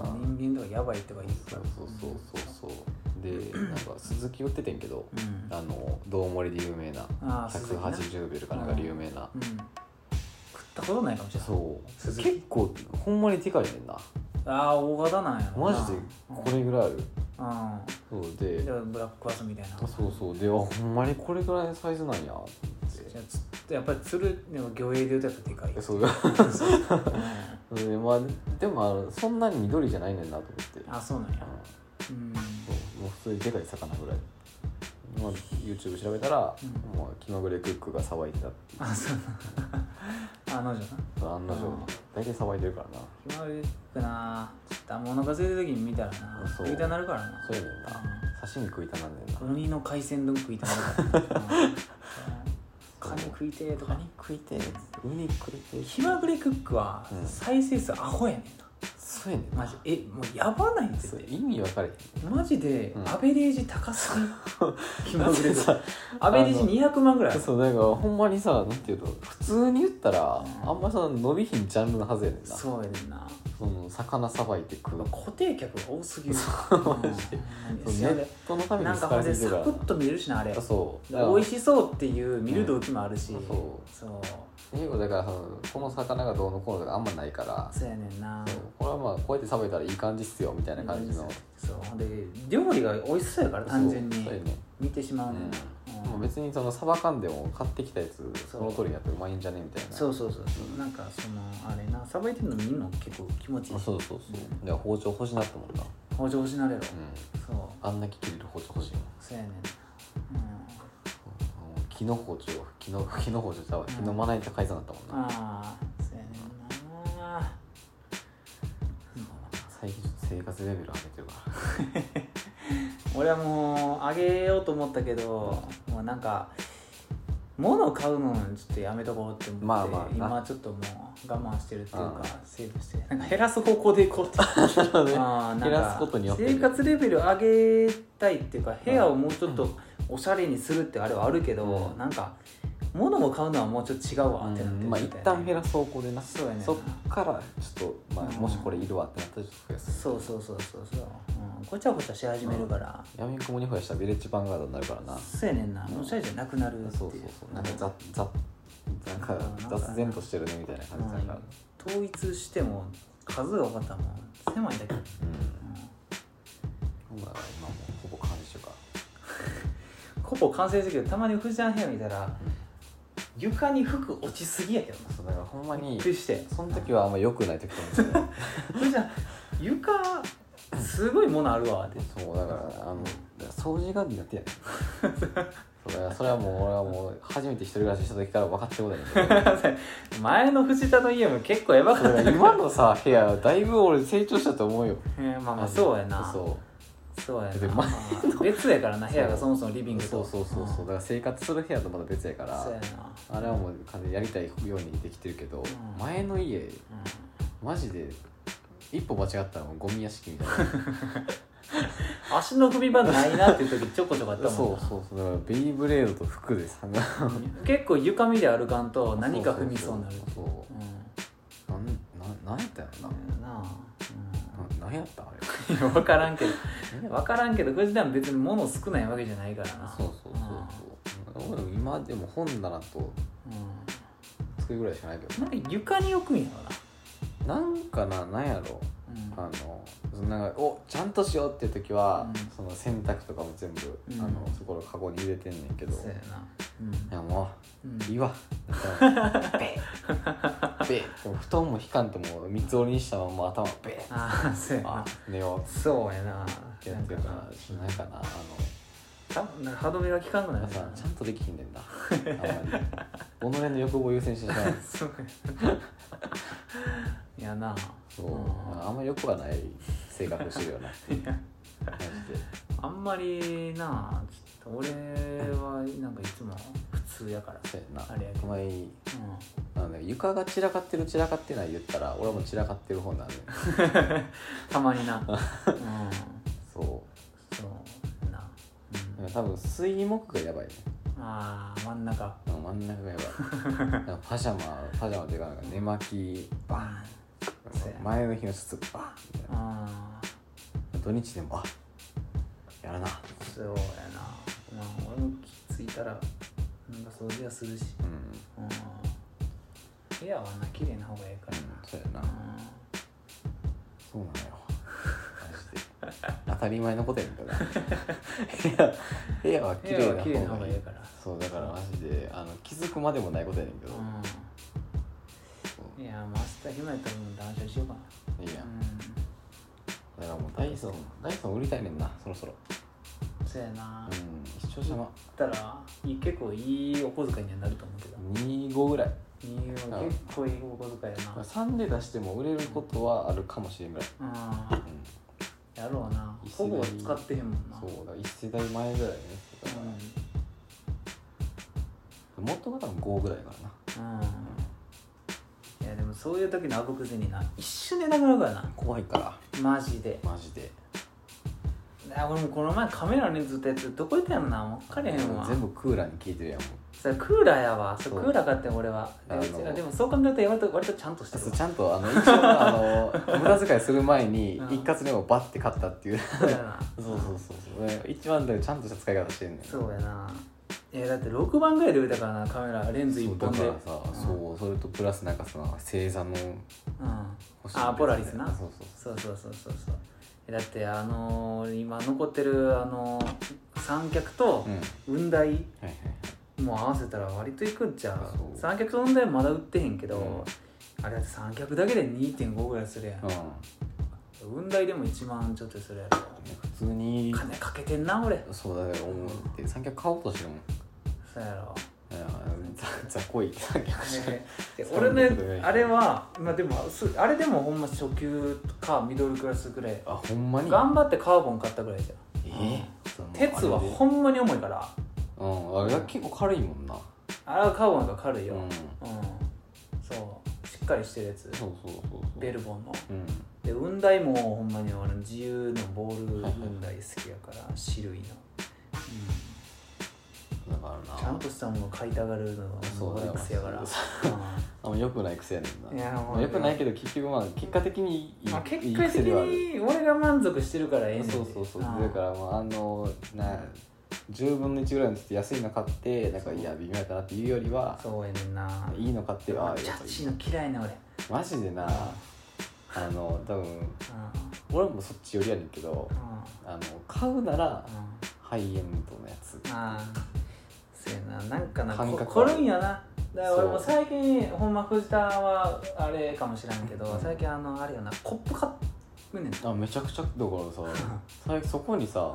Speaker 1: ああ
Speaker 2: 人間とかやばいとか言うか
Speaker 1: そ
Speaker 2: ら
Speaker 1: うそうそうそうそうでなんか鈴木売っててんけど
Speaker 2: うん
Speaker 1: あの道盛りで有名な
Speaker 2: ああ鈴木な
Speaker 1: 180ベルかなんかで有名な
Speaker 2: うん食ったことないかもしれない
Speaker 1: そう
Speaker 2: 鈴木
Speaker 1: 結構ほんまにでかいねんな
Speaker 2: ああ大型なんやろ
Speaker 1: マジでこれぐらいある
Speaker 2: う
Speaker 1: そうん
Speaker 2: じ
Speaker 1: で
Speaker 2: ゃブラックバスみたいな
Speaker 1: そうそうであほんまにこれぐらいのサイズなんや
Speaker 2: じゃあつやっぱり釣るでも魚影で言うとやっぱでかい
Speaker 1: で
Speaker 2: よ、
Speaker 1: そう
Speaker 2: うん
Speaker 1: でまあでもあのそんなに緑じゃないねんなと思って
Speaker 2: あそうなんや
Speaker 1: うん
Speaker 2: うん
Speaker 1: そうもう普通にでかい魚ぐらい、まあ、YouTube 調べたら、
Speaker 2: う
Speaker 1: もう気まぐれクックがさばいてたってい
Speaker 2: あそう なんあの女な
Speaker 1: う案の定
Speaker 2: うん
Speaker 1: 大体さばいてるからな
Speaker 2: ひまわりかなちょっとあんまお腹空いた時に見たらな
Speaker 1: そう
Speaker 2: 食いたなるからな
Speaker 1: そうやねんな刺身食いたなんねんな
Speaker 2: うん、ウニの海鮮丼食いたなるから うんカニ食いてえとかね
Speaker 1: 食いてウニ食いてえ
Speaker 2: 気まぐれクックは
Speaker 1: うん
Speaker 2: 再生数アホやねんな
Speaker 1: そうやねん
Speaker 2: マジえもうやばないんです
Speaker 1: そ
Speaker 2: っ
Speaker 1: れ
Speaker 2: て
Speaker 1: 意味分かれへん
Speaker 2: マジで
Speaker 1: うん
Speaker 2: アベレージ高すぎ、 気ま ぐれクッ
Speaker 1: さ
Speaker 2: クアベレージ200万 ぐらいある
Speaker 1: そうだからほんまにさなんていうの普通に言ったらあんまさ伸びひんジャンルのはずやねんなそ
Speaker 2: そうやねんな
Speaker 1: の魚さばいて食う
Speaker 2: 固定客が多すぎる
Speaker 1: マジで
Speaker 2: うん
Speaker 1: そう
Speaker 2: そ
Speaker 1: ネ
Speaker 2: れ
Speaker 1: ッ
Speaker 2: で
Speaker 1: トのため
Speaker 2: な
Speaker 1: に
Speaker 2: んか
Speaker 1: 使わ
Speaker 2: ほん
Speaker 1: れて
Speaker 2: で
Speaker 1: るか
Speaker 2: サクッ
Speaker 1: ら
Speaker 2: と見れるしなあれ
Speaker 1: あそう
Speaker 2: 美
Speaker 1: だから
Speaker 2: 味しそうっていう見る動機もあるし、
Speaker 1: うん
Speaker 2: そそ
Speaker 1: そう
Speaker 2: う
Speaker 1: 結構だからそのこの魚がどうのこうのとかあんまないから
Speaker 2: やねんな
Speaker 1: そうこれはまあこうやってさばいたらいい感じっすよみたいな感じの
Speaker 2: そうで料理が美味しそうやから単純に
Speaker 1: そうそうやね
Speaker 2: 見てしまうねんな、う
Speaker 1: もう別にそのサバ缶でも買ってきたやつ
Speaker 2: そ
Speaker 1: そうの通りにやったらうまいんじゃねみたいな
Speaker 2: そうそうそうそうなんかそのあれなさばいてるの見るの結構気持ちいい
Speaker 1: あそうそうそうだから包丁欲しいなって思ったうん
Speaker 2: 包丁欲しなれろ、そう
Speaker 1: あんな切れる包丁欲しいもん
Speaker 2: そうやねん、
Speaker 1: あの木の包丁木の木の包丁ちゃうわ木のまな板改ざんだったもん
Speaker 2: うん、
Speaker 1: な、
Speaker 2: ああそうやねんな
Speaker 1: 最近ちょっと生活レベル上げてるから
Speaker 2: 俺はもうあげようと思ったけどもうなんか物を買うのちょっとやめとこうって思って、
Speaker 1: まあまあな
Speaker 2: 今ちょっともう我慢してるっていうか
Speaker 1: あ
Speaker 2: セーブしてなんか減らす方向でいこうって
Speaker 1: なので
Speaker 2: あーなんか
Speaker 1: 減らすことによってね
Speaker 2: 生活レベル上げたいっていうか部屋をもうちょっとおしゃれにするってあれはあるけど、
Speaker 1: うん
Speaker 2: なんか物を買うのはもうちょっと違うわってなってる
Speaker 1: まあ
Speaker 2: み
Speaker 1: 一
Speaker 2: たいな
Speaker 1: 旦減らす方向でな
Speaker 2: そうやねんな
Speaker 1: っからちょっと、ま
Speaker 2: うん
Speaker 1: あ、もしこれいるわってなったらちょっと増やす
Speaker 2: そうそうそうそうそう、うん、ごちゃごちゃし始めるから、
Speaker 1: 闇雲にほやしたらヴィレッジヴァンガードになるからな
Speaker 2: そうやねんなおしゃれじゃなくなるってい
Speaker 1: そうそうそうなんか雑雑なんか
Speaker 2: うん
Speaker 1: 雑然としてるねみたいな感じだから
Speaker 2: 統一しても数が分かったらもう狭いだけ、うん
Speaker 1: うんまあ今もうほぼ完食か
Speaker 2: ほぼ完成するけどたまに藤ちゃん部屋見たら、床に服落ちすぎやけどな
Speaker 1: そうだからほんま
Speaker 2: び
Speaker 1: に
Speaker 2: っくりして
Speaker 1: その時はあんま良くない時と思うんだ
Speaker 2: 藤ちゃん床すごいものあるわ って
Speaker 1: けどそうだからあのだから掃除が苦手やねん そうだからそれはもう俺はもう初めて一人暮らしした時から分かってことやねんけど
Speaker 2: 前の藤田の家も結構やば
Speaker 1: そ
Speaker 2: かっ
Speaker 1: れ
Speaker 2: た
Speaker 1: が今のさ部屋だいぶ俺成長したと思うよ
Speaker 2: えーまあまあそうやな
Speaker 1: そ
Speaker 2: そうや
Speaker 1: で
Speaker 2: な、
Speaker 1: 前
Speaker 2: まあ別やからな部屋がそもそもリビン
Speaker 1: う
Speaker 2: グ
Speaker 1: そ
Speaker 2: と
Speaker 1: うそうそうそうだから生活する部屋とまた別やから
Speaker 2: そうやな
Speaker 1: あれはもう完全にやりたいようにできてるけど、
Speaker 2: ん
Speaker 1: 前の家
Speaker 2: うん
Speaker 1: マジで一歩間違ったらもうゴミ屋敷みたいな
Speaker 2: 足の踏み場ないなっていう時ちょこちょこあったもん
Speaker 1: そ
Speaker 2: な
Speaker 1: うそうそうだからベイブレードと服で さが
Speaker 2: 結構床見で歩かんと何か踏みそうになる
Speaker 1: そうそうなんななんやったんやろな
Speaker 2: うんなあ、
Speaker 1: ななんやったんあれ
Speaker 2: うん、いや分からんけど
Speaker 1: 何やった
Speaker 2: 分からんけど藤田も別に物少ないわけじゃないからな
Speaker 1: そうそうそうそう俺今でも本棚と
Speaker 2: う
Speaker 1: 机ぐらいしかないけど
Speaker 2: ん、なんか床に置くんやろな、
Speaker 1: なんかななんやろ
Speaker 2: うん
Speaker 1: あのそのなんかおちゃんとしようっていう時は、
Speaker 2: うん
Speaker 1: その洗濯とかも全部、
Speaker 2: うん
Speaker 1: あのそこのカゴに入れてんねんけど、
Speaker 2: そうや
Speaker 1: い
Speaker 2: な
Speaker 1: やも
Speaker 2: うん、
Speaker 1: うい いわベッベッでも布団も引かんともう三つ折りにしたまま頭ベッ
Speaker 2: ああそうやな
Speaker 1: あ寝よう
Speaker 2: そうやな
Speaker 1: ってやってるからしないかなあ
Speaker 2: 多分なんか歯止めが効かんくな
Speaker 1: の
Speaker 2: る
Speaker 1: な
Speaker 2: なん
Speaker 1: かさちゃんとできひんねんなあんまり己の欲望を優先してしまう
Speaker 2: そうややな
Speaker 1: そう、
Speaker 2: うん
Speaker 1: あんまり欲がない性格してるよなっていうマジで
Speaker 2: あんまりなあちょっと俺はなんかいつも普通やから
Speaker 1: そうやな
Speaker 2: あれやけど
Speaker 1: お前あのね、床が散らかってる散らかってない言ったら俺も散らかってる方なんで
Speaker 2: たま になうん
Speaker 1: そ
Speaker 2: そうな、
Speaker 1: う多分水木がやばいね
Speaker 2: うん、ああ真ん中
Speaker 1: あの真ん中がやばいなんかパジャマパジャマっていうかなんか寝巻きバン
Speaker 2: バそうや
Speaker 1: 前の日のシャツバンみたい
Speaker 2: ーンああ
Speaker 1: な土日でもあやらな
Speaker 2: そうやなまあ俺も気付いたらなんか掃除はするし、
Speaker 1: うん、うん、
Speaker 2: うん、部屋はな綺麗な方がいいから
Speaker 1: そうやな
Speaker 2: な、
Speaker 1: そうなのよマジで当たり前のことやねんけど部屋部屋は
Speaker 2: うん、
Speaker 1: 綺
Speaker 2: 部屋は綺麗
Speaker 1: 麗
Speaker 2: な
Speaker 1: な
Speaker 2: 方が
Speaker 1: 方が
Speaker 2: い
Speaker 1: い
Speaker 2: い
Speaker 1: い
Speaker 2: から
Speaker 1: そうだからマジであの気づくまでもないことやねんけど、そう
Speaker 2: うんいやマスター暇やったらもう断捨離しようかない
Speaker 1: いやん
Speaker 2: う
Speaker 1: だからもうダイソンダイソン売りたいねんなそろそろ
Speaker 2: んそうやな、
Speaker 1: うん視聴者は
Speaker 2: だったらいい結構いいお小遣いにはなると思うけど
Speaker 1: 25ぐらい
Speaker 2: いいよ
Speaker 1: うん
Speaker 2: 結構いいお小遣いやな
Speaker 1: 3で出しても売れることはあるかもしれんぐらい、
Speaker 2: うんやろうな
Speaker 1: 一
Speaker 2: ほ
Speaker 1: 世代
Speaker 2: ぼ使ってへんもんな
Speaker 1: うん、そうだ1世代前ぐらいねだから、
Speaker 2: う、
Speaker 1: もっとが多分5ぐらいからな
Speaker 2: う
Speaker 1: ん
Speaker 2: ん、いやでもそういう時のあぶくぜにな一瞬でなくなるからな
Speaker 1: 怖いから
Speaker 2: マジで
Speaker 1: マジで
Speaker 2: あ俺もこの前カメラのレンズずっとやってどこ行ったんやろなもう分かれへんわ
Speaker 1: 全部クーラーに効いてるやんもう
Speaker 2: それクーラーやわそう
Speaker 1: そう
Speaker 2: クーラー買ってん俺はで
Speaker 1: あの
Speaker 2: うちあでもそう考えたら割と割とちゃんとしてる
Speaker 1: そう
Speaker 2: わ
Speaker 1: ちゃんとあの一応なあの無駄遣いする前に
Speaker 2: うん
Speaker 1: 一括でもバッて買ったっていう
Speaker 2: そうやな
Speaker 1: そうそうそうそうね 一番だよちゃんとした使い方してんねん
Speaker 2: そうやなえだって6番ぐらいで売れたからなカメラレンズ
Speaker 1: そう
Speaker 2: 1
Speaker 1: だ
Speaker 2: 本
Speaker 1: か
Speaker 2: で
Speaker 1: らさ、そうそれとプラスなんかその星座の
Speaker 2: うん、うん
Speaker 1: 星
Speaker 2: あポラリスな
Speaker 1: そうそう
Speaker 2: そうそうそうそうそうえだってあのー今残ってるあのー三脚と
Speaker 1: うんはい
Speaker 2: 雲台
Speaker 1: はい
Speaker 2: も合わせたら割といくんちゃう
Speaker 1: そう
Speaker 2: 三脚と雲台まだ売ってへんけど、
Speaker 1: う
Speaker 2: あれだって三脚だけで2.5ぐらいするやん、
Speaker 1: うん
Speaker 2: 雲台でも1万ちょっとするやろ
Speaker 1: 普通に
Speaker 2: 金かけてんな俺
Speaker 1: そうだよ思って三脚買おうとしてるもん
Speaker 2: そうやろ
Speaker 1: いやざざこい三脚しか
Speaker 2: で俺ねあれはまあでもすあれでもほんま初級かミドルクラスぐらい
Speaker 1: あほんまに
Speaker 2: 頑張ってカーボン買ったぐらいじゃん
Speaker 1: えその
Speaker 2: 鉄は
Speaker 1: あれで
Speaker 2: ほんまに重いから
Speaker 1: うんあれは結構軽いもんな
Speaker 2: あれはカーボンが軽いよ
Speaker 1: う
Speaker 2: うん、
Speaker 1: ん
Speaker 2: そうしっかりしてるやつ
Speaker 1: そうそうそうそう
Speaker 2: ベルボンの
Speaker 1: うん
Speaker 2: で雲台もほんまに俺自由のボール雲台好きやから種類の、
Speaker 1: だから
Speaker 2: う、
Speaker 1: なん
Speaker 2: ちゃんとしたもの買いたがるの
Speaker 1: そう
Speaker 2: オ
Speaker 1: だ
Speaker 2: リ
Speaker 1: よ
Speaker 2: ックスやから、
Speaker 1: あんま良くない癖やね
Speaker 2: うん
Speaker 1: ん
Speaker 2: い
Speaker 1: な
Speaker 2: やも
Speaker 1: ま
Speaker 2: う
Speaker 1: あ良くないけど結局まあ結果的にいい
Speaker 2: まあ、
Speaker 1: い
Speaker 2: 結
Speaker 1: い
Speaker 2: 果
Speaker 1: 癖
Speaker 2: 的
Speaker 1: ではある
Speaker 2: に俺が満足してるからええねん
Speaker 1: そうそうそう
Speaker 2: ああ
Speaker 1: だからまああのな10分の1ぐらいのちょっと安いの買ってなんかいや微妙やったなっていうよりは
Speaker 2: そうやねんない
Speaker 1: いの買ってああ
Speaker 2: ジ
Speaker 1: や
Speaker 2: ャ
Speaker 1: っぱ
Speaker 2: ッ
Speaker 1: い
Speaker 2: ジ
Speaker 1: い
Speaker 2: の嫌いな俺、
Speaker 1: マジでなあの多分俺もそっち寄りやねんけど
Speaker 2: うんうん
Speaker 1: あの買うなら
Speaker 2: うん
Speaker 1: ハイエンドのやつ
Speaker 2: ああそうやななんかな
Speaker 1: 感覚
Speaker 2: こ凝るんやなだから俺も
Speaker 1: そう
Speaker 2: 最近ほんま藤田はあれかもしらんけど、
Speaker 1: うん
Speaker 2: 最近あのあれよなコップ買うねんな
Speaker 1: あめちゃくちゃだからさ 最近そこにさ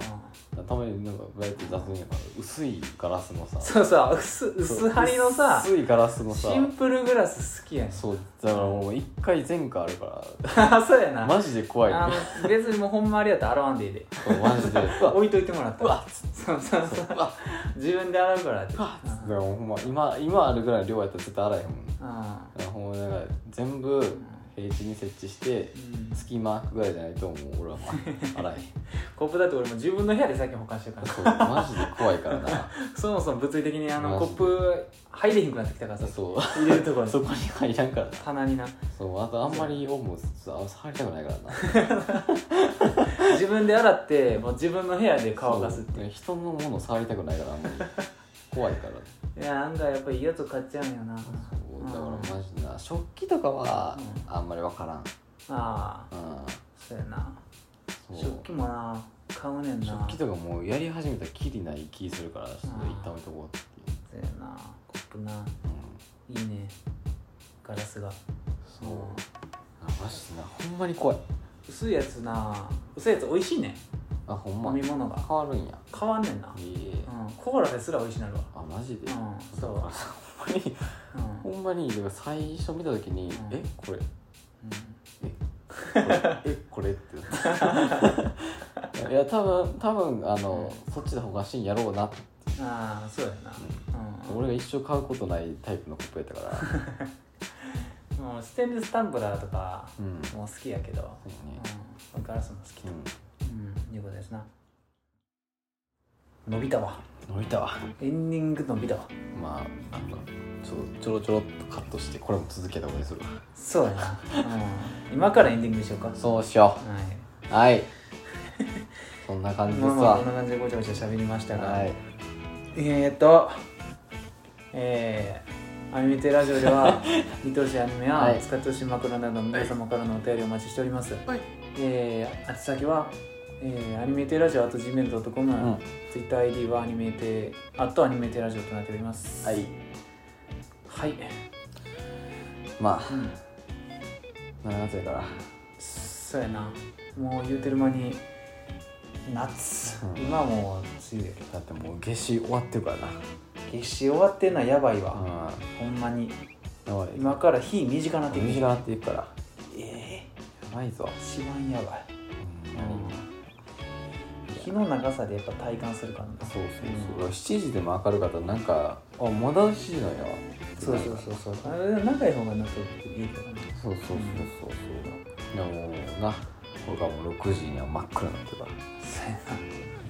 Speaker 1: たまになんかバイト雑にやから薄いガラスのさ
Speaker 2: そうそう薄薄張りのさ
Speaker 1: 薄いガラスのさ
Speaker 2: シンプルグラス好きやねん
Speaker 1: そうだからもう一回前科あるか
Speaker 2: そうやな
Speaker 1: らマジで怖い
Speaker 2: あ
Speaker 1: ね
Speaker 2: の別にもうほんまあれやったら洗わんでいいで
Speaker 1: そう マジでうわ
Speaker 2: 置いといてもらった
Speaker 1: う
Speaker 2: ら
Speaker 1: わ
Speaker 2: そうそうそう
Speaker 1: うわ
Speaker 2: 自分で洗うからって
Speaker 1: うわだからもうほんま今今あるぐらいの量やったら絶対洗えへんもんだ
Speaker 2: うんうん
Speaker 1: からほんまなんか全部平地に設置して
Speaker 2: うん
Speaker 1: 隙間ぐらいじゃないともう俺はもう洗えへん
Speaker 2: コップだって俺も自分の部屋で最近保管して るから
Speaker 1: そうマジで怖いからな
Speaker 2: そもそも物理的にあの
Speaker 1: マ
Speaker 2: コ
Speaker 1: ジ
Speaker 2: ップ入れへんくなってきたからさ
Speaker 1: そう
Speaker 2: 入れるところに
Speaker 1: そこに入らんからな
Speaker 2: 棚にな
Speaker 1: そうあとあんまりオウムあ触りたくないからな
Speaker 2: 自分で洗ってもう自分の部屋で乾かすってい
Speaker 1: そう人のもの触りたくないからあんまり怖いから
Speaker 2: ういやなんかやっぱいいやつ買っちゃうんよな
Speaker 1: そうだ
Speaker 2: うん
Speaker 1: からマジな食器とかは
Speaker 2: う
Speaker 1: あんまり分からん
Speaker 2: ああ
Speaker 1: う
Speaker 2: そうやなん
Speaker 1: そう
Speaker 2: 食器もな買うねんな
Speaker 1: 食器とかもうやり始めたらきりない気するからちょっと一旦置いとこうっていう
Speaker 2: そうやなコップな
Speaker 1: うん
Speaker 2: いいねガラスが
Speaker 1: そうあマジでなほんまに怖い
Speaker 2: 薄いやつな薄いやつ美味しいねん
Speaker 1: あほんま
Speaker 2: 飲み物が
Speaker 1: 変わるんや
Speaker 2: 変わんねんな
Speaker 1: ええ
Speaker 2: うんコーラですら美味しいなるわ
Speaker 1: あマジで
Speaker 2: うんそう
Speaker 1: だからほんまに
Speaker 2: うん
Speaker 1: ほんまにでも最初見た時
Speaker 2: う
Speaker 1: に
Speaker 2: ん
Speaker 1: えこれ
Speaker 2: うん
Speaker 1: えこれって いや多分多分あの、そっちの方が安いんやろうな
Speaker 2: ああそうやなうん
Speaker 1: 俺が一生買うことないタイプのコップやったから
Speaker 2: もうステンレスタンブラーとか
Speaker 1: うんそう
Speaker 2: もう好きやけど、
Speaker 1: ね
Speaker 2: うん、ガラスも好き
Speaker 1: う
Speaker 2: と、
Speaker 1: ん
Speaker 2: うん、いうことですな伸びたわ
Speaker 1: 伸びたわ
Speaker 2: エンディング伸びたわ
Speaker 1: まああのちょちょろちょろっとカットしてこれも続けた方がいいするわ
Speaker 2: そうやな、うん、今からエンディングにしようかう
Speaker 1: そうしよ
Speaker 2: は
Speaker 1: うはいそんな感
Speaker 2: い
Speaker 1: じで
Speaker 2: まあまあこん
Speaker 1: さ
Speaker 2: な感じでごちゃごちゃ喋りましたが、
Speaker 1: はい
Speaker 2: えーとえーアニメテラジオで は見通しアニメ
Speaker 1: は
Speaker 2: や
Speaker 1: い
Speaker 2: 使ってほしい枕など皆様からのお便りをお待ちしております、
Speaker 1: はい
Speaker 2: えー、宛先は、えー、アニメテラジオ .gmail.com、
Speaker 1: うんは
Speaker 2: TwitterID はアニメテあとアニメテラジオとなっております
Speaker 1: い
Speaker 2: はい、
Speaker 1: ま
Speaker 2: うん、
Speaker 1: あ7月やから
Speaker 2: そうやなもう言うてる間に夏、
Speaker 1: うん
Speaker 2: 今はもう梅雨やけ
Speaker 1: だってもう夏至終わってるからな
Speaker 2: ど夏至終わってんのはやばいわ、
Speaker 1: あ
Speaker 2: ほんまに
Speaker 1: やばい
Speaker 2: 今から日短なってくる
Speaker 1: 虹がなっていくからや
Speaker 2: ええ
Speaker 1: ばいぞ
Speaker 2: 一番やばい、
Speaker 1: うん
Speaker 2: 日の長さでやっぱ体感するからな
Speaker 1: そうそうそう、7時でも明るかったらなんかあまだ7時なんや
Speaker 2: そうそうそうそうあれ長い方がなんかいいからな
Speaker 1: そうそうそうそうそういやもうなこれからもう6時には真っ暗になってるから
Speaker 2: そうやな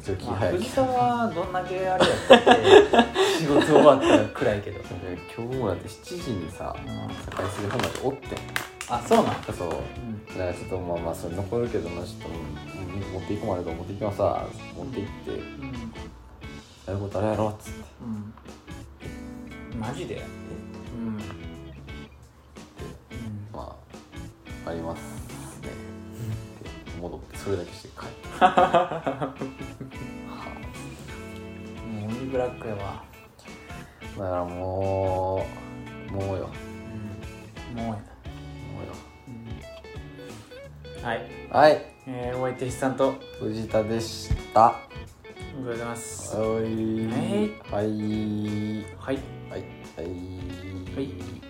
Speaker 1: ちょっと気
Speaker 2: まあ、
Speaker 1: 早い
Speaker 2: 藤
Speaker 1: け
Speaker 2: 田はどんだけあれやったって仕事終わったら暗いけど、
Speaker 1: どで今日もだって7時にさ堺筋本までおって
Speaker 2: あそうなん、
Speaker 1: んそうだからちょっとまあまあそれ残るけどなちょっともう持っていくまでと思っていきますわ持って行って
Speaker 2: うん
Speaker 1: やることあれやろっつって
Speaker 2: うんマジでうん、うん、
Speaker 1: まあありますねで戻ってそれだけして帰るはあ
Speaker 2: ブラックやわ、
Speaker 1: だからもうもう
Speaker 2: うん、
Speaker 1: よも
Speaker 2: もうやな、
Speaker 1: う
Speaker 2: うんはい、
Speaker 1: よはい
Speaker 2: えー、お相手筆さんと
Speaker 1: 藤田でした
Speaker 2: おはようございます
Speaker 1: はいはいはい
Speaker 2: はい
Speaker 1: はい
Speaker 2: はい